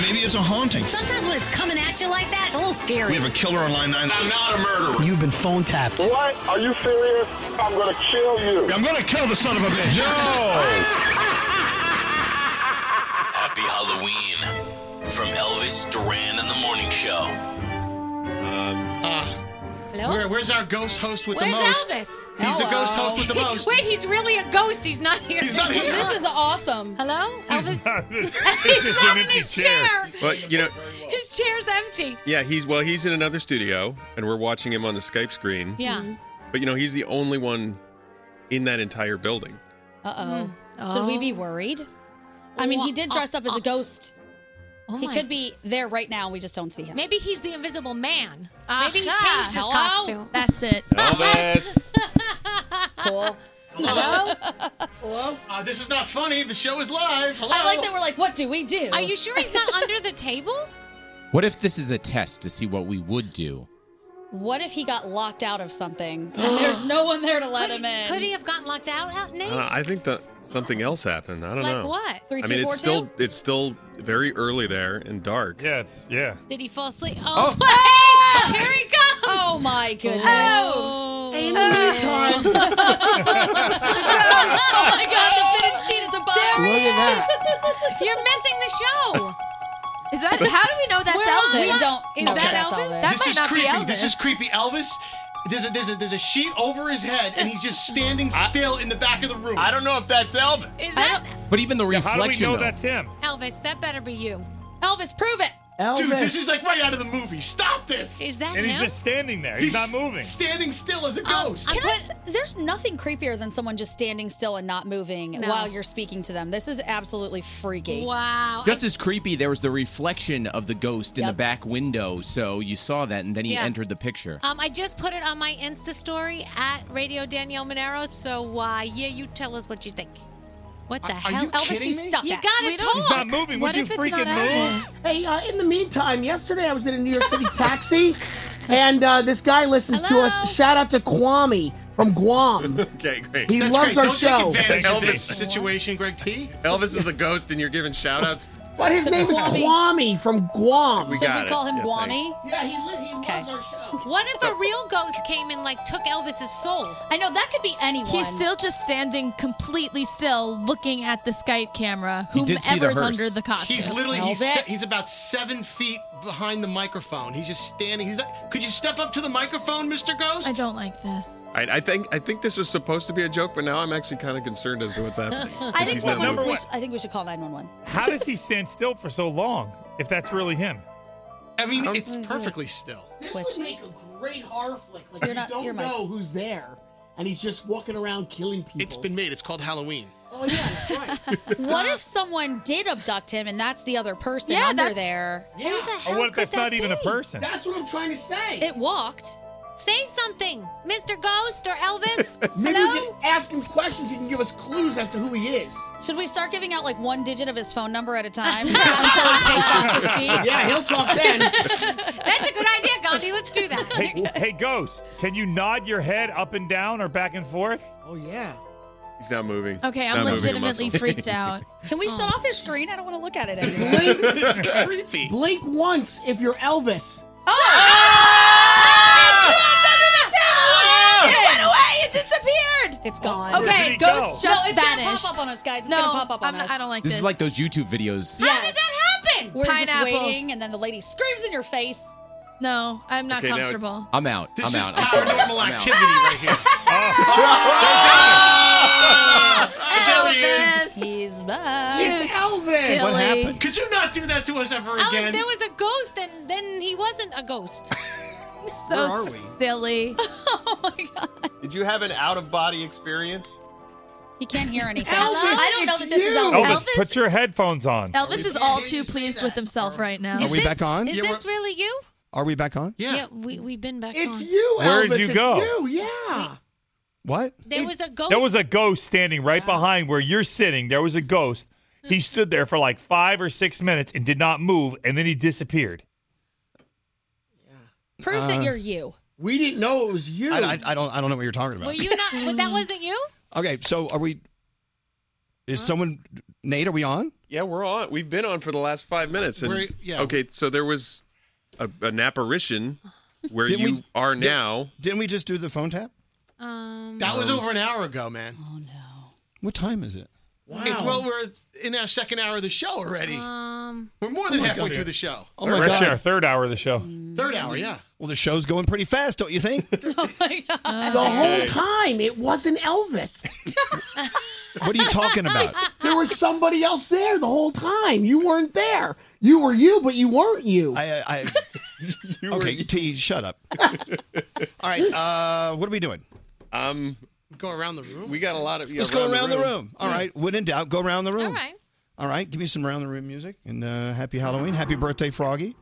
Speaker 9: Maybe it's a haunting. Sometimes when it's coming at you like that, it's a little scary. We have a killer on line nine. I'm not a murderer. You've been phone tapped.
Speaker 2: What? Are you serious? I'm gonna kill you.
Speaker 9: I'm gonna kill the son of a bitch.
Speaker 7: Happy Halloween. From Elvis Duran in the Morning Show.
Speaker 1: Hello?
Speaker 10: Where, where's our ghost host with
Speaker 1: Where's
Speaker 10: the most?
Speaker 1: Elvis?
Speaker 10: He's the ghost host with the most.
Speaker 1: Wait, he's really a ghost. He's not here.
Speaker 10: He's not here. This
Speaker 4: is awesome.
Speaker 1: Hello, Elvis.
Speaker 17: It's
Speaker 1: he's
Speaker 17: an
Speaker 1: not in
Speaker 17: empty
Speaker 1: his
Speaker 17: chair.
Speaker 1: chair.
Speaker 17: But you know,
Speaker 1: His chair's empty.
Speaker 17: yeah, he's well, he's in another studio, and we're watching him on the Skype screen.
Speaker 1: Yeah.
Speaker 17: But you know, he's the only one in that entire building.
Speaker 4: Uh
Speaker 1: Hmm.
Speaker 4: oh. Should we be worried? I mean, he did dress up as a ghost. he
Speaker 1: oh. my-
Speaker 4: could be there right now. We just don't see him.
Speaker 1: Maybe he's the Invisible Man. Maybe he
Speaker 4: Aha.
Speaker 1: changed his
Speaker 4: Hello?
Speaker 1: costume.
Speaker 11: That's it.
Speaker 17: Elvis.
Speaker 4: Cool.
Speaker 10: Hello? Hello? Uh, this is not funny. The show is live. Hello?
Speaker 4: I like that we're like, what do we do?
Speaker 1: Are you sure he's not under the table?
Speaker 12: What if this is a test to see what we would do?
Speaker 4: What if he got locked out of something? And there's no one there to let him in.
Speaker 1: Could he have gotten locked out, out Nate?
Speaker 17: Uh, I think that something else happened. I don't
Speaker 1: Like
Speaker 17: know.
Speaker 1: what? Three,
Speaker 17: I
Speaker 1: two,
Speaker 17: mean, it's
Speaker 1: four,
Speaker 17: still it's still very early there and dark. Yeah, it's yeah.
Speaker 1: Did he fall asleep? Oh, wait! Here he goes!
Speaker 4: Oh, my goodness.
Speaker 1: Oh!
Speaker 4: oh my god, the fitted sheet is a bomb.
Speaker 2: Look at that.
Speaker 1: You're missing the show.
Speaker 11: Is that how do we know that's
Speaker 4: We're
Speaker 11: Elvis?
Speaker 4: on We live. don't
Speaker 11: Is
Speaker 4: know
Speaker 11: that
Speaker 4: that that's
Speaker 11: Elvis?
Speaker 4: Elvis.
Speaker 11: That
Speaker 10: this
Speaker 11: might
Speaker 10: is
Speaker 11: not
Speaker 10: creepy.
Speaker 11: be Elvis.
Speaker 10: This is creepy. Elvis, there's a, there's, a, there's a sheet over his head, and he's just standing still in the back of the room. I don't know if that's Elvis.
Speaker 1: Is that
Speaker 12: But even the reflection. though.
Speaker 10: him?
Speaker 1: Elvis? That better be you.
Speaker 4: Elvis, prove it.
Speaker 10: Dude, this is like right out of the movie. Stop this.
Speaker 1: Is that
Speaker 8: And he's
Speaker 1: him?
Speaker 8: just standing there. He's, not moving.
Speaker 10: Standing still as a
Speaker 11: Um,
Speaker 10: ghost.
Speaker 4: Um, Can I s- there's nothing creepier than someone just standing still and not moving
Speaker 1: No.
Speaker 4: while you're speaking to them. This is absolutely freaky.
Speaker 1: Wow.
Speaker 12: Just as creepy, there was the reflection of the ghost in
Speaker 1: Yep.
Speaker 12: the back window, so you saw that, and then he
Speaker 1: Yeah.
Speaker 12: entered the picture.
Speaker 1: Um, I just put it on my Insta story at Radio Danielle Monero. So uh, yeah, you tell us what you think. What the hell,
Speaker 4: you Elvis, kidding you me? stop
Speaker 1: You
Speaker 4: that.
Speaker 1: gotta
Speaker 4: We
Speaker 1: talk.
Speaker 4: don't- He's not moving. Would What you if it's freaking not move? Elvis?
Speaker 15: Hey, uh, in the meantime, yesterday I was in a New York City taxi, and uh, this guy listens to us. Shout out to Kwame from Guam.
Speaker 17: Okay, great.
Speaker 15: He loves our
Speaker 10: Don't
Speaker 15: show.
Speaker 10: Take advantage of this situation, Greg T.
Speaker 17: Elvis is a ghost, and you're giving shout outs
Speaker 15: But his
Speaker 4: To
Speaker 15: name
Speaker 4: Kwame.
Speaker 15: is Kwame from Guam.
Speaker 4: We So got we it. call him Yeah, Guame?
Speaker 15: Yeah, he, li- he loves our show.
Speaker 1: What if a real ghost came and like took Elvis's soul?
Speaker 4: I know that could be anyone.
Speaker 11: He's still just standing completely still, looking at the Skype camera.
Speaker 24: He did see the
Speaker 11: Whomever's
Speaker 24: hearse.
Speaker 11: under the costume.
Speaker 10: He's literally he's, se- he's about seven feet behind the microphone. He's just standing. He's like, could you step up to the microphone, Mr. Ghost?
Speaker 11: I don't like this.
Speaker 17: I, I think I think this was supposed to be a joke, but now I'm actually kind of concerned as to what's happening.
Speaker 4: I think
Speaker 17: He's not
Speaker 4: someone.
Speaker 17: moving.
Speaker 4: We sh- I think we should call nine one one.
Speaker 8: How does he stand still for so long if that's really him?
Speaker 10: I mean, it's perfectly still.
Speaker 15: This would make a great horror flick. Like
Speaker 4: You're
Speaker 15: you
Speaker 4: not- you're
Speaker 15: don't
Speaker 4: Mike.
Speaker 15: know who's there, and he's just walking around killing people.
Speaker 10: It's been made. It's called Halloween.
Speaker 15: Oh yeah, that's right.
Speaker 4: What if someone did abduct him and that's the other person
Speaker 11: Yeah,
Speaker 4: under
Speaker 11: that's-
Speaker 4: there?
Speaker 15: Yeah.
Speaker 8: Or what if that's not even a person?
Speaker 15: That's what I'm trying to say.
Speaker 4: It walked.
Speaker 1: Say something, Mr. Ghost or Elvis.
Speaker 15: Maybe we can ask him questions. He can give us clues as to who he is.
Speaker 4: Should we start giving out like one digit of his phone number at a time until he takes off the sheet?
Speaker 15: Yeah, he'll talk then.
Speaker 1: That's a good idea, Gandhi. Let's do that.
Speaker 8: Hey, hey, Ghost, can you nod your head up and down or back and forth?
Speaker 15: Oh, yeah.
Speaker 17: He's not moving.
Speaker 11: Okay,
Speaker 17: Not
Speaker 11: I'm
Speaker 17: moving a
Speaker 11: legitimately
Speaker 17: muscle.
Speaker 11: freaked out.
Speaker 4: Can we shut off his screen? I don't want to Oh. look at it anymore.
Speaker 15: Blink, creepy. Blink once if you're Elvis.
Speaker 4: Ah!
Speaker 11: It went away. It
Speaker 4: disappeared. It's gone.
Speaker 11: Okay,
Speaker 4: Where did he
Speaker 11: ghost
Speaker 4: go?
Speaker 11: just
Speaker 4: No, it's gonna
Speaker 11: vanished.
Speaker 4: pop up on us, guys. It's
Speaker 11: no,
Speaker 4: gonna pop up on
Speaker 11: I'm-
Speaker 4: us.
Speaker 11: I don't like
Speaker 24: This
Speaker 11: this.
Speaker 24: is like those YouTube videos.
Speaker 4: How did that happen? We're just
Speaker 11: Pineapples.
Speaker 4: waiting, and then the lady screams in your face.
Speaker 11: no, I'm not comfortable.
Speaker 24: I'm out.
Speaker 11: This
Speaker 24: I'm
Speaker 11: is
Speaker 24: out. I'm sorry.
Speaker 10: paranormal
Speaker 24: I'm out.
Speaker 10: activity right
Speaker 2: Oh,
Speaker 10: here. Ah! There he is.
Speaker 4: He's
Speaker 1: uh,
Speaker 4: back.
Speaker 15: It's Elvis.
Speaker 10: What happened? Could you not do that to us ever
Speaker 1: Elvis,
Speaker 10: again?
Speaker 1: there was a ghost, and then he wasn't a ghost.
Speaker 11: So silly.
Speaker 17: Did you have an out of body experience?
Speaker 4: He can't hear anything.
Speaker 11: Hello?
Speaker 4: I don't know that this is
Speaker 8: Elvis,
Speaker 4: Elvis.
Speaker 8: put your headphones on.
Speaker 11: Elvis is all too pleased with himself right now.
Speaker 5: Are we back on?
Speaker 1: Is this really you?
Speaker 5: Are we back on?
Speaker 1: Yeah, we we've been back.
Speaker 15: It's
Speaker 1: on.
Speaker 15: you,
Speaker 8: Where'd
Speaker 15: Elvis.
Speaker 8: you
Speaker 15: it's
Speaker 8: go?
Speaker 15: you, yeah.
Speaker 5: What?
Speaker 1: There was a ghost.
Speaker 8: There was a ghost standing right behind where you're sitting. There was a ghost.
Speaker 1: Hmm.
Speaker 8: He stood there for like five or six minutes and did not move, and then he disappeared.
Speaker 4: Prove
Speaker 5: Uh,
Speaker 4: that you're you.
Speaker 15: We didn't know it was you.
Speaker 5: I, I, I don't. I don't know what you're talking about.
Speaker 1: Were you not? but that wasn't you.
Speaker 5: okay, so are we? Is someone? Nate, are we on?
Speaker 17: Yeah, we're on. We've been on for the last five minutes. And,
Speaker 10: We're- yeah.
Speaker 17: Okay, so there was a, an apparition where
Speaker 5: Didn't
Speaker 17: you
Speaker 5: we-
Speaker 17: are now.
Speaker 5: Didn't we just do the phone tap?
Speaker 1: Um,
Speaker 10: that was
Speaker 17: Um,
Speaker 10: over an hour ago, man.
Speaker 5: What time is it?
Speaker 10: Wow. well, we're in our second hour of the show already.
Speaker 1: Um,
Speaker 10: we're more than
Speaker 5: Oh my
Speaker 10: halfway
Speaker 5: God.
Speaker 10: through the show.
Speaker 5: Oh my
Speaker 8: we're actually
Speaker 5: God.
Speaker 8: our third hour of the show.
Speaker 10: Third hour, yeah.
Speaker 5: Well, the show's going pretty fast, don't you think?
Speaker 15: the whole time it wasn't Elvis.
Speaker 5: what are you talking about?
Speaker 15: There was somebody else there the whole time. You weren't there. You were you, but you weren't you.
Speaker 5: I, I, okay, T, shut up. All right, uh, what are we doing?
Speaker 17: Um,
Speaker 10: Go around the room.
Speaker 17: we got a lot of. yeah,
Speaker 5: Let's go around the room. All right, when in doubt, go around the room. All
Speaker 1: right.
Speaker 5: All right, give me some round the room music and uh, happy Halloween. Happy birthday, Froggy.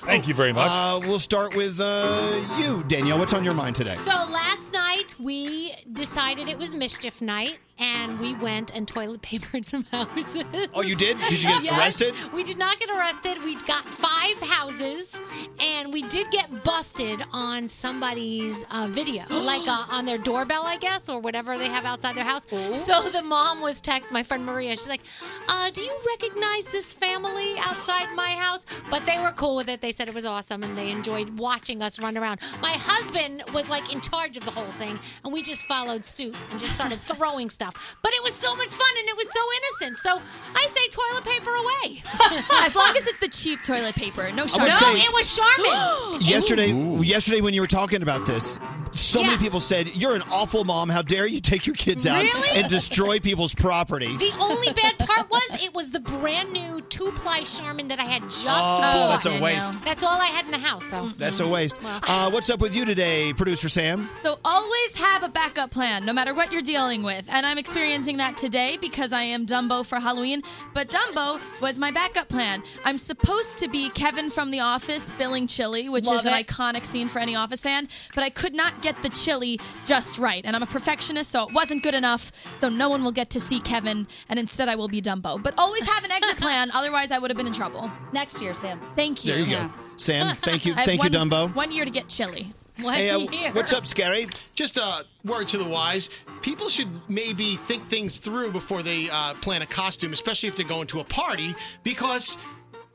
Speaker 8: Thank you very much.
Speaker 5: Uh, we'll start with uh, you, Danielle. What's on your mind today?
Speaker 1: So last night we decided it was mischief night, and we went and toilet papered some houses.
Speaker 5: Oh, you did? Did you get
Speaker 1: Yes.
Speaker 5: arrested?
Speaker 1: We did not get arrested. We got five houses, and we did get busted on somebody's uh, video, like uh, on their doorbell, I guess, or whatever they have outside their house.
Speaker 5: Oh.
Speaker 1: So the mom was text my friend Maria. She's like, uh, "Do you recognize this family outside my house?" But they were cool with it. They said it was awesome, and they enjoyed watching us run around. My husband was like in charge of the whole thing, and we just followed suit and just started throwing stuff. But it was so much fun, and it was so innocent. So I say toilet paper away.
Speaker 11: as long as it's the cheap toilet paper, no sharp.
Speaker 1: no,
Speaker 5: say-
Speaker 1: it was Charmin. It-
Speaker 5: Yesterday, yesterday when you were talking about this, so many people said you're an awful mom. How dare you take your kids out
Speaker 1: Really?
Speaker 5: and destroy people's property?
Speaker 1: The only bad part was it was the brand new two ply Charmin that I had just
Speaker 5: Oh,
Speaker 1: bought.
Speaker 5: that's a waste.
Speaker 1: That's all I had in the house. So
Speaker 5: That's a waste. Uh, what's up with you today, producer Sam?
Speaker 11: So always have a backup plan, no matter what you're dealing with. And I'm experiencing that today because I am Dumbo for Halloween. But Dumbo was my backup plan. I'm supposed to be Kevin from The Office spilling chili, which
Speaker 4: Love
Speaker 11: is an
Speaker 4: it.
Speaker 11: iconic scene for any Office fan. But I could not get the chili just right, and I'm a perfectionist, so it wasn't good enough. So no one will get to see Kevin, and instead I will be Dumbo. But always have an exit plan, otherwise I would have been in trouble.
Speaker 4: Next year, Sam.
Speaker 11: Thank you.
Speaker 5: There you go, Sam. Thank you,
Speaker 11: I have
Speaker 5: thank you,
Speaker 11: one-
Speaker 5: Dumbo.
Speaker 11: One year to get chili.
Speaker 1: What
Speaker 10: Hey, uh,
Speaker 1: year?
Speaker 10: what's
Speaker 1: up,
Speaker 10: Scary? Just a word to the wise. People should maybe think things through before they uh, plan a costume, especially if they're going to a party, because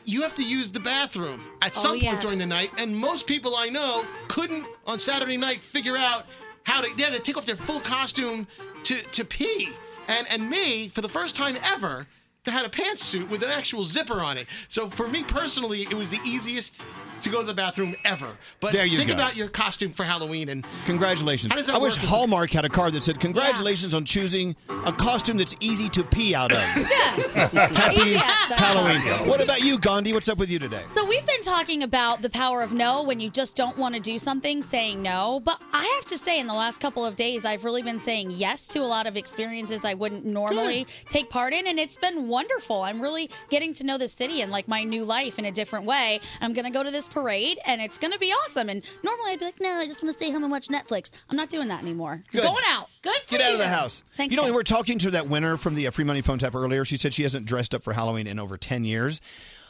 Speaker 10: you have to use the bathroom at
Speaker 1: Oh,
Speaker 10: some
Speaker 1: yes.
Speaker 10: point during the night. And most people I know couldn't on Saturday night figure out how to. They had to take off their full costume to to pee. And and me for the first time ever. Had a pantsuit with an actual zipper on it. So for me personally, it was the easiest to go to the bathroom ever. But
Speaker 5: There you
Speaker 10: think
Speaker 5: go.
Speaker 10: about your costume for Halloween and
Speaker 5: Congratulations.
Speaker 10: How does that
Speaker 5: I wish
Speaker 10: work?
Speaker 5: Hallmark had a card that said, Congratulations on choosing a costume that's easy to pee out of. Happy
Speaker 4: Easy access
Speaker 5: Halloween.
Speaker 4: costume.
Speaker 5: What about you, Gandhi? What's up with you today?
Speaker 4: So we've been talking about the power of no when you just don't want to do something, saying no. But I have to say, in the last couple of days, I've really been saying yes to a lot of experiences I wouldn't normally take part in, and it's been wonderful. I'm really getting to know the city and like my new life in a different way. I'm gonna go to this parade, and it's gonna be awesome. And normally I'd be like, no, I just want to stay home and watch Netflix. I'm not doing that anymore.
Speaker 5: Good.
Speaker 4: Going out. Good.
Speaker 5: Get out of the house.
Speaker 4: Thanks.
Speaker 5: you know, we
Speaker 4: guys.
Speaker 5: were talking to that winner from the uh, Free Money Phone Tap earlier. She said she hasn't dressed up for Halloween in over 10 years.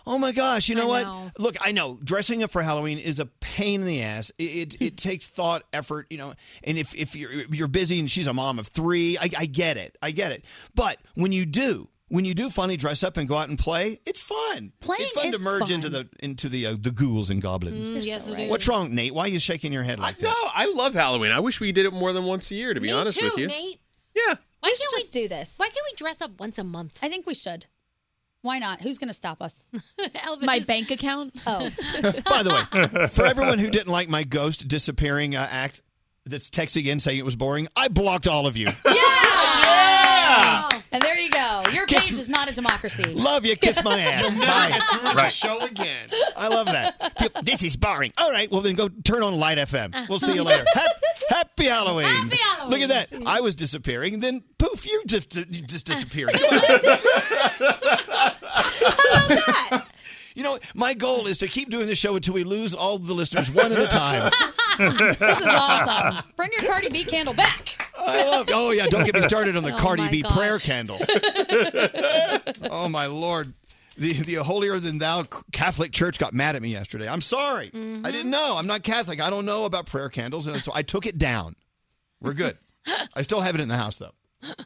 Speaker 5: Oh my gosh, you know what? Look, I know dressing up for Halloween is a pain in the ass. It it, it takes thought, effort, you know. And if, if you're if you're busy and she's a mom of 3, I, I get it. I get it. But when you do, when you do finally dress up and go out and play, it's fun.
Speaker 4: Playing
Speaker 5: it's fun
Speaker 4: is
Speaker 5: to merge
Speaker 4: fun.
Speaker 5: into the into the uh, the ghouls and goblins.
Speaker 4: Mm, You're yes, so it right.
Speaker 5: What's wrong, Nate? Why are you shaking your head like that?
Speaker 17: No, I love Halloween. I wish we did it more than once a year, to be
Speaker 1: Me
Speaker 17: honest
Speaker 1: too,
Speaker 17: with you.
Speaker 1: Nate.
Speaker 17: Yeah.
Speaker 1: Why can't we
Speaker 4: do this?
Speaker 1: Why can't we dress up once a month?
Speaker 4: I think we should. Why not? Who's gonna stop us?
Speaker 1: Elvis
Speaker 11: My
Speaker 1: is-
Speaker 11: bank account.
Speaker 4: Oh.
Speaker 5: By the way, for everyone who didn't like my ghost disappearing uh, act that's texting in saying it was boring, I blocked all of you.
Speaker 4: And there you go. Your
Speaker 5: Ah! Kiss
Speaker 4: page
Speaker 5: m-
Speaker 4: is not a democracy.
Speaker 5: Love you, kiss my ass.
Speaker 4: You'll never
Speaker 5: Bye.
Speaker 4: get through the
Speaker 10: show again.
Speaker 5: I love that. People, This is boring. All right, well then go turn on Light FM. We'll see you later. Hap- Happy Halloween. Happy Halloween. Look at that. I was disappearing, and then poof, you just you just disappeared. Come on. You know, my goal is to keep doing this show until we lose all the listeners one at a time.
Speaker 4: This is awesome. Bring your Cardi B candle back.
Speaker 5: I love. Oh yeah, don't get me started on the
Speaker 4: Oh,
Speaker 5: Cardi
Speaker 4: my
Speaker 5: B
Speaker 4: gosh.
Speaker 5: prayer candle. oh my lord, the the holier than thou Catholic Church got mad at me yesterday. I'm sorry. I didn't know. I'm not Catholic. I don't know about prayer candles, and so I took it down. We're good. I still have it in the house though.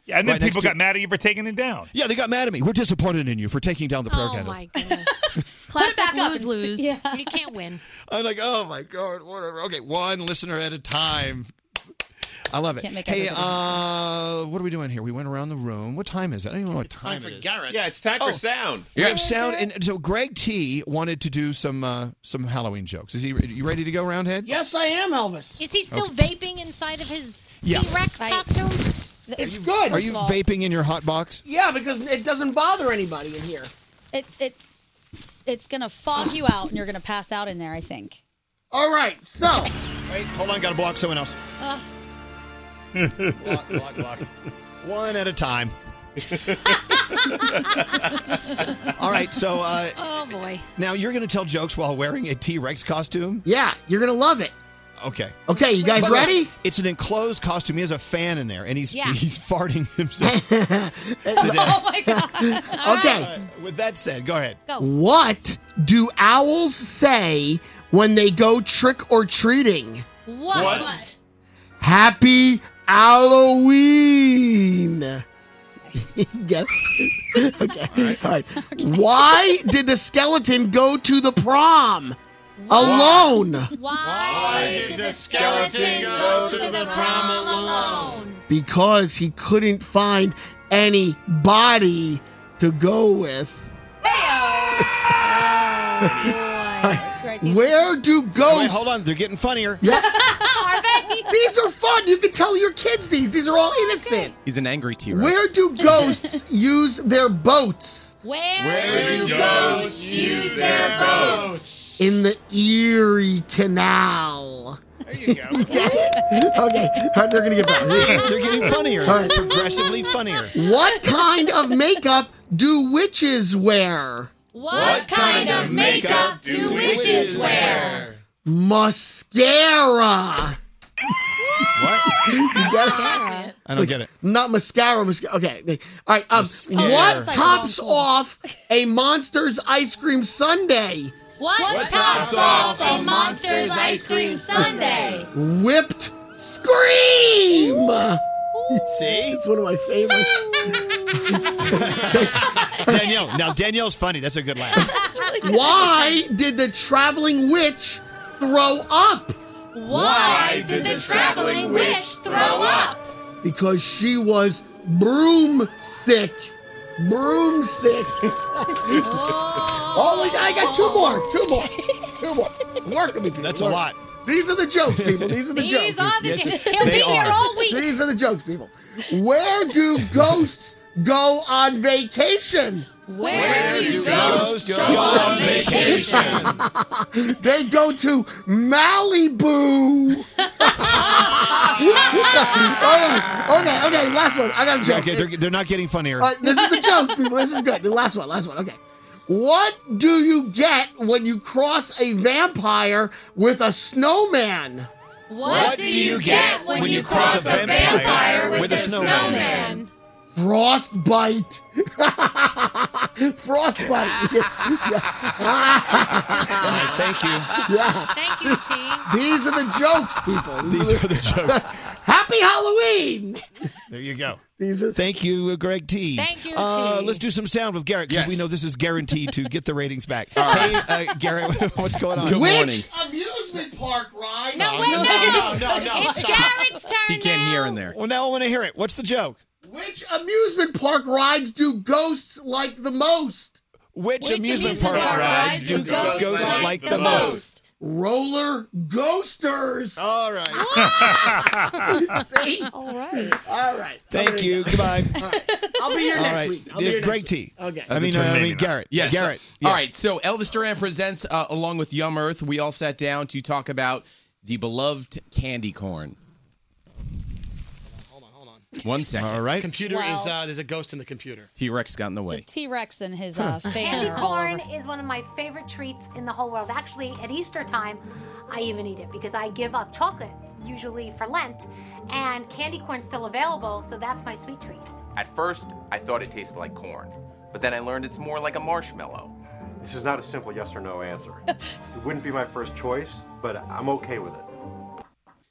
Speaker 8: Yeah, and then
Speaker 5: Right next
Speaker 8: people
Speaker 5: to-
Speaker 8: got mad at you for taking it down.
Speaker 5: Yeah, they got mad at me. We're disappointed in you for taking down the prayer
Speaker 1: Oh
Speaker 5: candle.
Speaker 1: my goodness.
Speaker 11: Classic
Speaker 1: Put it back
Speaker 11: lose
Speaker 1: up and see-
Speaker 11: lose.
Speaker 1: Yeah. You can't win.
Speaker 5: I'm like, oh my god, whatever. Okay, one listener at a time. I love it.
Speaker 1: Can't make
Speaker 5: hey,
Speaker 1: everybody
Speaker 5: uh, what are we doing here? We went around the room. What time is it? I don't even know what time it is.
Speaker 10: Garrett.
Speaker 17: Yeah, it's time
Speaker 5: Oh.
Speaker 17: for sound.
Speaker 5: We have sound, and so Greg T wanted to do some uh, some Halloween jokes. Is he? You ready to go, Roundhead?
Speaker 1: Yes, I am Elvis. Is he still vaping inside of his
Speaker 5: Yeah.
Speaker 1: T-Rex costume?
Speaker 4: It's
Speaker 15: good.
Speaker 5: Are you vaping in your hot box?
Speaker 15: Yeah, because it doesn't bother anybody in here.
Speaker 4: It it it's gonna fog you out, and you're gonna pass out in there. I think.
Speaker 15: All right, so
Speaker 5: Wait, hold on. Got to block someone else.
Speaker 4: Uh,
Speaker 5: Block, block, block. One at a time. All right. So uh,
Speaker 1: Oh boy.
Speaker 5: now you're going to tell jokes while wearing a T-Rex costume.
Speaker 15: Yeah, you're going to love it.
Speaker 5: Okay.
Speaker 15: Okay, you guys
Speaker 5: By the way,
Speaker 15: ready?
Speaker 5: it's an enclosed costume. He has a fan in there, and he's
Speaker 15: Yeah.
Speaker 5: he's farting himself. oh
Speaker 4: my god.
Speaker 15: Okay.
Speaker 5: With that said, go ahead.
Speaker 15: What do owls say when they go trick or treating?
Speaker 1: What?
Speaker 15: Happy Halloween. Get it? Okay. All right. Why did the skeleton go to the prom alone?
Speaker 1: Why did the skeleton go to the prom alone?
Speaker 15: Because he couldn't find any body to go with. Where do
Speaker 5: Oh, wait,
Speaker 15: ghosts?
Speaker 5: hold on. They're getting funnier.
Speaker 15: Yeah. These are fun. You can tell your kids these. These are all innocent.
Speaker 12: He's an angry T-Rex.
Speaker 15: Where do ghosts use their boats?
Speaker 1: Where,
Speaker 2: do ghosts use their boats?
Speaker 15: In the Erie Canal. There you go. Okay. All right, they're going to get better.
Speaker 5: They're getting funnier.
Speaker 15: All right.
Speaker 5: Progressively funnier.
Speaker 15: What kind of makeup do witches wear?
Speaker 1: What kind of makeup do witches wear?
Speaker 15: Mascara. What?
Speaker 5: I don't get it.
Speaker 15: Not mascara. Mascara. Okay. All right. Um,
Speaker 5: Mascara.
Speaker 15: what tops off a monster's ice cream sundae?
Speaker 1: What, tops off a monster's ice cream sundae?
Speaker 15: Whipped Scream! See? It's one of my favorites.
Speaker 5: Danielle. Now Danielle's funny. That's a good laugh.
Speaker 1: That's really
Speaker 15: Why did the traveling witch throw up?
Speaker 2: Why did the traveling witch throw up?
Speaker 15: Because she was broom sick. Broom sick. oh, we got, I got two more. Two more. Two more. Work with me. That's
Speaker 5: a lot.
Speaker 15: These are the jokes, people. These are the
Speaker 2: These
Speaker 15: jokes.
Speaker 2: are the Yes, jo- he'll they be here are. all week.
Speaker 15: These are the jokes, people. Where do ghosts go on vacation?
Speaker 2: Where, do ghosts go on vacation?
Speaker 15: they go to Malibu. oh, okay, okay, last one. I got a joke.
Speaker 5: Okay, they're, they're not getting funnier.
Speaker 15: All right, this is the joke, people. This is good. The last one, last one. Okay. What do you get when you cross a vampire with a snowman?
Speaker 1: What,
Speaker 2: do you get when you cross a vampire with a snowman?
Speaker 15: Frostbite. Frostbite.
Speaker 5: Thank you.
Speaker 15: Yeah.
Speaker 1: Thank you, T.
Speaker 15: These are the jokes, people.
Speaker 5: These are the jokes.
Speaker 15: Happy Halloween.
Speaker 5: There you go.
Speaker 15: These are-
Speaker 5: Thank you, uh, Greg T.
Speaker 15: Thank you,
Speaker 5: Uh,
Speaker 15: T.
Speaker 5: Let's do some sound with Garrett because
Speaker 15: Yes.
Speaker 5: we know this is guaranteed to get the ratings back.
Speaker 15: All right.
Speaker 5: Hey, uh, Garrett, what's going on?
Speaker 15: Which amusement park ride?
Speaker 5: No, wait, no, no, no, no,
Speaker 15: It's
Speaker 5: stop.
Speaker 15: Garrett's turn.
Speaker 5: He can't hear in there. Well, now I want to hear it. What's the joke?
Speaker 15: Which amusement park rides do ghosts like the most?
Speaker 5: Which, amusement park rides do ghosts like the most?
Speaker 15: Roller Ghosters.
Speaker 5: All right.
Speaker 15: See? All right. All right.
Speaker 5: Thank you. Goodbye.
Speaker 15: I'll be here
Speaker 5: All
Speaker 15: next
Speaker 5: right.
Speaker 15: week. I'll be
Speaker 5: Yeah,
Speaker 15: here next
Speaker 5: Greg
Speaker 15: week.
Speaker 5: T.
Speaker 15: Okay.
Speaker 5: I mean, uh, I mean Garrett.
Speaker 24: Yes.
Speaker 5: Garrett.
Speaker 24: All right. So Elvis Duran presents, uh, along with Yum Earth, we all sat down to talk about the beloved candy corn. Hold on, hold on, hold on. One second. All right.
Speaker 15: Computer is uh, there's a ghost in the computer.
Speaker 24: T Rex got in the way.
Speaker 4: T Rex and his uh, fan.
Speaker 18: Candy
Speaker 4: are all
Speaker 18: corn
Speaker 4: over.
Speaker 18: is one of my favorite treats in the whole world. Actually, at Easter time, I even eat it because I give up chocolate usually for Lent, and candy corn's still available, so that's my sweet treat.
Speaker 24: At first, I thought it tasted like corn, but then I learned it's more like a marshmallow.
Speaker 19: This is not a simple yes or no answer. it wouldn't be my first choice, but I'm okay with it.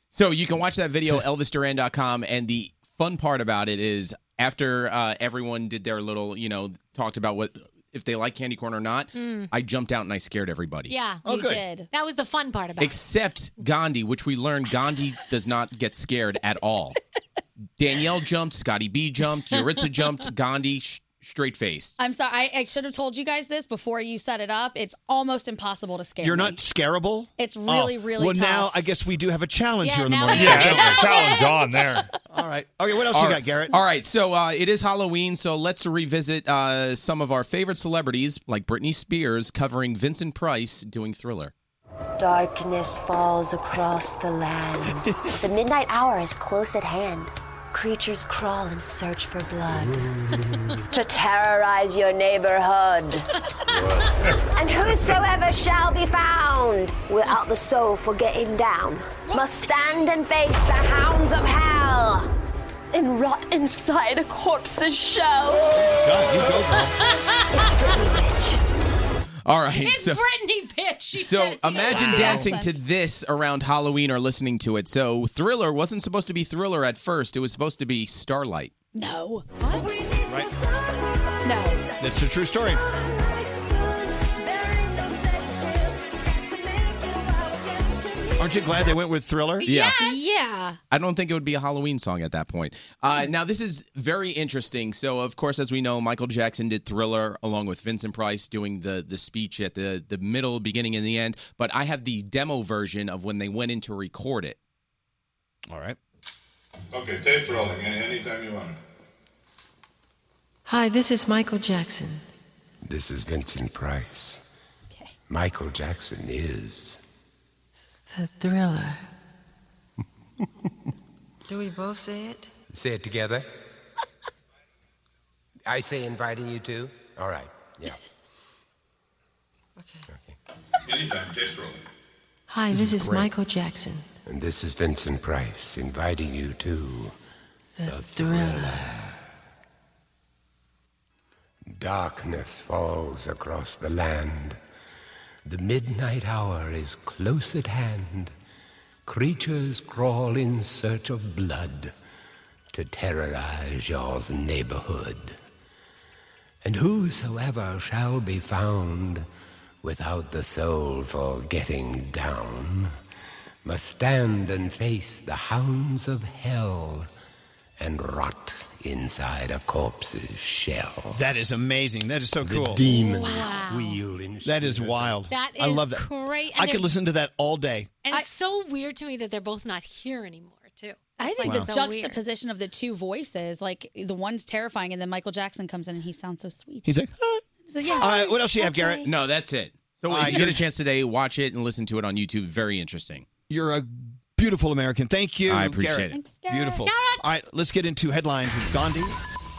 Speaker 24: So you can watch that video, ElvisDuran.com, and the fun part about it is after uh, everyone did their little, you know, talked about what if they like candy corn or not.
Speaker 1: Mm.
Speaker 24: I jumped out and I scared everybody.
Speaker 1: Yeah, you did. That was the fun part about it.
Speaker 24: Except Gandhi, which we learned Gandhi does not get scared at all. Danielle jumped, Scotty B jumped, Yuritsa jumped, Gandhi sh- straight faced.
Speaker 4: I'm sorry. I, I should have told you guys this before you set it up. It's almost impossible to scare.
Speaker 5: You're
Speaker 4: me.
Speaker 5: not scarable? Oh.
Speaker 4: It's really, really
Speaker 5: Well, now
Speaker 4: tough.
Speaker 5: I guess we do have a challenge
Speaker 4: Yeah,
Speaker 5: here in the
Speaker 4: now
Speaker 5: morning.
Speaker 24: we have a Yeah, there's a challenge.
Speaker 5: on
Speaker 24: there.
Speaker 5: All right. Okay, what else you got, Garrett?
Speaker 24: All right, so uh, it is Halloween, so let's revisit uh, some of our favorite celebrities, like Britney Spears covering Vincent Price doing Thriller.
Speaker 19: Darkness falls across the land. the midnight hour is close at hand. Creatures crawl and search for blood to terrorize your neighborhood. and whosoever shall be found without the soul for getting down must stand and face the hounds of hell and rot inside a corpse's shell.
Speaker 24: God, you go. All right,
Speaker 1: It's
Speaker 24: so.
Speaker 1: Brittany, bitch. She
Speaker 24: So
Speaker 1: said it.
Speaker 24: imagine
Speaker 1: Wow.
Speaker 24: dancing to this around Halloween or listening to it. So Thriller wasn't supposed to be Thriller at first. It was supposed to be Starlight.
Speaker 4: No.
Speaker 5: That's a true story. Aren't you glad they went with Thriller?
Speaker 4: Yeah.
Speaker 24: I don't think it would be a Halloween song at that point. Uh, now, this is very interesting. So, of course, as we know, Michael Jackson did Thriller along with Vincent Price doing the the speech at the the middle, beginning, and the end. But I have the demo version of when they went in to record it. All right.
Speaker 25: Okay, tape's rolling. Any- Anytime you want.
Speaker 26: Hi, this is Michael Jackson.
Speaker 27: This is Vincent Price. Michael Jackson is.
Speaker 26: The thriller. Do we both say it?
Speaker 27: Say it together. I say inviting you to. All right. Yeah.
Speaker 25: Anytime, tape's rolling.
Speaker 26: Hi,
Speaker 27: This
Speaker 26: this,
Speaker 27: is
Speaker 26: is,
Speaker 27: great.
Speaker 26: Michael Jackson.
Speaker 27: And this is Vincent Price inviting you to
Speaker 26: The, thriller.
Speaker 27: Darkness falls across the land. The midnight hour is close at hand. Creatures crawl in search of blood to terrorize your neighborhood. And whosoever shall be found without the soul for getting down must stand and face the hounds of hell and rot inside a corpse's shell.
Speaker 5: That is amazing. That is so
Speaker 27: The
Speaker 5: cool.
Speaker 27: demons squeal in
Speaker 5: That is wild.
Speaker 1: That
Speaker 5: I
Speaker 1: is
Speaker 5: love that.
Speaker 1: great.
Speaker 5: I
Speaker 1: And
Speaker 5: could
Speaker 1: it-
Speaker 5: listen to that all day.
Speaker 1: And it's so weird to me that they're both not here anymore, too.
Speaker 4: I
Speaker 1: It's,
Speaker 4: think
Speaker 1: like,
Speaker 4: the
Speaker 1: so weird.
Speaker 4: juxtaposition of the two voices, like the one's terrifying, and then Michael Jackson comes in and he sounds so sweet.
Speaker 5: He's like,
Speaker 4: So, yeah.
Speaker 24: Uh, No, that's it. So
Speaker 4: Uh,
Speaker 24: if you get a
Speaker 4: you're-
Speaker 24: chance today, watch it and listen to it on YouTube. Very interesting.
Speaker 5: You're a beautiful American. Thank you.
Speaker 24: I appreciate
Speaker 5: Garrett.
Speaker 24: it. Thanks,
Speaker 4: Garrett.
Speaker 5: Beautiful.
Speaker 4: Garrett.
Speaker 5: All right, let's get into headlines with Gandhi.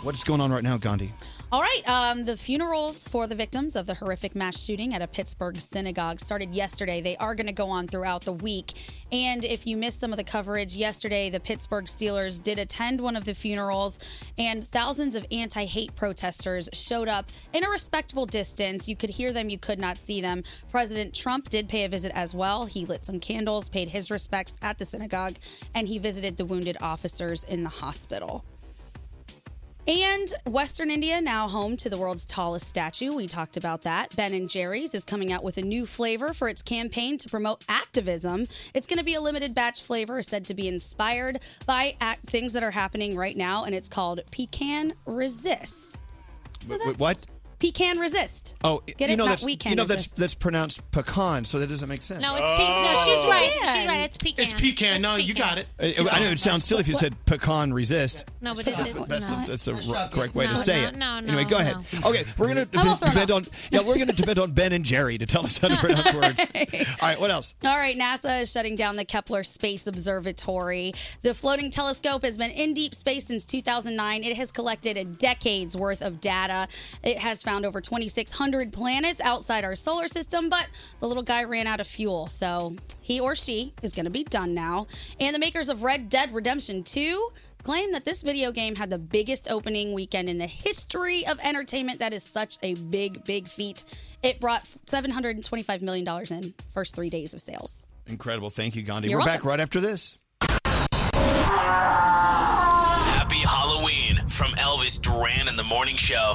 Speaker 5: What is going on right now, Gandhi?
Speaker 4: All right. Um, the funerals for the victims of the horrific mass shooting at a Pittsburgh synagogue started yesterday. They are going to go on throughout the week. And if you missed some of the coverage yesterday, the Pittsburgh Steelers did attend one of the funerals, and thousands of anti hate protesters showed up in a respectable distance. You could hear them, you could not see them. President Trump did pay a visit as well. He lit some candles, paid his respects at the synagogue, and he visited the wounded officers in the hospital. And Western India, now home to the world's tallest statue. We talked about that. Ben and Jerry's is coming out with a new flavor for its campaign to promote activism. It's going to be a limited batch flavor said to be inspired by act- things that are happening right now, and it's called Pecan Resist.
Speaker 5: Wait, what?
Speaker 4: Pecan Resist.
Speaker 5: Oh,
Speaker 4: Get
Speaker 5: you
Speaker 4: it?
Speaker 5: know
Speaker 4: Not
Speaker 5: that's
Speaker 4: we can
Speaker 5: you know that's
Speaker 4: resist.
Speaker 5: that's pronounced pecan, so that doesn't make sense.
Speaker 1: No, it's pe-
Speaker 24: Oh.
Speaker 1: no. She's right. She's right. It's pecan.
Speaker 10: Oh. It's pecan. No, you got it.
Speaker 5: I, I know it sounds silly if you said pecan resist.
Speaker 1: No, but it, it, no.
Speaker 5: That's, that's the r- correct way
Speaker 1: No,
Speaker 5: to say
Speaker 1: no,
Speaker 5: it.
Speaker 1: no, no,
Speaker 5: anyway, go ahead. Okay, we're gonna depend, on yeah, we're gonna depend on Ben and Jerry to tell us how to pronounce words. All right, what else?
Speaker 4: All right, NASA is shutting down the Kepler Space Observatory. The floating telescope has been in deep space since 2009. It has collected a decade's worth of data. It has found over 2,600 planets outside our solar system, but the little guy ran out of fuel, so he or she is going to be done now. And the makers of Red Dead Redemption 2 claim that this video game had the biggest opening weekend in the history of entertainment. That is such a big, big feat. It brought $725 million in first three days of sales.
Speaker 5: Incredible. Thank you, Gandhi.
Speaker 4: You're
Speaker 5: we're back
Speaker 4: welcome.
Speaker 5: right after this.
Speaker 7: Happy Halloween from Elvis Duran and the Morning Show.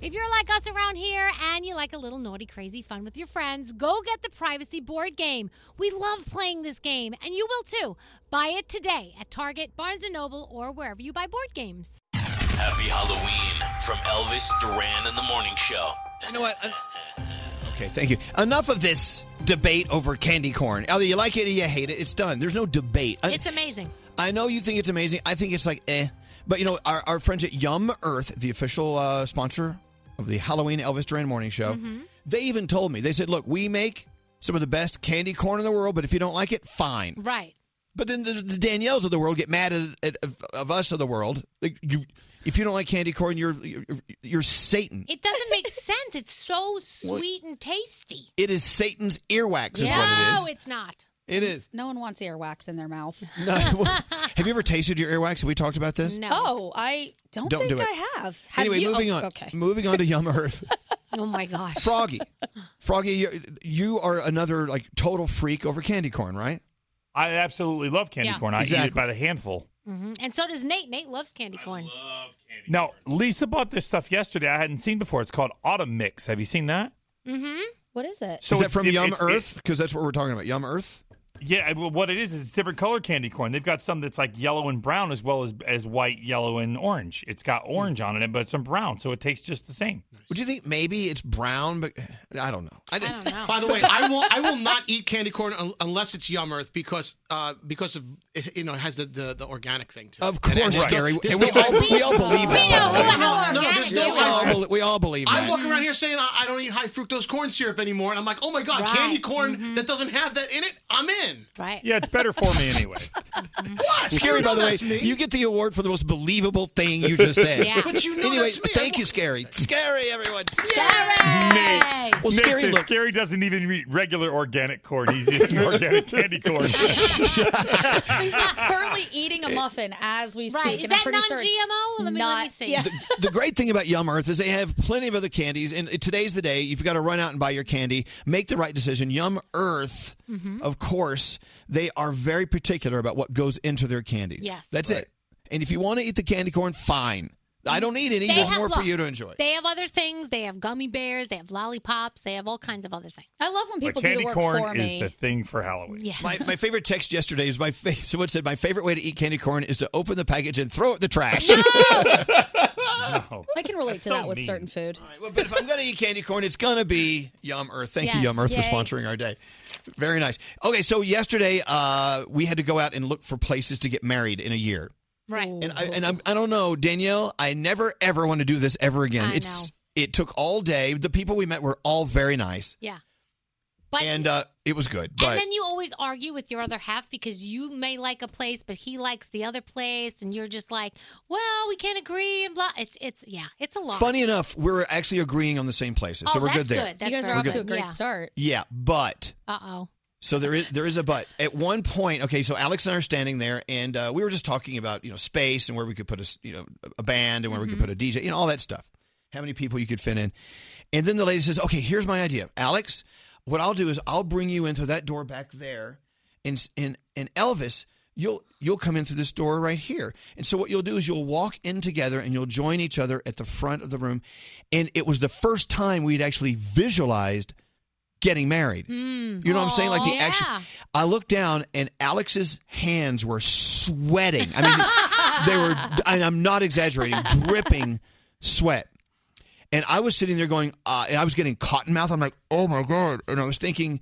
Speaker 1: If you're like us around here and you like a little naughty, crazy fun with your friends, go get the Privacy Board Game. We love playing this game, and you will too. Buy it today at Target, Barnes & Noble, or wherever you buy board games.
Speaker 7: Happy Halloween from Elvis Duran and the Morning Show.
Speaker 5: You know what? Okay, thank you. Enough of this debate over candy corn. Either you like it or you hate it. It's done. There's no debate. I-
Speaker 1: It's amazing.
Speaker 5: I know you think it's amazing. I think it's like eh. But you know, our, our friends at Yum Earth, the official uh, sponsor of the Halloween Elvis Duran Morning Show,
Speaker 1: Mm-hmm.
Speaker 5: they even told me they said, "Look, we make some of the best candy corn in the world, but if you don't like it, fine."
Speaker 1: Right.
Speaker 5: But then the, the Danielles of the world get mad at, at of, of us of the world. Like you, if you don't like candy corn, you're you're, you're Satan.
Speaker 1: It doesn't make sense. It's so sweet and tasty.
Speaker 5: It is Satan's earwax, is
Speaker 1: no,
Speaker 5: what it is.
Speaker 1: it's not.
Speaker 5: It is.
Speaker 4: No one wants earwax in their mouth.
Speaker 5: No, Have you ever tasted your earwax? Have we talked about this?
Speaker 4: Oh, I don't,
Speaker 5: Don't
Speaker 4: think
Speaker 5: do it.
Speaker 4: I have. have
Speaker 5: Anyway,
Speaker 4: you?
Speaker 5: moving
Speaker 4: Oh,
Speaker 5: on.
Speaker 4: Okay.
Speaker 5: Moving on to Yum Earth.
Speaker 1: Oh my gosh.
Speaker 5: Froggy, Froggy, you, you are another like total freak over candy corn, right?
Speaker 8: I absolutely love candy
Speaker 1: Yeah.
Speaker 8: corn. I eat it
Speaker 5: Exactly.
Speaker 8: by the handful.
Speaker 1: hmm And so does Nate. Nate loves candy corn.
Speaker 8: Now, Lisa bought this stuff yesterday I hadn't seen before. It's called Autumn Mix. Have you seen that?
Speaker 1: Mm-hmm.
Speaker 4: What is it?
Speaker 8: So
Speaker 5: is that
Speaker 8: it's-
Speaker 5: from
Speaker 8: it-
Speaker 5: Yum
Speaker 8: it's-
Speaker 5: Earth? Because that's what we're talking about. Yum Earth.
Speaker 8: Yeah, well, what it is is it's different color candy corn. They've got some that's like yellow and brown as well as as white, yellow, and orange. It's got orange on it, but it's some brown, so it tastes just the same.
Speaker 5: Would you think maybe it's brown? But I don't know. I,
Speaker 1: don't know.
Speaker 10: By the way, I will I will not eat candy corn un- unless it's Yum Earth because uh, because of you know it has the, the, the organic thing to it.
Speaker 5: Of course,
Speaker 10: it's-
Speaker 5: Gary,
Speaker 10: there's
Speaker 5: and we
Speaker 10: no-
Speaker 5: all- we all believe We it. know who the hell
Speaker 10: No,
Speaker 5: organic
Speaker 10: there's no
Speaker 5: is. We all bel- we all believe
Speaker 10: I
Speaker 5: that.
Speaker 10: walk around here saying I, I don't eat high fructose corn syrup anymore, and I'm like, oh my god,
Speaker 8: Right.
Speaker 10: candy corn that doesn't have that in it, I'm in.
Speaker 1: Mm-hmm. Right.
Speaker 8: Yeah, it's better for me anyway.
Speaker 5: Ah, Scary,
Speaker 2: You know
Speaker 5: by the way,
Speaker 2: that's me.
Speaker 5: you get the award for the most believable thing you just said.
Speaker 2: Yeah. But you know
Speaker 5: anyway,
Speaker 2: that's me.
Speaker 5: thank you, Scary. Scary, everyone.
Speaker 8: Nate.
Speaker 5: Well,
Speaker 8: Nate
Speaker 5: scary
Speaker 8: says
Speaker 5: look-
Speaker 8: Scary doesn't even eat regular organic corn. He's eating organic candy corn.
Speaker 4: He's not currently eating a muffin as we speak.
Speaker 1: Right. Is
Speaker 4: and I'm
Speaker 1: that
Speaker 4: pretty sure it's
Speaker 1: non-GMO? Let me- let me
Speaker 4: not-
Speaker 1: see.
Speaker 4: Yeah.
Speaker 5: the great thing about Yum Earth is they have plenty of other candies, and today's the day. You've got to run out and buy your candy. Make the right decision. Yum Earth,
Speaker 1: Mm-hmm.
Speaker 2: Mhm.
Speaker 5: of course, they are very particular about what goes into their candies.
Speaker 1: Yes.
Speaker 5: that's it. And if you want to eat the candy corn, fine. I don't need any.
Speaker 1: They
Speaker 5: There's
Speaker 1: have-
Speaker 5: more for
Speaker 1: look,
Speaker 5: you to enjoy.
Speaker 1: They have other things. They have gummy bears. They have lollipops. They have all kinds of other things.
Speaker 4: I love when
Speaker 8: But candy corn is the thing for Halloween.
Speaker 1: Yes.
Speaker 5: My, my favorite text yesterday is my fa- someone said my favorite way to eat candy corn is to open the package and throw it in the trash.
Speaker 4: I can relate to
Speaker 5: so
Speaker 4: that with
Speaker 5: mean.
Speaker 4: certain food.
Speaker 5: but if I'm going to eat candy corn, it's going to be Yum Earth. Thank you,
Speaker 4: Yes.
Speaker 5: Yum Earth,
Speaker 4: Yay.
Speaker 5: for sponsoring our day. Very nice. Okay, so yesterday uh, we had to go out and look for places to get married in a year.
Speaker 1: Right.
Speaker 5: And I, and I'm, I don't know, Danielle. I never ever want to do this ever again.
Speaker 1: I
Speaker 5: it's
Speaker 1: know.
Speaker 5: it took all day. The people we met were all very nice,
Speaker 1: Yeah. But
Speaker 5: and uh, it was good. But
Speaker 1: and then you always argue with your other half because you may like a place, but he likes the other place, and you're just like, "Well, we can't agree," and blah. It's it's yeah, it's a lot.
Speaker 5: funny enough, we're actually agreeing on the same places, so
Speaker 1: Oh,
Speaker 5: we're
Speaker 1: that's
Speaker 5: good there.
Speaker 1: good. That's
Speaker 4: you guys
Speaker 1: very
Speaker 4: are off
Speaker 5: good.
Speaker 4: to a great
Speaker 1: Yeah.
Speaker 4: start.
Speaker 5: Yeah, but
Speaker 1: Uh oh.
Speaker 5: So there is there is a but. At one point, okay, so Alex and I are standing there, and uh, we were just talking about you know space and where we could put a s- you know a band and where we could put a DJ, you know all that stuff. How many people you could fit in, and then the lady says, "Okay, here's my idea, Alex. What I'll do is I'll bring you in through that door back there, and s- and and Elvis." You'll you'll come in through this door right here, and so what you'll do is you'll walk in together and you'll join each other at the front of the room, and it was the first time we'd actually visualized getting married. You know what I'm saying? Like the
Speaker 2: Aw.
Speaker 5: action.
Speaker 2: Yeah.
Speaker 5: I looked down and Alex's hands were sweating. I mean, they were, and I'm not exaggerating, dripping sweat. And I was sitting there going, uh, and I was getting cotton mouth. I'm like, oh my God. And I was thinking,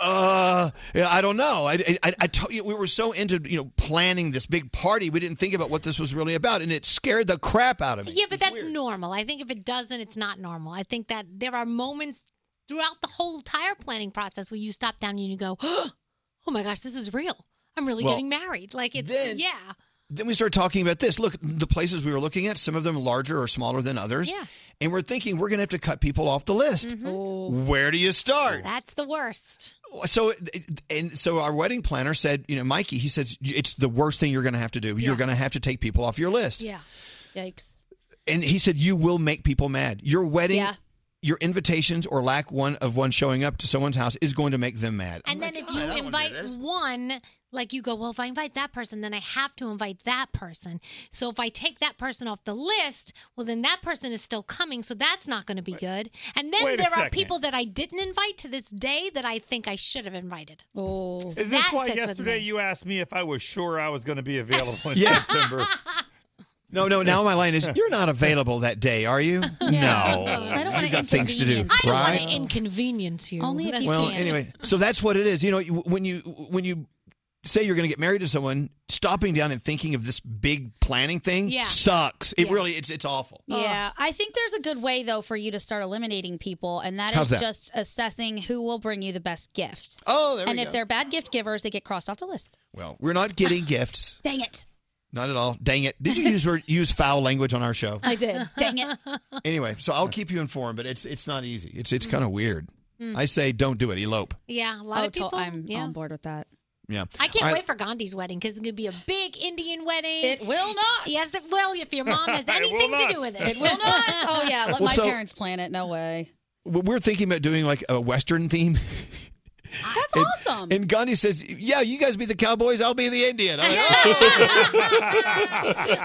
Speaker 5: uh, yeah, I don't know. I, I, I- I told you, we were so into, you know, planning this big party. We didn't think about what this was really about. And it scared the crap out of me.
Speaker 1: Yeah, but that's normal. I think if it doesn't, it's not normal. I think that there are moments throughout the whole entire planning process where you stop down and you go, "Oh my gosh, this is real. I'm really
Speaker 5: Well,
Speaker 1: getting married." Like it's yeah,
Speaker 5: Then we start talking about this. Look, the places we were looking at, some of them larger or smaller than others.
Speaker 1: Yeah. Mm-hmm.
Speaker 5: And we're thinking we're going to have to cut people off the list. Where do you start?
Speaker 1: that's the worst.
Speaker 5: So, and so our wedding planner said, you know, Mikey, he says, it's the worst thing you're going to have to do. You're going to have to take people off your list.
Speaker 1: Yeah.
Speaker 4: Yikes.
Speaker 5: And he said, you will make people mad. Your wedding,
Speaker 1: Yeah.
Speaker 5: your invitations or lack one of one showing up to someone's house is going to make them mad.
Speaker 1: And then if you invite one, like you go, well, if I invite that person, then I have to invite that person. So if I take that person off the list, well, then that person is still coming. So that's not going to be good. And then
Speaker 8: Wait a
Speaker 1: there are
Speaker 8: second.
Speaker 1: people that I didn't invite to this day that I think I should have invited.
Speaker 4: Oh,
Speaker 8: Is this why yesterday you asked me if I was sure I was going to be available in
Speaker 5: Yes.
Speaker 8: September?
Speaker 5: No, no. Now my line is, you're not available that day, are you? No,
Speaker 1: I don't want
Speaker 5: you got things to do.
Speaker 1: I don't
Speaker 5: right?
Speaker 1: want to inconvenience you. Only if
Speaker 5: well, anyway, so that's what it is. You know, you- when you when you say you're going to get married to someone, stopping down and thinking of this big planning thing
Speaker 4: Yeah.
Speaker 5: sucks. It
Speaker 4: Yeah.
Speaker 5: really it's it's awful.
Speaker 4: Yeah, I think there's a good way though for you to start eliminating people, and that is
Speaker 5: How's that?
Speaker 4: just assessing who will bring you the best gift.
Speaker 5: Oh, there we
Speaker 4: and if
Speaker 5: go.
Speaker 4: they're bad gift givers, they get crossed off the list.
Speaker 5: Well, we're not getting gifts.
Speaker 4: Dang it!
Speaker 5: Not at all. Dang it! Did you use word- use foul language on our show?
Speaker 4: I did. Dang it!
Speaker 5: Anyway, so I'll keep you informed, but it's it's not easy. It's
Speaker 4: Mm.
Speaker 5: it's kind of weird. I say don't do it. Elope.
Speaker 1: Mm. Yeah, a
Speaker 4: Oh,
Speaker 1: lot of
Speaker 4: to-
Speaker 1: people.
Speaker 4: I'm
Speaker 1: yeah.
Speaker 4: on board with that.
Speaker 5: Yeah.
Speaker 1: I can't
Speaker 5: All right.
Speaker 1: wait for Gandhi's wedding because it's going to be a big Indian wedding. It
Speaker 4: will not.
Speaker 1: Yes, it will if your mom has
Speaker 4: It will
Speaker 1: anything to
Speaker 4: not.
Speaker 1: do with it.
Speaker 4: It will not. Oh yeah, let
Speaker 5: Well,
Speaker 4: my
Speaker 5: so-
Speaker 4: parents plan it. No way.
Speaker 5: Well, We're thinking about doing like a western theme.
Speaker 4: That's awesome.
Speaker 5: And Gandhi says, "Yeah, you guys be the cowboys. I'll be the Indian." I'm like,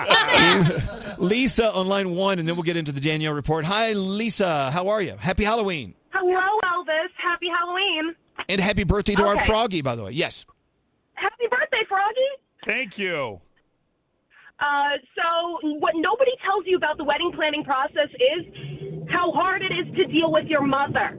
Speaker 5: "Oh." Lisa on line one, and then we'll get into the Danielle report. Hi, Lisa. How are you? Happy Halloween
Speaker 3: Hello, Elvis. Happy Halloween.
Speaker 5: and happy birthday to our
Speaker 3: Okay.
Speaker 5: Froggy, by the way. Yes.
Speaker 3: Happy birthday, Froggy.
Speaker 8: Thank you.
Speaker 3: Uh, so, what nobody tells you about the wedding planning process is how hard it is to deal with your mother.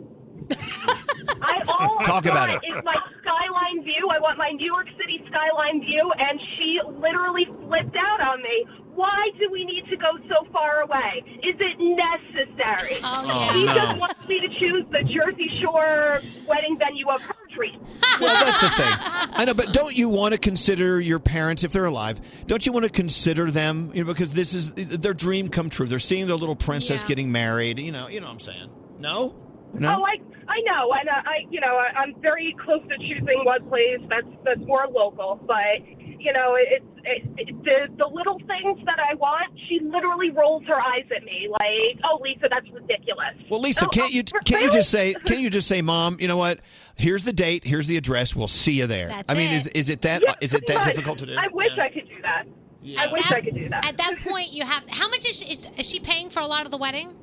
Speaker 3: I all I
Speaker 2: Talk about
Speaker 3: want
Speaker 2: it.
Speaker 3: is my skyline view. I want my New York City skyline view, and she literally flipped out on me. Why do we need to go so far away? Is it necessary?
Speaker 2: yeah.
Speaker 3: she
Speaker 2: Oh,
Speaker 3: just
Speaker 2: no.
Speaker 3: wants me to choose the Jersey Shore wedding venue of her dreams.
Speaker 5: Well, that's the thing. I I know, but don't you want to consider your parents if they're alive? Don't you want to consider them? You know, because this is their dream come true. They're seeing their little princess
Speaker 1: Yeah.
Speaker 5: getting married. You know, you know what I'm saying? No,
Speaker 3: Oh,
Speaker 5: no.
Speaker 3: I I know, and I, I you know I, I'm very close to choosing one place that's that's more local, but you know it's it, it, the the little things that I want. She literally rolls her eyes at me like, "Oh, Lisa, that's ridiculous."
Speaker 5: Well, Lisa,
Speaker 3: Oh,
Speaker 5: can't
Speaker 3: oh,
Speaker 5: you
Speaker 3: r-
Speaker 5: can't you
Speaker 3: really?
Speaker 5: just say can't you just say, Mom? You know what? Here's the date. Here's the address. We'll see you there.
Speaker 1: That's
Speaker 5: I mean,
Speaker 1: it.
Speaker 5: is is it that
Speaker 1: Yeah,
Speaker 5: is it
Speaker 1: pretty
Speaker 5: that
Speaker 1: much.
Speaker 5: difficult to do?
Speaker 1: I wish
Speaker 5: Yeah.
Speaker 1: I
Speaker 3: could do that.
Speaker 5: Yeah.
Speaker 1: wish I could do that. At that point, you have how much is she, is, is she paying for a lot of the wedding?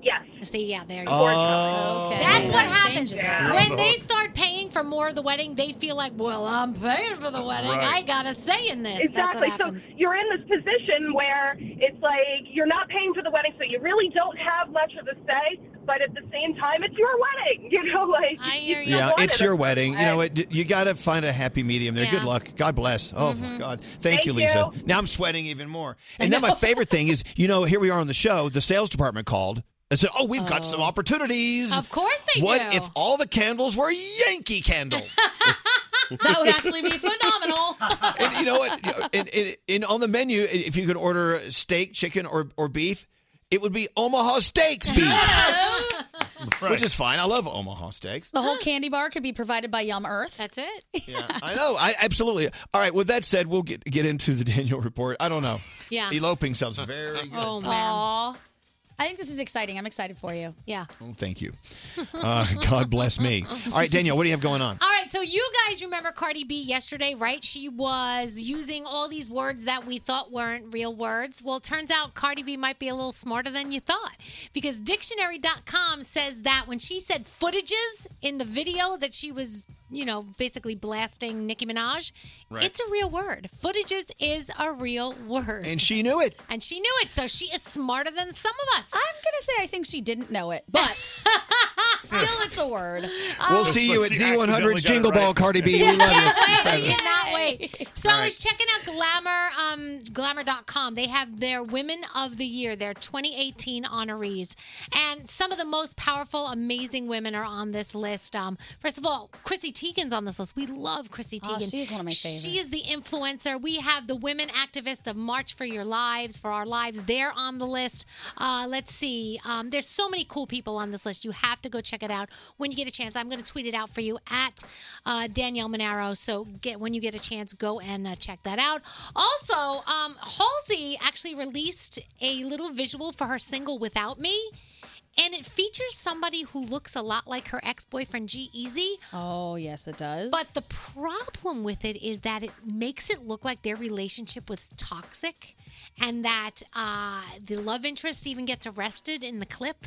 Speaker 3: Yes.
Speaker 1: See, yeah, there you
Speaker 5: Oh.
Speaker 1: go.
Speaker 5: Okay.
Speaker 1: That's what
Speaker 5: That
Speaker 1: happens.
Speaker 5: changes it. You're on
Speaker 1: When
Speaker 5: the
Speaker 1: they
Speaker 5: hook.
Speaker 1: start paying for more of the wedding, they feel like, well, I'm paying for the wedding.
Speaker 5: Right.
Speaker 1: I got a say in this. That's what
Speaker 3: Exactly.
Speaker 1: happens.
Speaker 3: So you're in this position where it's like you're not paying for the wedding, so you really don't have much of a say. But at the same time, it's your wedding. You know, like I hear
Speaker 5: Yeah, it's your wedding. You know what? You got to find a happy medium there. Good
Speaker 3: Yeah.
Speaker 5: luck. God bless. Oh my
Speaker 1: Mm-hmm.
Speaker 3: Mhm.
Speaker 5: God. Thank,
Speaker 3: Thank
Speaker 5: you, Lisa.
Speaker 3: you.
Speaker 5: Now I'm sweating even more. And then my favorite thing is, you know, here we are on the show. The sales department called and said, "Oh, we've got some opportunities."
Speaker 1: Of course they
Speaker 5: What
Speaker 1: do.
Speaker 5: if all the candles were Yankee candles?
Speaker 4: That would actually be phenomenal.
Speaker 5: and you know what? In, in, in- on the menu, if you could order steak, chicken, or or beef, it would be Omaha Steaks beef, which is fine. I love Omaha Steaks.
Speaker 4: The whole candy bar could be provided by Yum Earth. That's it.
Speaker 5: Yeah, I know. I absolutely. All right. With that said, we'll get get into the Daniel report. I don't know.
Speaker 4: Yeah.
Speaker 5: Eloping sounds very. good.
Speaker 4: Oh man. I think this is exciting. I'm excited for you.
Speaker 1: Yeah.
Speaker 5: Oh, thank you. Uh, God bless me. All right, Daniel, what do you have going on?
Speaker 1: All right, so you guys remember Cardi B yesterday, right? She was using all these words that we thought weren't real words. Well, turns out Cardi B might be a little smarter than you thought because dictionary.com says that when she said footages in the video that she was, you know, basically blasting Nicki Minaj,
Speaker 5: Right.
Speaker 1: it's a real word. Footages is a real word.
Speaker 5: And she knew it.
Speaker 1: And she knew it, so she is smarter than some of us. I'm
Speaker 4: going to say I think she didn't know it, but still it's a word.
Speaker 5: We'll see you at Z100's Jingle Ball, Cardi B. We love you.
Speaker 1: I cannot wait. So
Speaker 5: All
Speaker 1: I was checking out Glamour, um, Glamour.com. They have their Women of the Year, their 2018 honorees. And some of the most powerful, amazing women are on this list. Um, first of all, Chrissy Teigen's on this list. We love Chrissy
Speaker 4: Oh,
Speaker 1: Teigen.
Speaker 4: she is one of my
Speaker 1: She is the influencer. We have the women activists of March for Your Lives, for Our Lives. They're on the list. Uh, let's see. Um, there's so many cool people on this list. You have to go check it out when you get a chance. I'm going to tweet it out for you at uh, Danielle Monaro. So get when you get a chance, go and uh, check that out. Also, um, Halsey actually released a little visual for her single "Without Me." And it features somebody who looks a lot like her ex boyfriend, G Easy.
Speaker 4: Oh, yes, it does.
Speaker 1: But the problem with it is that it makes it look like their relationship was toxic and that uh, the love interest even gets arrested in the clip.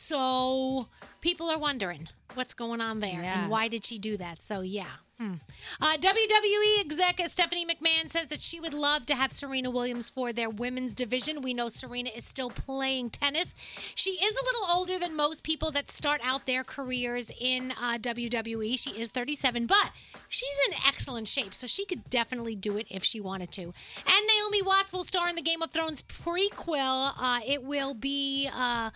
Speaker 1: So people are wondering what's going on there
Speaker 4: Yeah.
Speaker 1: and why did she do that? So, yeah. Hmm. Uh, WWE exec Stephanie McMahon says that she would love to have Serena Williams for their women's division. We know Serena is still playing tennis. She is a little older than most people that start out their careers in uh, WWE. She is 37, but she's in excellent shape, so she could definitely do it if she wanted to. And Naomi Watts will star in the Game of Thrones prequel. Uh, it will be. Uh,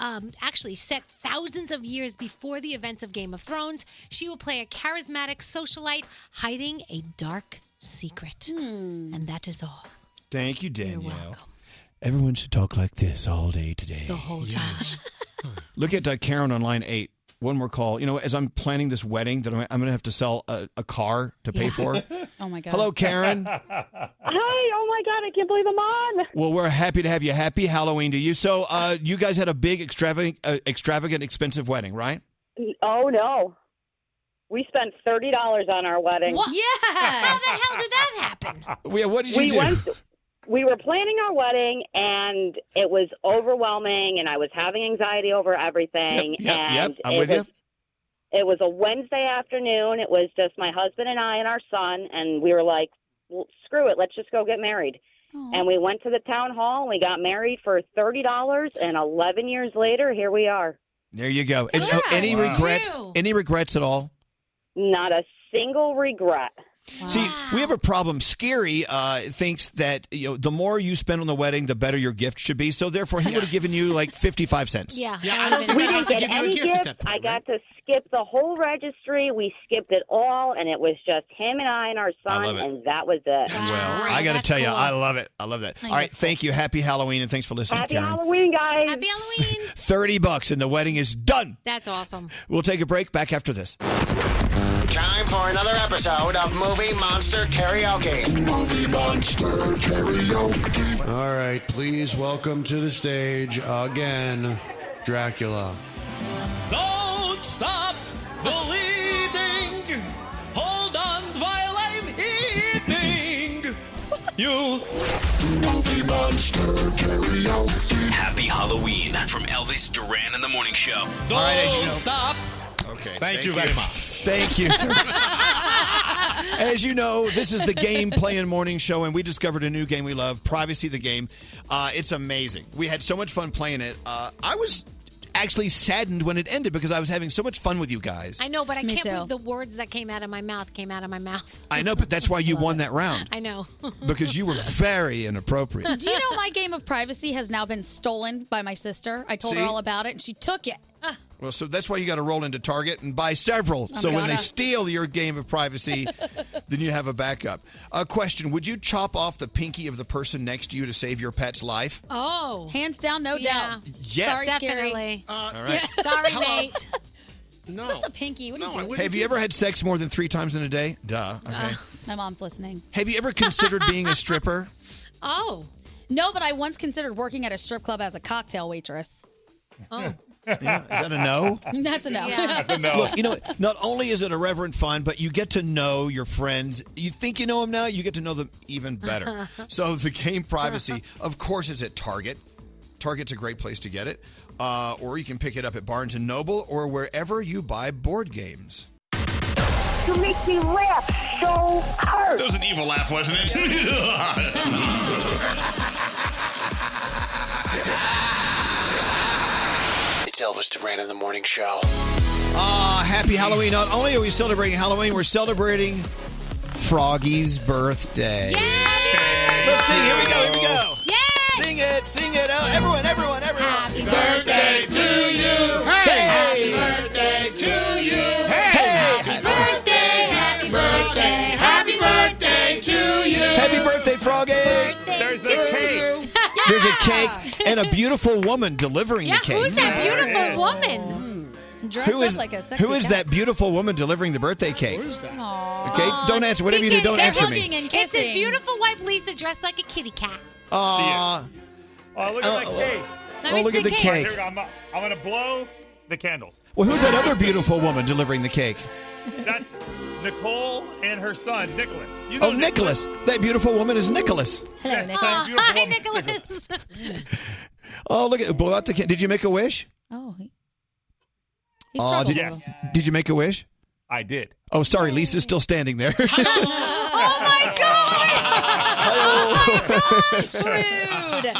Speaker 1: um, actually set thousands of years before the events of Game of Thrones. She will play a charismatic socialite hiding a dark secret.
Speaker 5: Hmm.
Speaker 1: And that is all.
Speaker 5: Thank you, Daniel. Everyone should talk like this all day today.
Speaker 1: The whole time.
Speaker 5: Look at uh, Karen on line eight. One more call. You know, as I'm planning this wedding that I'm, I'm going to have to sell a, a car to pay for.
Speaker 4: oh my god.
Speaker 5: Hello, Karen.
Speaker 6: Hi! Oh my God! I can't believe I'm on.
Speaker 5: Well, we're happy to have you. Happy Halloween to you. So, uh, you guys had a big, extravagant, uh, extravagant, expensive wedding, right?
Speaker 6: Oh no, we spent thirty dollars on our wedding.
Speaker 1: Yeah. How the hell did that happen?
Speaker 5: Yeah. What did you
Speaker 6: we
Speaker 5: do?
Speaker 6: went. We were planning our wedding, and it was overwhelming, and I was having anxiety over everything.
Speaker 5: Yep, yep,
Speaker 6: and
Speaker 5: yep, I'm
Speaker 6: it
Speaker 5: with
Speaker 6: was,
Speaker 5: you.
Speaker 6: It was a Wednesday afternoon. It was just my husband and I and our son, and we were like, well, "Screw it, let's just go get married." And we went to the town hall. and We got married for thirty dollars, and eleven years later, here we are.
Speaker 5: There you go. And, uh, any
Speaker 6: Wow.
Speaker 5: regrets? Any regrets at all?
Speaker 6: Not a single regret.
Speaker 5: See, we have a problem. Scary uh, thinks that you know the more you spend on the wedding, the better your gift should be. So therefore, he would have given you like fifty-five cents.
Speaker 1: Yeah.
Speaker 10: Yeah,
Speaker 6: I don't
Speaker 10: think
Speaker 6: I
Speaker 10: I could
Speaker 6: didn't
Speaker 10: give
Speaker 6: get
Speaker 10: you a
Speaker 6: any
Speaker 10: gift at
Speaker 6: gift.
Speaker 10: that
Speaker 6: I got to skip the whole registry. We skipped it all, and it was just him and I and our
Speaker 5: I
Speaker 6: son,
Speaker 5: love it.
Speaker 6: and that was it.
Speaker 5: Well, I got to tell you, I love it. I love that. All right, thank you. Happy Halloween, and thanks for listening,
Speaker 6: Happy
Speaker 5: Karen.
Speaker 6: Halloween, guys.
Speaker 1: Happy Halloween.
Speaker 5: Thirty bucks, and the wedding is done.
Speaker 1: That's awesome.
Speaker 5: We'll take a break. Back after this.
Speaker 13: Time for another episode of Movie Monster Karaoke. Movie Monster Karaoke.
Speaker 14: All right, please welcome to the stage again, Dracula.
Speaker 2: Don't stop bleeding. Hold on while I'm eating. You. Movie monster karaoke.
Speaker 7: Happy Halloween from Elvis Duran in the Morning Show.
Speaker 2: Don't stop.
Speaker 5: Okay.
Speaker 8: Thank you very much.
Speaker 5: Thank you, sir. As you know, this is the game play and morning show, and we discovered a new game we love, Privacy the Game. Uh, it's amazing. We had so much fun playing it. Uh, I was actually saddened when it ended because I was having so much fun with you guys.
Speaker 1: I know, but I
Speaker 5: Me
Speaker 1: can't
Speaker 5: too.
Speaker 1: believe the words that came out of my mouth came out of my mouth.
Speaker 5: I know, but that's why you won that round
Speaker 1: I know.
Speaker 5: because you were very inappropriate.
Speaker 4: Do you know my game of privacy has now been stolen by my sister? I told her
Speaker 5: See?
Speaker 4: all about it, and she took it.
Speaker 5: Well, so that's why you got to roll into Target and buy several.
Speaker 4: I'm
Speaker 5: so when they
Speaker 4: gonna.
Speaker 5: steal your game of privacy, then you have a backup. A question Would you chop off the pinky of the person next to you to save your pet's life?
Speaker 1: Oh,
Speaker 4: hands down, no doubt.
Speaker 5: Yes.
Speaker 4: Sorry,
Speaker 1: Definitely.
Speaker 5: All right.
Speaker 1: Sorry,
Speaker 4: Hello.
Speaker 1: Nate.
Speaker 10: No.
Speaker 4: It's just a pinky. What are you doing?
Speaker 5: Hey, have you ever had sex more than three times in a day? Duh. Okay.
Speaker 4: Ugh, my mom's listening.
Speaker 5: have you ever considered being a stripper?
Speaker 4: Oh. No, but I once considered working at a strip club as a cocktail waitress. Oh.
Speaker 5: Yeah. Is that a no?
Speaker 4: That's a no.
Speaker 5: Look, you know, not only is it irreverent fun, but you get to know your friends. You think you know them now, you get to know them even better. so the game privacy, of course, is at Target. Target's a great place to get it, uh, or you can pick it up at Barnes and Noble or wherever you buy board games.
Speaker 2: You make me laugh so hard.
Speaker 5: That was an evil laugh, wasn't
Speaker 14: It's Elvis Duran in the morning show.
Speaker 5: Ah, happy Halloween! Not only are we celebrating Halloween, we're celebrating Froggy's birthday. Let's see. Here we go. Here we go.
Speaker 2: Yeah.
Speaker 5: Sing it. Sing it. out. everyone. Everyone. Everyone.
Speaker 2: Happy birthday to you. Hey. Happy birthday to you. Hey. Happy birthday. Happy birthday. Happy birthday to you.
Speaker 5: Happy birthday, Froggy!
Speaker 2: There's the cake.
Speaker 5: There's a cake and a beautiful woman delivering
Speaker 1: Yeah,
Speaker 5: the cake.
Speaker 1: who's that beautiful
Speaker 5: Hmm.
Speaker 1: woman?
Speaker 4: Dressed
Speaker 5: Who is, who is that beautiful woman delivering the birthday cake? Okay, don't answer. Whatever you do, don't answer me.
Speaker 1: It's his beautiful wife Lisa dressed like a kitty cat.
Speaker 5: Aw.
Speaker 8: Oh, look
Speaker 5: Uh,
Speaker 8: at that cake.
Speaker 1: Let me Oh, look see at the the cake. cake.
Speaker 8: Here we go. I'm, not- I'm going to blow the candles.
Speaker 5: Well, who's that other beautiful woman delivering the cake?
Speaker 8: That's Nicole and her son, Nicholas. You know
Speaker 5: Oh, Nicholas. That beautiful woman is Nicholas.
Speaker 4: Hello,
Speaker 8: Nicholas. hi,
Speaker 1: Nicholas.
Speaker 5: Oh, look at blow out the cake. Did you make a wish?
Speaker 4: Oh. He,
Speaker 5: Aw, did, did you make a wish?
Speaker 8: I did.
Speaker 5: Oh, sorry, Lisa's still standing there.
Speaker 2: Oh my gosh! Oh my gosh! Rude.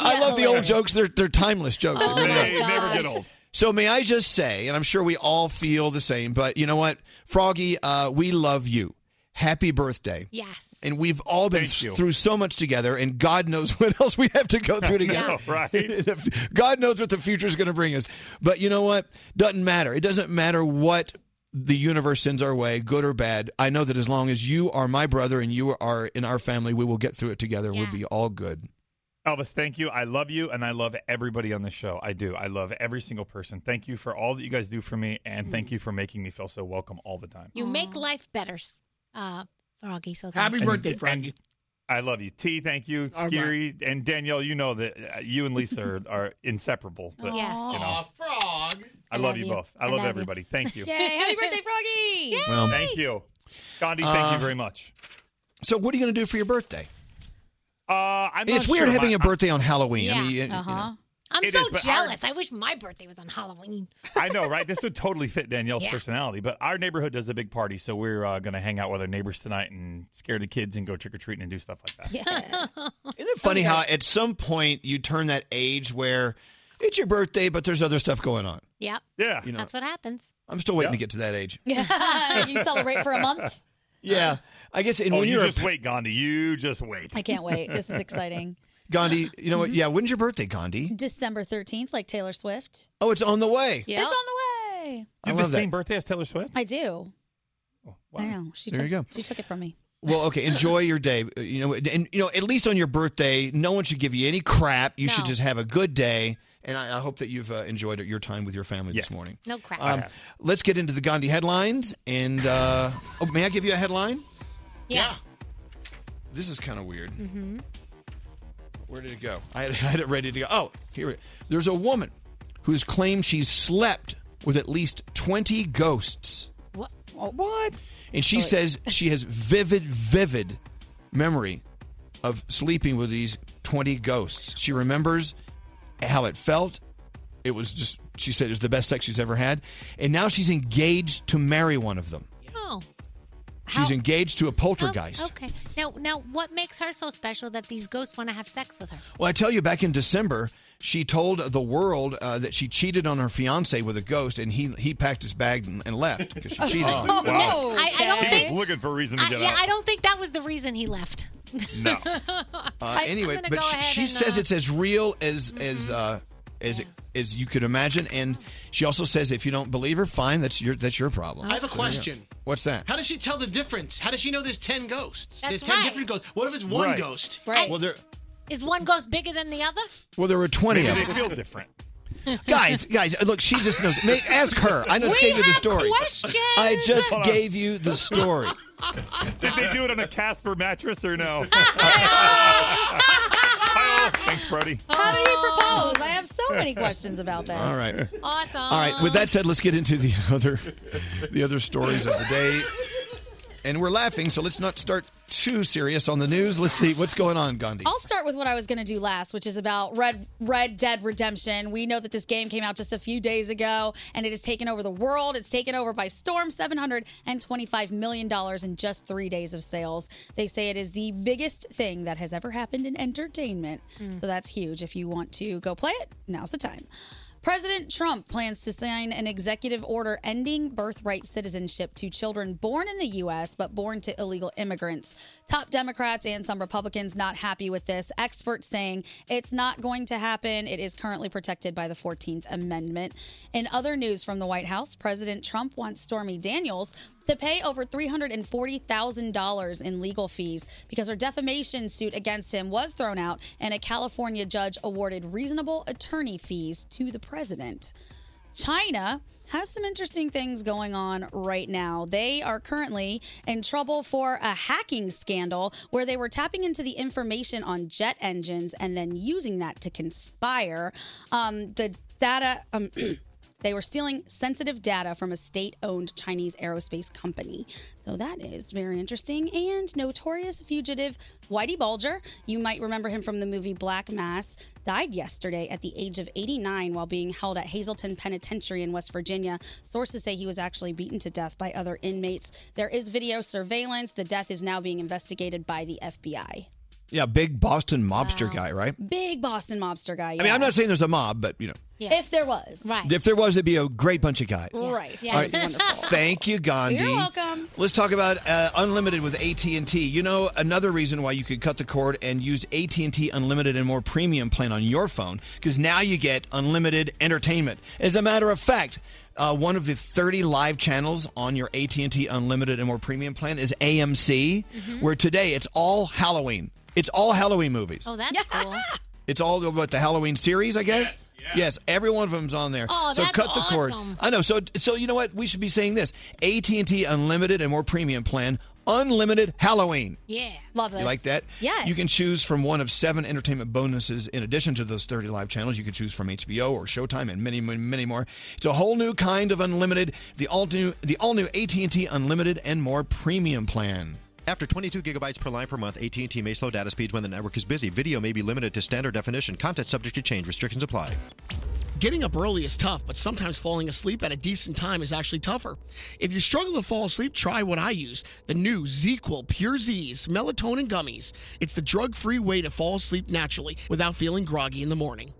Speaker 5: I love the old jokes. They're they're timeless jokes.
Speaker 8: Oh,
Speaker 5: They really
Speaker 8: my
Speaker 5: are.
Speaker 8: Never get old.
Speaker 5: So may I just say, and I'm sure we all feel the same, but you know what, Froggy, uh, we love you. Happy birthday.
Speaker 1: Yes.
Speaker 5: And we've all been
Speaker 8: Thank you.
Speaker 5: through so much together, and God knows what else we have to go through together.
Speaker 8: No, right?
Speaker 5: God knows what the future is going to bring us. But you know what? Doesn't matter. It doesn't matter what the universe sends our way, good or bad. I know that as long as you are my brother and you are in our family, we will get through it together. We'll be all good.
Speaker 8: Elvis, thank you. I love you, and I love everybody on the show. I do. I love every single person. Thank you for all that you guys do for me, and thank you for making me feel so welcome all the time.
Speaker 1: You make life better, s- uh, Froggy. So
Speaker 8: And- and- I love you, T. Thank you,
Speaker 1: All right.
Speaker 8: Scary, and Danielle. You know that uh, you and Lisa are, are inseparable. But,
Speaker 1: Yes.
Speaker 8: you know,
Speaker 10: frog.
Speaker 8: I, love you both. I, love, everybody. Thank you.
Speaker 4: happy birthday, Froggy!
Speaker 5: Well-
Speaker 8: thank you, Gandhi.
Speaker 5: Uh,
Speaker 8: Thank you very much.
Speaker 5: So, what are you going to do for your birthday?
Speaker 8: Uh, I'm
Speaker 5: it's
Speaker 8: not
Speaker 5: weird
Speaker 8: sure.
Speaker 5: having
Speaker 8: My-
Speaker 5: a birthday on Halloween. I mean, you- you
Speaker 8: uh-huh.
Speaker 5: know.
Speaker 1: uh-huh. I'm
Speaker 8: It
Speaker 1: so
Speaker 8: is, but our-
Speaker 1: jealous. I wish my birthday was on Halloween.
Speaker 8: I know, right? This would totally fit Danielle's
Speaker 1: Yeah.
Speaker 8: personality. But our neighborhood does a big party, so we're uh, going to hang out with our neighbors tonight and scare the kids and go trick or treating and do stuff like that.
Speaker 5: Isn't it funny how Uh, at some point you turn that age where it's your birthday, but there's other stuff going on.
Speaker 1: Yep.
Speaker 5: Yeah. You know.
Speaker 1: That's what happens.
Speaker 5: I'm still waiting to get to that age.
Speaker 4: you celebrate for a month?
Speaker 5: Yeah. I guess. And
Speaker 8: oh,
Speaker 5: when
Speaker 8: you
Speaker 5: are
Speaker 8: just wait, Gandhi. You just wait.
Speaker 4: I can't wait. This is exciting. Mm-hmm.
Speaker 5: Gandhi, you know what? Yeah, when's your birthday, Gandhi?
Speaker 4: December 13th, like Taylor Swift.
Speaker 5: Oh, it's on the way.
Speaker 4: It's on the
Speaker 5: I
Speaker 4: way.
Speaker 8: You have
Speaker 5: love
Speaker 8: the
Speaker 5: that.
Speaker 8: same birthday as Taylor Swift?
Speaker 4: I do. I know. She
Speaker 5: Oh, There
Speaker 4: took,
Speaker 5: you go.
Speaker 4: She took it from me.
Speaker 5: Well, okay. Enjoy your day. Uh, You know, and you know, at least on your birthday, no one should give you any crap. You should
Speaker 4: No.
Speaker 5: just have a good day. And I, I hope that you've uh, enjoyed your time with your family this morning.
Speaker 1: No
Speaker 15: Uh,
Speaker 1: crap.
Speaker 5: Um, let's get into the Gandhi headlines. And uh, oh, may I give you a headline?
Speaker 1: yeah.
Speaker 5: This is kind of weird.
Speaker 1: Mm-hmm.
Speaker 5: Where did it go? I had, I had it ready to go. Oh, here it. There's a woman who's claimed she's slept with at least 20 ghosts.
Speaker 1: What?
Speaker 8: Oh,
Speaker 4: What?
Speaker 5: And she says she has vivid, vivid memory of sleeping with these 20 ghosts. She remembers how it felt. It was just, she said it was the best sex she's ever had. And now she's engaged to marry one of them.
Speaker 1: Oh.
Speaker 5: She's engaged to a poltergeist.
Speaker 1: Okay. Now, now, what makes her so special that these ghosts want to have sex with her?
Speaker 5: Well, I tell you, back in December, she told the world uh, that she cheated on her fiance with a ghost, and he he packed his bag and, and left because she cheated.
Speaker 1: Oh, no. I, I
Speaker 8: He
Speaker 1: don't think.
Speaker 8: was looking for a reason to get
Speaker 1: Yeah,
Speaker 8: out.
Speaker 1: I don't think that was the reason he left.
Speaker 5: No. Uh,
Speaker 1: I- I'm
Speaker 5: anyway,
Speaker 1: gonna
Speaker 5: but
Speaker 1: go
Speaker 5: she,
Speaker 1: ahead
Speaker 5: she
Speaker 1: and,
Speaker 5: says
Speaker 1: uh, Mm-hmm.
Speaker 5: it's as real as as uh, as as you could imagine, and she also says if you don't believe her, fine, that's your that's your problem.
Speaker 10: I have a
Speaker 5: There you go.
Speaker 10: question.
Speaker 5: What's that?
Speaker 10: How does she tell the difference? How does she know there's 10 ghosts?
Speaker 1: That's
Speaker 10: there's 10
Speaker 1: right.
Speaker 10: different ghosts. What if it's one
Speaker 5: Right.
Speaker 10: ghost?
Speaker 1: Right.
Speaker 5: Well, there
Speaker 1: Is one ghost bigger than the other?
Speaker 5: well there were twenty
Speaker 8: Maybe
Speaker 5: of
Speaker 8: they
Speaker 5: them.
Speaker 8: feel different.
Speaker 5: guys, guys, look, she just knows. May, ask her. I just
Speaker 8: We
Speaker 5: gave you the
Speaker 8: have
Speaker 5: story.
Speaker 8: questions.
Speaker 5: I just
Speaker 8: Hold on.
Speaker 5: gave you the story.
Speaker 8: Did they do it on a Casper mattress or no? Thanks, Brody.
Speaker 4: How did he propose? I have so many questions about that.
Speaker 5: All right.
Speaker 1: Awesome.
Speaker 5: All right. With that said, let's get into the other, the other stories of the day. And we're laughing, so let's not start too serious on the news. Let's see what's going on, Gandhi.
Speaker 4: I'll start with what I was going to do last, which is about Red Red Dead Redemption. We know that this game came out just a few days ago, and it has taken over the world. It's taken over by storm. Seven hundred and twenty-five million dollars in just three days of sales. They say it is the biggest thing that has ever happened in entertainment. So that's huge. If you want to go play it, now's the time. President Trump plans to sign an executive order ending birthright citizenship to children born in the U.S. but born to illegal immigrants. Top Democrats and some Republicans not happy with this. Experts saying it's not going to happen. It is currently protected by the 14th Amendment. In other news from the White House, President Trump wants Stormy Daniels to pay over $340,000 in legal fees because her defamation suit against him was thrown out and a California judge awarded reasonable attorney fees to the president. China has some interesting things going on right now. They are currently in trouble for a hacking scandal where they were tapping into the information on jet engines and then using that to conspire. Um, the data. Um, They were stealing sensitive data from a state owned Chinese aerospace company. So that is very interesting. And notorious fugitive Whitey Bulger, you might remember him from the movie Black Mass, died yesterday at the age of 89 while being held at Hazleton Penitentiary in West Virginia. Sources say he was actually beaten to death by other inmates. There is video surveillance. The death is now being investigated by the FBI.
Speaker 5: Yeah, big Boston mobster guy, right?
Speaker 4: Big Boston mobster guy.
Speaker 5: I mean,
Speaker 4: yeah.
Speaker 5: I'm not saying there's a mob, but you know,
Speaker 4: If there was. Right.
Speaker 5: if there was, it'd be a great bunch of guys.
Speaker 4: Right.
Speaker 5: All right. Thank you, Gandhi.
Speaker 4: You're welcome.
Speaker 5: Let's talk about uh, unlimited with AT&T. You know, another reason why you could cut the cord and use AT&T unlimited and more premium plan on your phone because now you get unlimited entertainment. As a matter of fact, uh, one of the 30 live channels on your AT&T unlimited and more premium plan is AMC,
Speaker 4: Mm-hmm.
Speaker 5: where today it's all Halloween. It's all Halloween movies.
Speaker 1: Oh, that's cool.
Speaker 5: It's all about the Halloween series, I guess. Yes. every one of them's on there.
Speaker 1: Oh,
Speaker 5: so
Speaker 1: that's
Speaker 5: cut the
Speaker 1: awesome.
Speaker 5: cord. I know. So so you know what? We should be saying this: AT and T unlimited and more premium plan, unlimited Halloween.
Speaker 1: Yeah. Love
Speaker 5: You like that?
Speaker 1: Yes.
Speaker 5: You can choose from one of seven entertainment bonuses in addition to those 30 live channels. You can choose from HBO or Showtime and many, many, many more. It's a whole new kind of unlimited. The all new, the all new AT&T Unlimited and More Premium plan.
Speaker 11: After 22 gigabytes per line per month, AT&T may slow data speeds when the network is busy. Video may be limited to standard definition. Content subject to change. Restrictions apply.
Speaker 15: Getting up early is tough, but sometimes falling asleep at a decent time is actually tougher. If you struggle to fall asleep, try what I use the new ZQL Pure Z's melatonin gummies. It's the drug free way to fall asleep naturally without feeling groggy in the morning.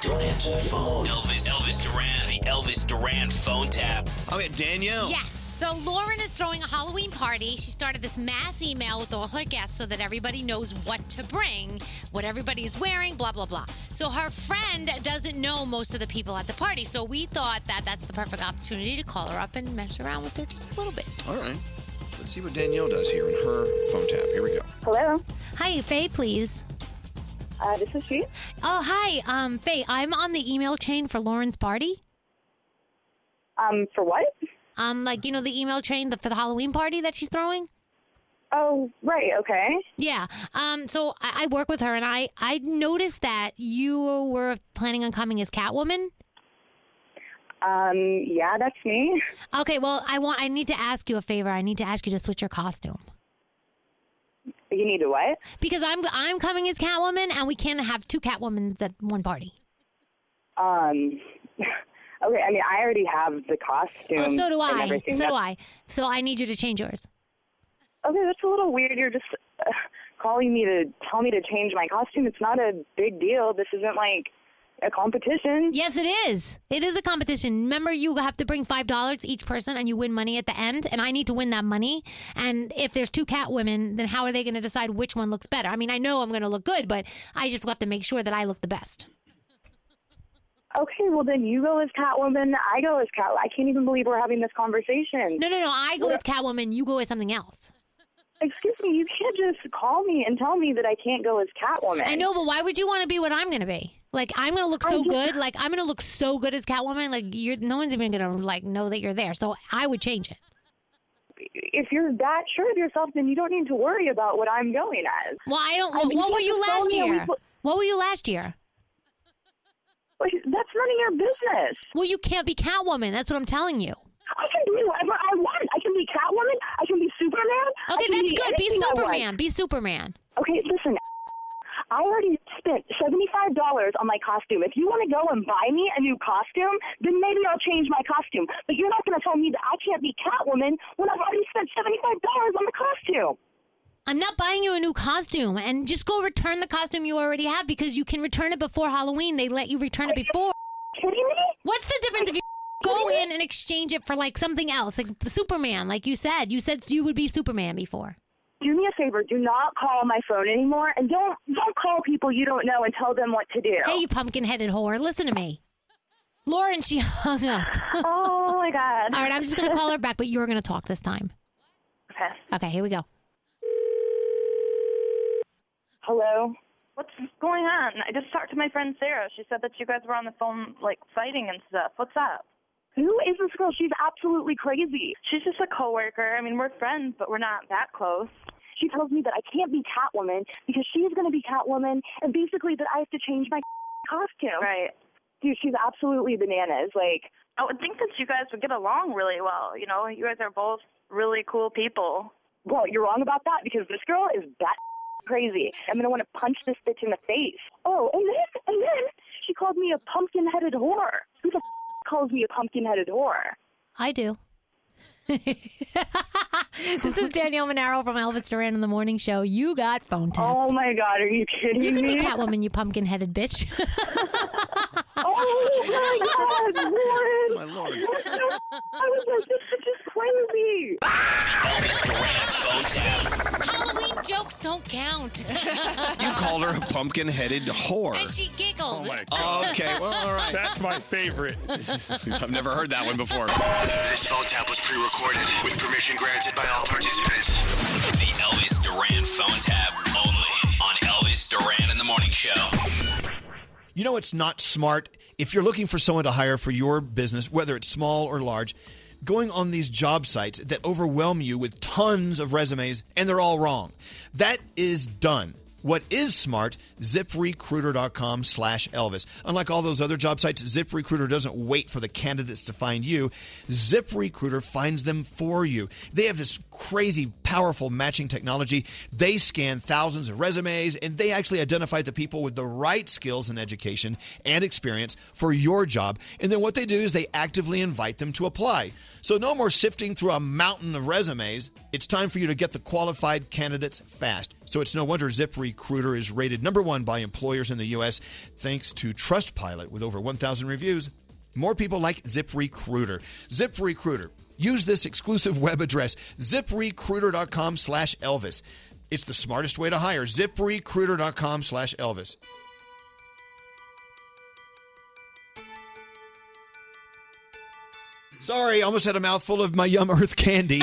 Speaker 7: Don't answer the phone. Elvis, Elvis Duran, the Elvis Duran phone tap.
Speaker 5: Oh, yeah, Danielle.
Speaker 1: Yes. So Lauren is throwing a Halloween party. She started this mass email with all her guests so that everybody knows what to bring, what everybody is wearing, blah, blah, blah. So her friend doesn't know most of the people at the party. So we thought that that's the perfect opportunity to call her up and mess around with her just a little bit.
Speaker 8: All right. Let's see what Danielle does here in her phone tap. Here we go.
Speaker 1: Hello. Hi, Faye, please.
Speaker 20: Uh, this is she.
Speaker 1: Oh, hi, um, Faye. I'm on the email chain for Lauren's party.
Speaker 20: Um, for what?
Speaker 1: Um, like you know the email chain the, for the Halloween party that she's throwing.
Speaker 20: Oh, right. Okay.
Speaker 1: Yeah. Um. So I, I work with her, and I I noticed that you were planning on coming as Catwoman.
Speaker 20: Um. Yeah, that's me.
Speaker 1: Okay. Well, I want I need to ask you a favor. I need to ask you to switch your costume.
Speaker 20: You need a what?
Speaker 1: Because I'm I'm coming as Catwoman, and we can't have two Catwomans at one party.
Speaker 20: Um. Okay. I mean, I already have the costume.
Speaker 1: oh, so do
Speaker 20: and
Speaker 1: I.
Speaker 20: everything.
Speaker 1: So do
Speaker 20: That's-
Speaker 1: I. So I need you to change yours.
Speaker 20: Okay, that's a little weird. You're just uh, calling me to tell me to change my costume. It's not a big deal. This isn't like a competition.
Speaker 1: Yes, it is. It is a competition. Remember, you have to bring five dollars each person, and you win money at the end. And I need to win that money. And if there's two cat women, then how are they going to decide which one looks better? I mean, I know I'm going to look good, but I just have to make sure that I look the best.
Speaker 20: Okay, well then you go as Catwoman. I go as Cat. I can't even believe we're having this conversation.
Speaker 1: No, no, no. I go as Catwoman. You go as something else.
Speaker 20: Excuse me. You can't just call me and tell me that I can't go as Catwoman.
Speaker 1: I know, but why would you want to be what I'm going to be? Like I'm going to look so good. Like I'm going to look so good as Catwoman. Like you're no one's even going to like know that you're there. So I would change it.
Speaker 20: If you're that sure of yourself, then you don't need to worry about what I'm going as.
Speaker 1: Well, I don't.
Speaker 20: mean,
Speaker 1: what were
Speaker 20: can't
Speaker 1: you
Speaker 20: just tell
Speaker 1: last
Speaker 20: me and we
Speaker 1: year?
Speaker 20: put-
Speaker 1: What were you last year?
Speaker 20: That's none of your business.
Speaker 1: Well, you can't be Catwoman. That's what I'm telling you.
Speaker 20: I can be whatever I want. I can be Catwoman. I can be Superman. I
Speaker 1: Okay,
Speaker 20: can
Speaker 1: that's
Speaker 20: be
Speaker 1: good. Be
Speaker 20: anything I want.
Speaker 1: Superman. Be Superman.
Speaker 20: Okay, listen. I already spent seventy-five dollars on my costume. If you want to go and buy me a new costume, then maybe I'll change my costume. But you're not going to tell me that I can't be Catwoman when I've already spent seventy-five dollars on the costume.
Speaker 1: I'm not buying you a new costume, and just go return the costume you already have because you can return it before Halloween. They let you return it before.
Speaker 20: Kidding me?
Speaker 1: What's the difference if you go in and exchange it for like something else, like Superman, like you said? You said you would be Superman before.
Speaker 20: Do me a favor. Do not call my phone anymore, and don't don't call people you don't know and tell them what to do.
Speaker 1: Hey, you pumpkin-headed whore! Listen to me, Lauren. She hung up.
Speaker 20: oh my god!
Speaker 1: All right, I'm just gonna call her back, but you're gonna talk this time.
Speaker 20: Okay.
Speaker 1: Okay, here we go.
Speaker 20: Hello.
Speaker 21: What's going on? I just talked to my friend Sarah. She said that you guys were on the phone, like fighting and stuff. What's up?
Speaker 20: Who is this girl? She's absolutely crazy.
Speaker 21: She's just a coworker. I mean, we're friends, but we're not that close.
Speaker 20: She tells me that I can't be Catwoman because she's going to be Catwoman, and basically that I have to change my costume.
Speaker 21: Right.
Speaker 20: Dude, she's absolutely bananas. Like,
Speaker 21: I would think that you guys would get along really well. You know, you guys are both really cool people.
Speaker 20: well, you're wrong about that because this girl is bat crazy. I'm going to want to punch this bitch in the face. Oh, and then, and then she called me a pumpkin headed whore. Who the calls me a pumpkin headed whore?
Speaker 1: I do. this is Danielle Monaro from Elvis Duran in the Morning Show. You got phone tapped.
Speaker 20: Oh my God, are you kidding
Speaker 1: You can be
Speaker 20: me?
Speaker 1: Catwoman, you pumpkin headed bitch.
Speaker 20: Oh my God, Lauren!
Speaker 8: My lord.
Speaker 20: I was like, this bitch is crazy.
Speaker 1: Halloween jokes don't count.
Speaker 8: You called her a pumpkin headed whore.
Speaker 1: and she giggled.
Speaker 8: Oh, okay, well, all right. That's my favorite. I've never heard that one before.
Speaker 13: This phone tap was pre-recorded with permission granted by all participants.
Speaker 7: The Elvis Duran phone tap only on Elvis Duran in the Morning Show.
Speaker 5: You know, it's not smart if you're looking for someone to hire for your business, whether it's small or large, going on these job sites that overwhelm you with tons of resumes and they're all wrong. That is done. What is smart, ziprecruiter.com slash Elvis. Unlike all those other job sites, ZipRecruiter doesn't wait for the candidates to find you. ZipRecruiter finds them for you. They have this crazy, powerful matching technology. They scan thousands of resumes and they actually identify the people with the right skills and education and experience for your job. And then what they do is they actively invite them to apply. So no more sifting through a mountain of resumes. It's time for you to get the qualified candidates fast. So it's no wonder ZipRecruiter is rated number one by employers in the U.S. thanks to Trustpilot with over 1,000 reviews. More people like ZipRecruiter. ZipRecruiter Use this exclusive web address, ziprecruiter.com slash Elvis. It's the smartest way to hire, ziprecruiter.com slash Elvis. Sorry, almost had a mouthful of my Yum Earth candy.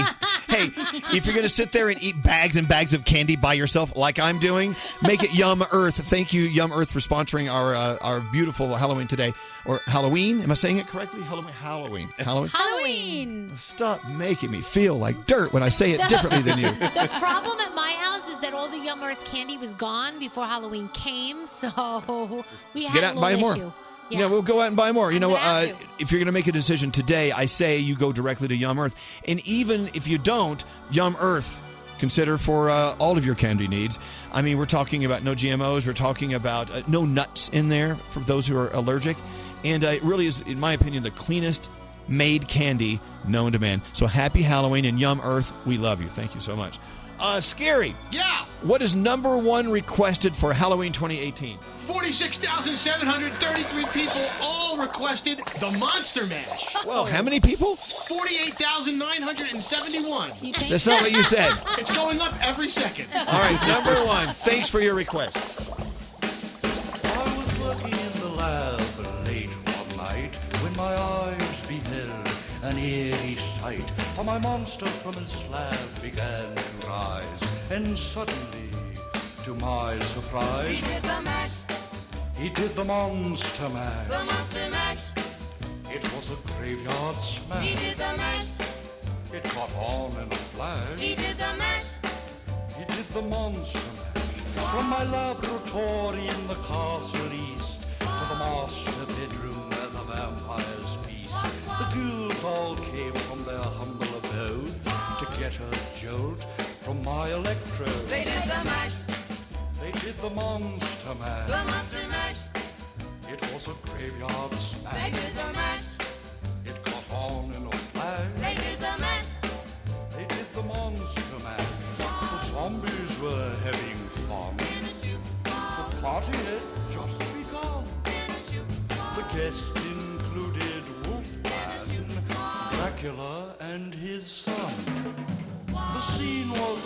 Speaker 5: hey, if you're going to sit there and eat bags and bags of candy by yourself, like I'm doing, make it Yum Earth. Thank you, Yum Earth, for sponsoring our uh, our beautiful Halloween today, or Halloween. Am I saying it correctly? Halloween. Halloween. Halloween.
Speaker 1: Halloween.
Speaker 5: Stop making me feel like dirt when I say it differently than you.
Speaker 1: The problem at my house is that all the Yum Earth candy was gone before Halloween came, so we had
Speaker 5: Get
Speaker 1: a
Speaker 5: out and buy
Speaker 1: little
Speaker 5: more.
Speaker 1: issue.
Speaker 5: Yeah. we'll go out and buy more. you know,
Speaker 1: gonna
Speaker 5: uh,
Speaker 1: have to.
Speaker 5: if you're going to make a decision today, I say you go directly to Yum Earth. And even if you don't, Yum Earth, consider for uh, all of your candy needs. I mean, we're talking about no GMOs, we're talking about uh, no nuts in there for those who are allergic. And uh, it really is, in my opinion, the cleanest made candy known to man. So happy Halloween and Yum Earth. We love you. Thank you so much. Uh, scary.
Speaker 10: Yeah.
Speaker 5: What is number one requested for Halloween 2018?
Speaker 10: 46,733 people all requested the Monster Mash.
Speaker 1: Oh.
Speaker 5: Well, how many people?
Speaker 10: 48,971.
Speaker 5: That's not what you said.
Speaker 10: It's going up every second.
Speaker 5: All right, number one. Thanks for your request.
Speaker 18: working in the lab late one night when my eyes beheld an eerie sight. For my monster from his slab began to rise, and suddenly, to my surprise,
Speaker 26: He did the mash,
Speaker 18: he did the monster mash.
Speaker 26: the monster mash.
Speaker 18: It was a graveyard smash.
Speaker 26: He did the mash,
Speaker 18: It caught on in a flash.
Speaker 26: he did the mash.
Speaker 18: He did the monster mash. From my laboratory in the castle east to the master bedroom where the vampires feast. The ghouls all came from their humble abodes to get a jolt from my electrode.
Speaker 26: They did the mash,
Speaker 18: They did the monster mash.
Speaker 26: the monster mash.
Speaker 18: It was a graveyard smash.
Speaker 26: They did the mash,
Speaker 18: It caught on in a flash.
Speaker 26: they did the mash.
Speaker 18: They did the monster mash. The zombies were having fun. The party had just begun. The guests included Wolfman, Dracula, and his son. The scene was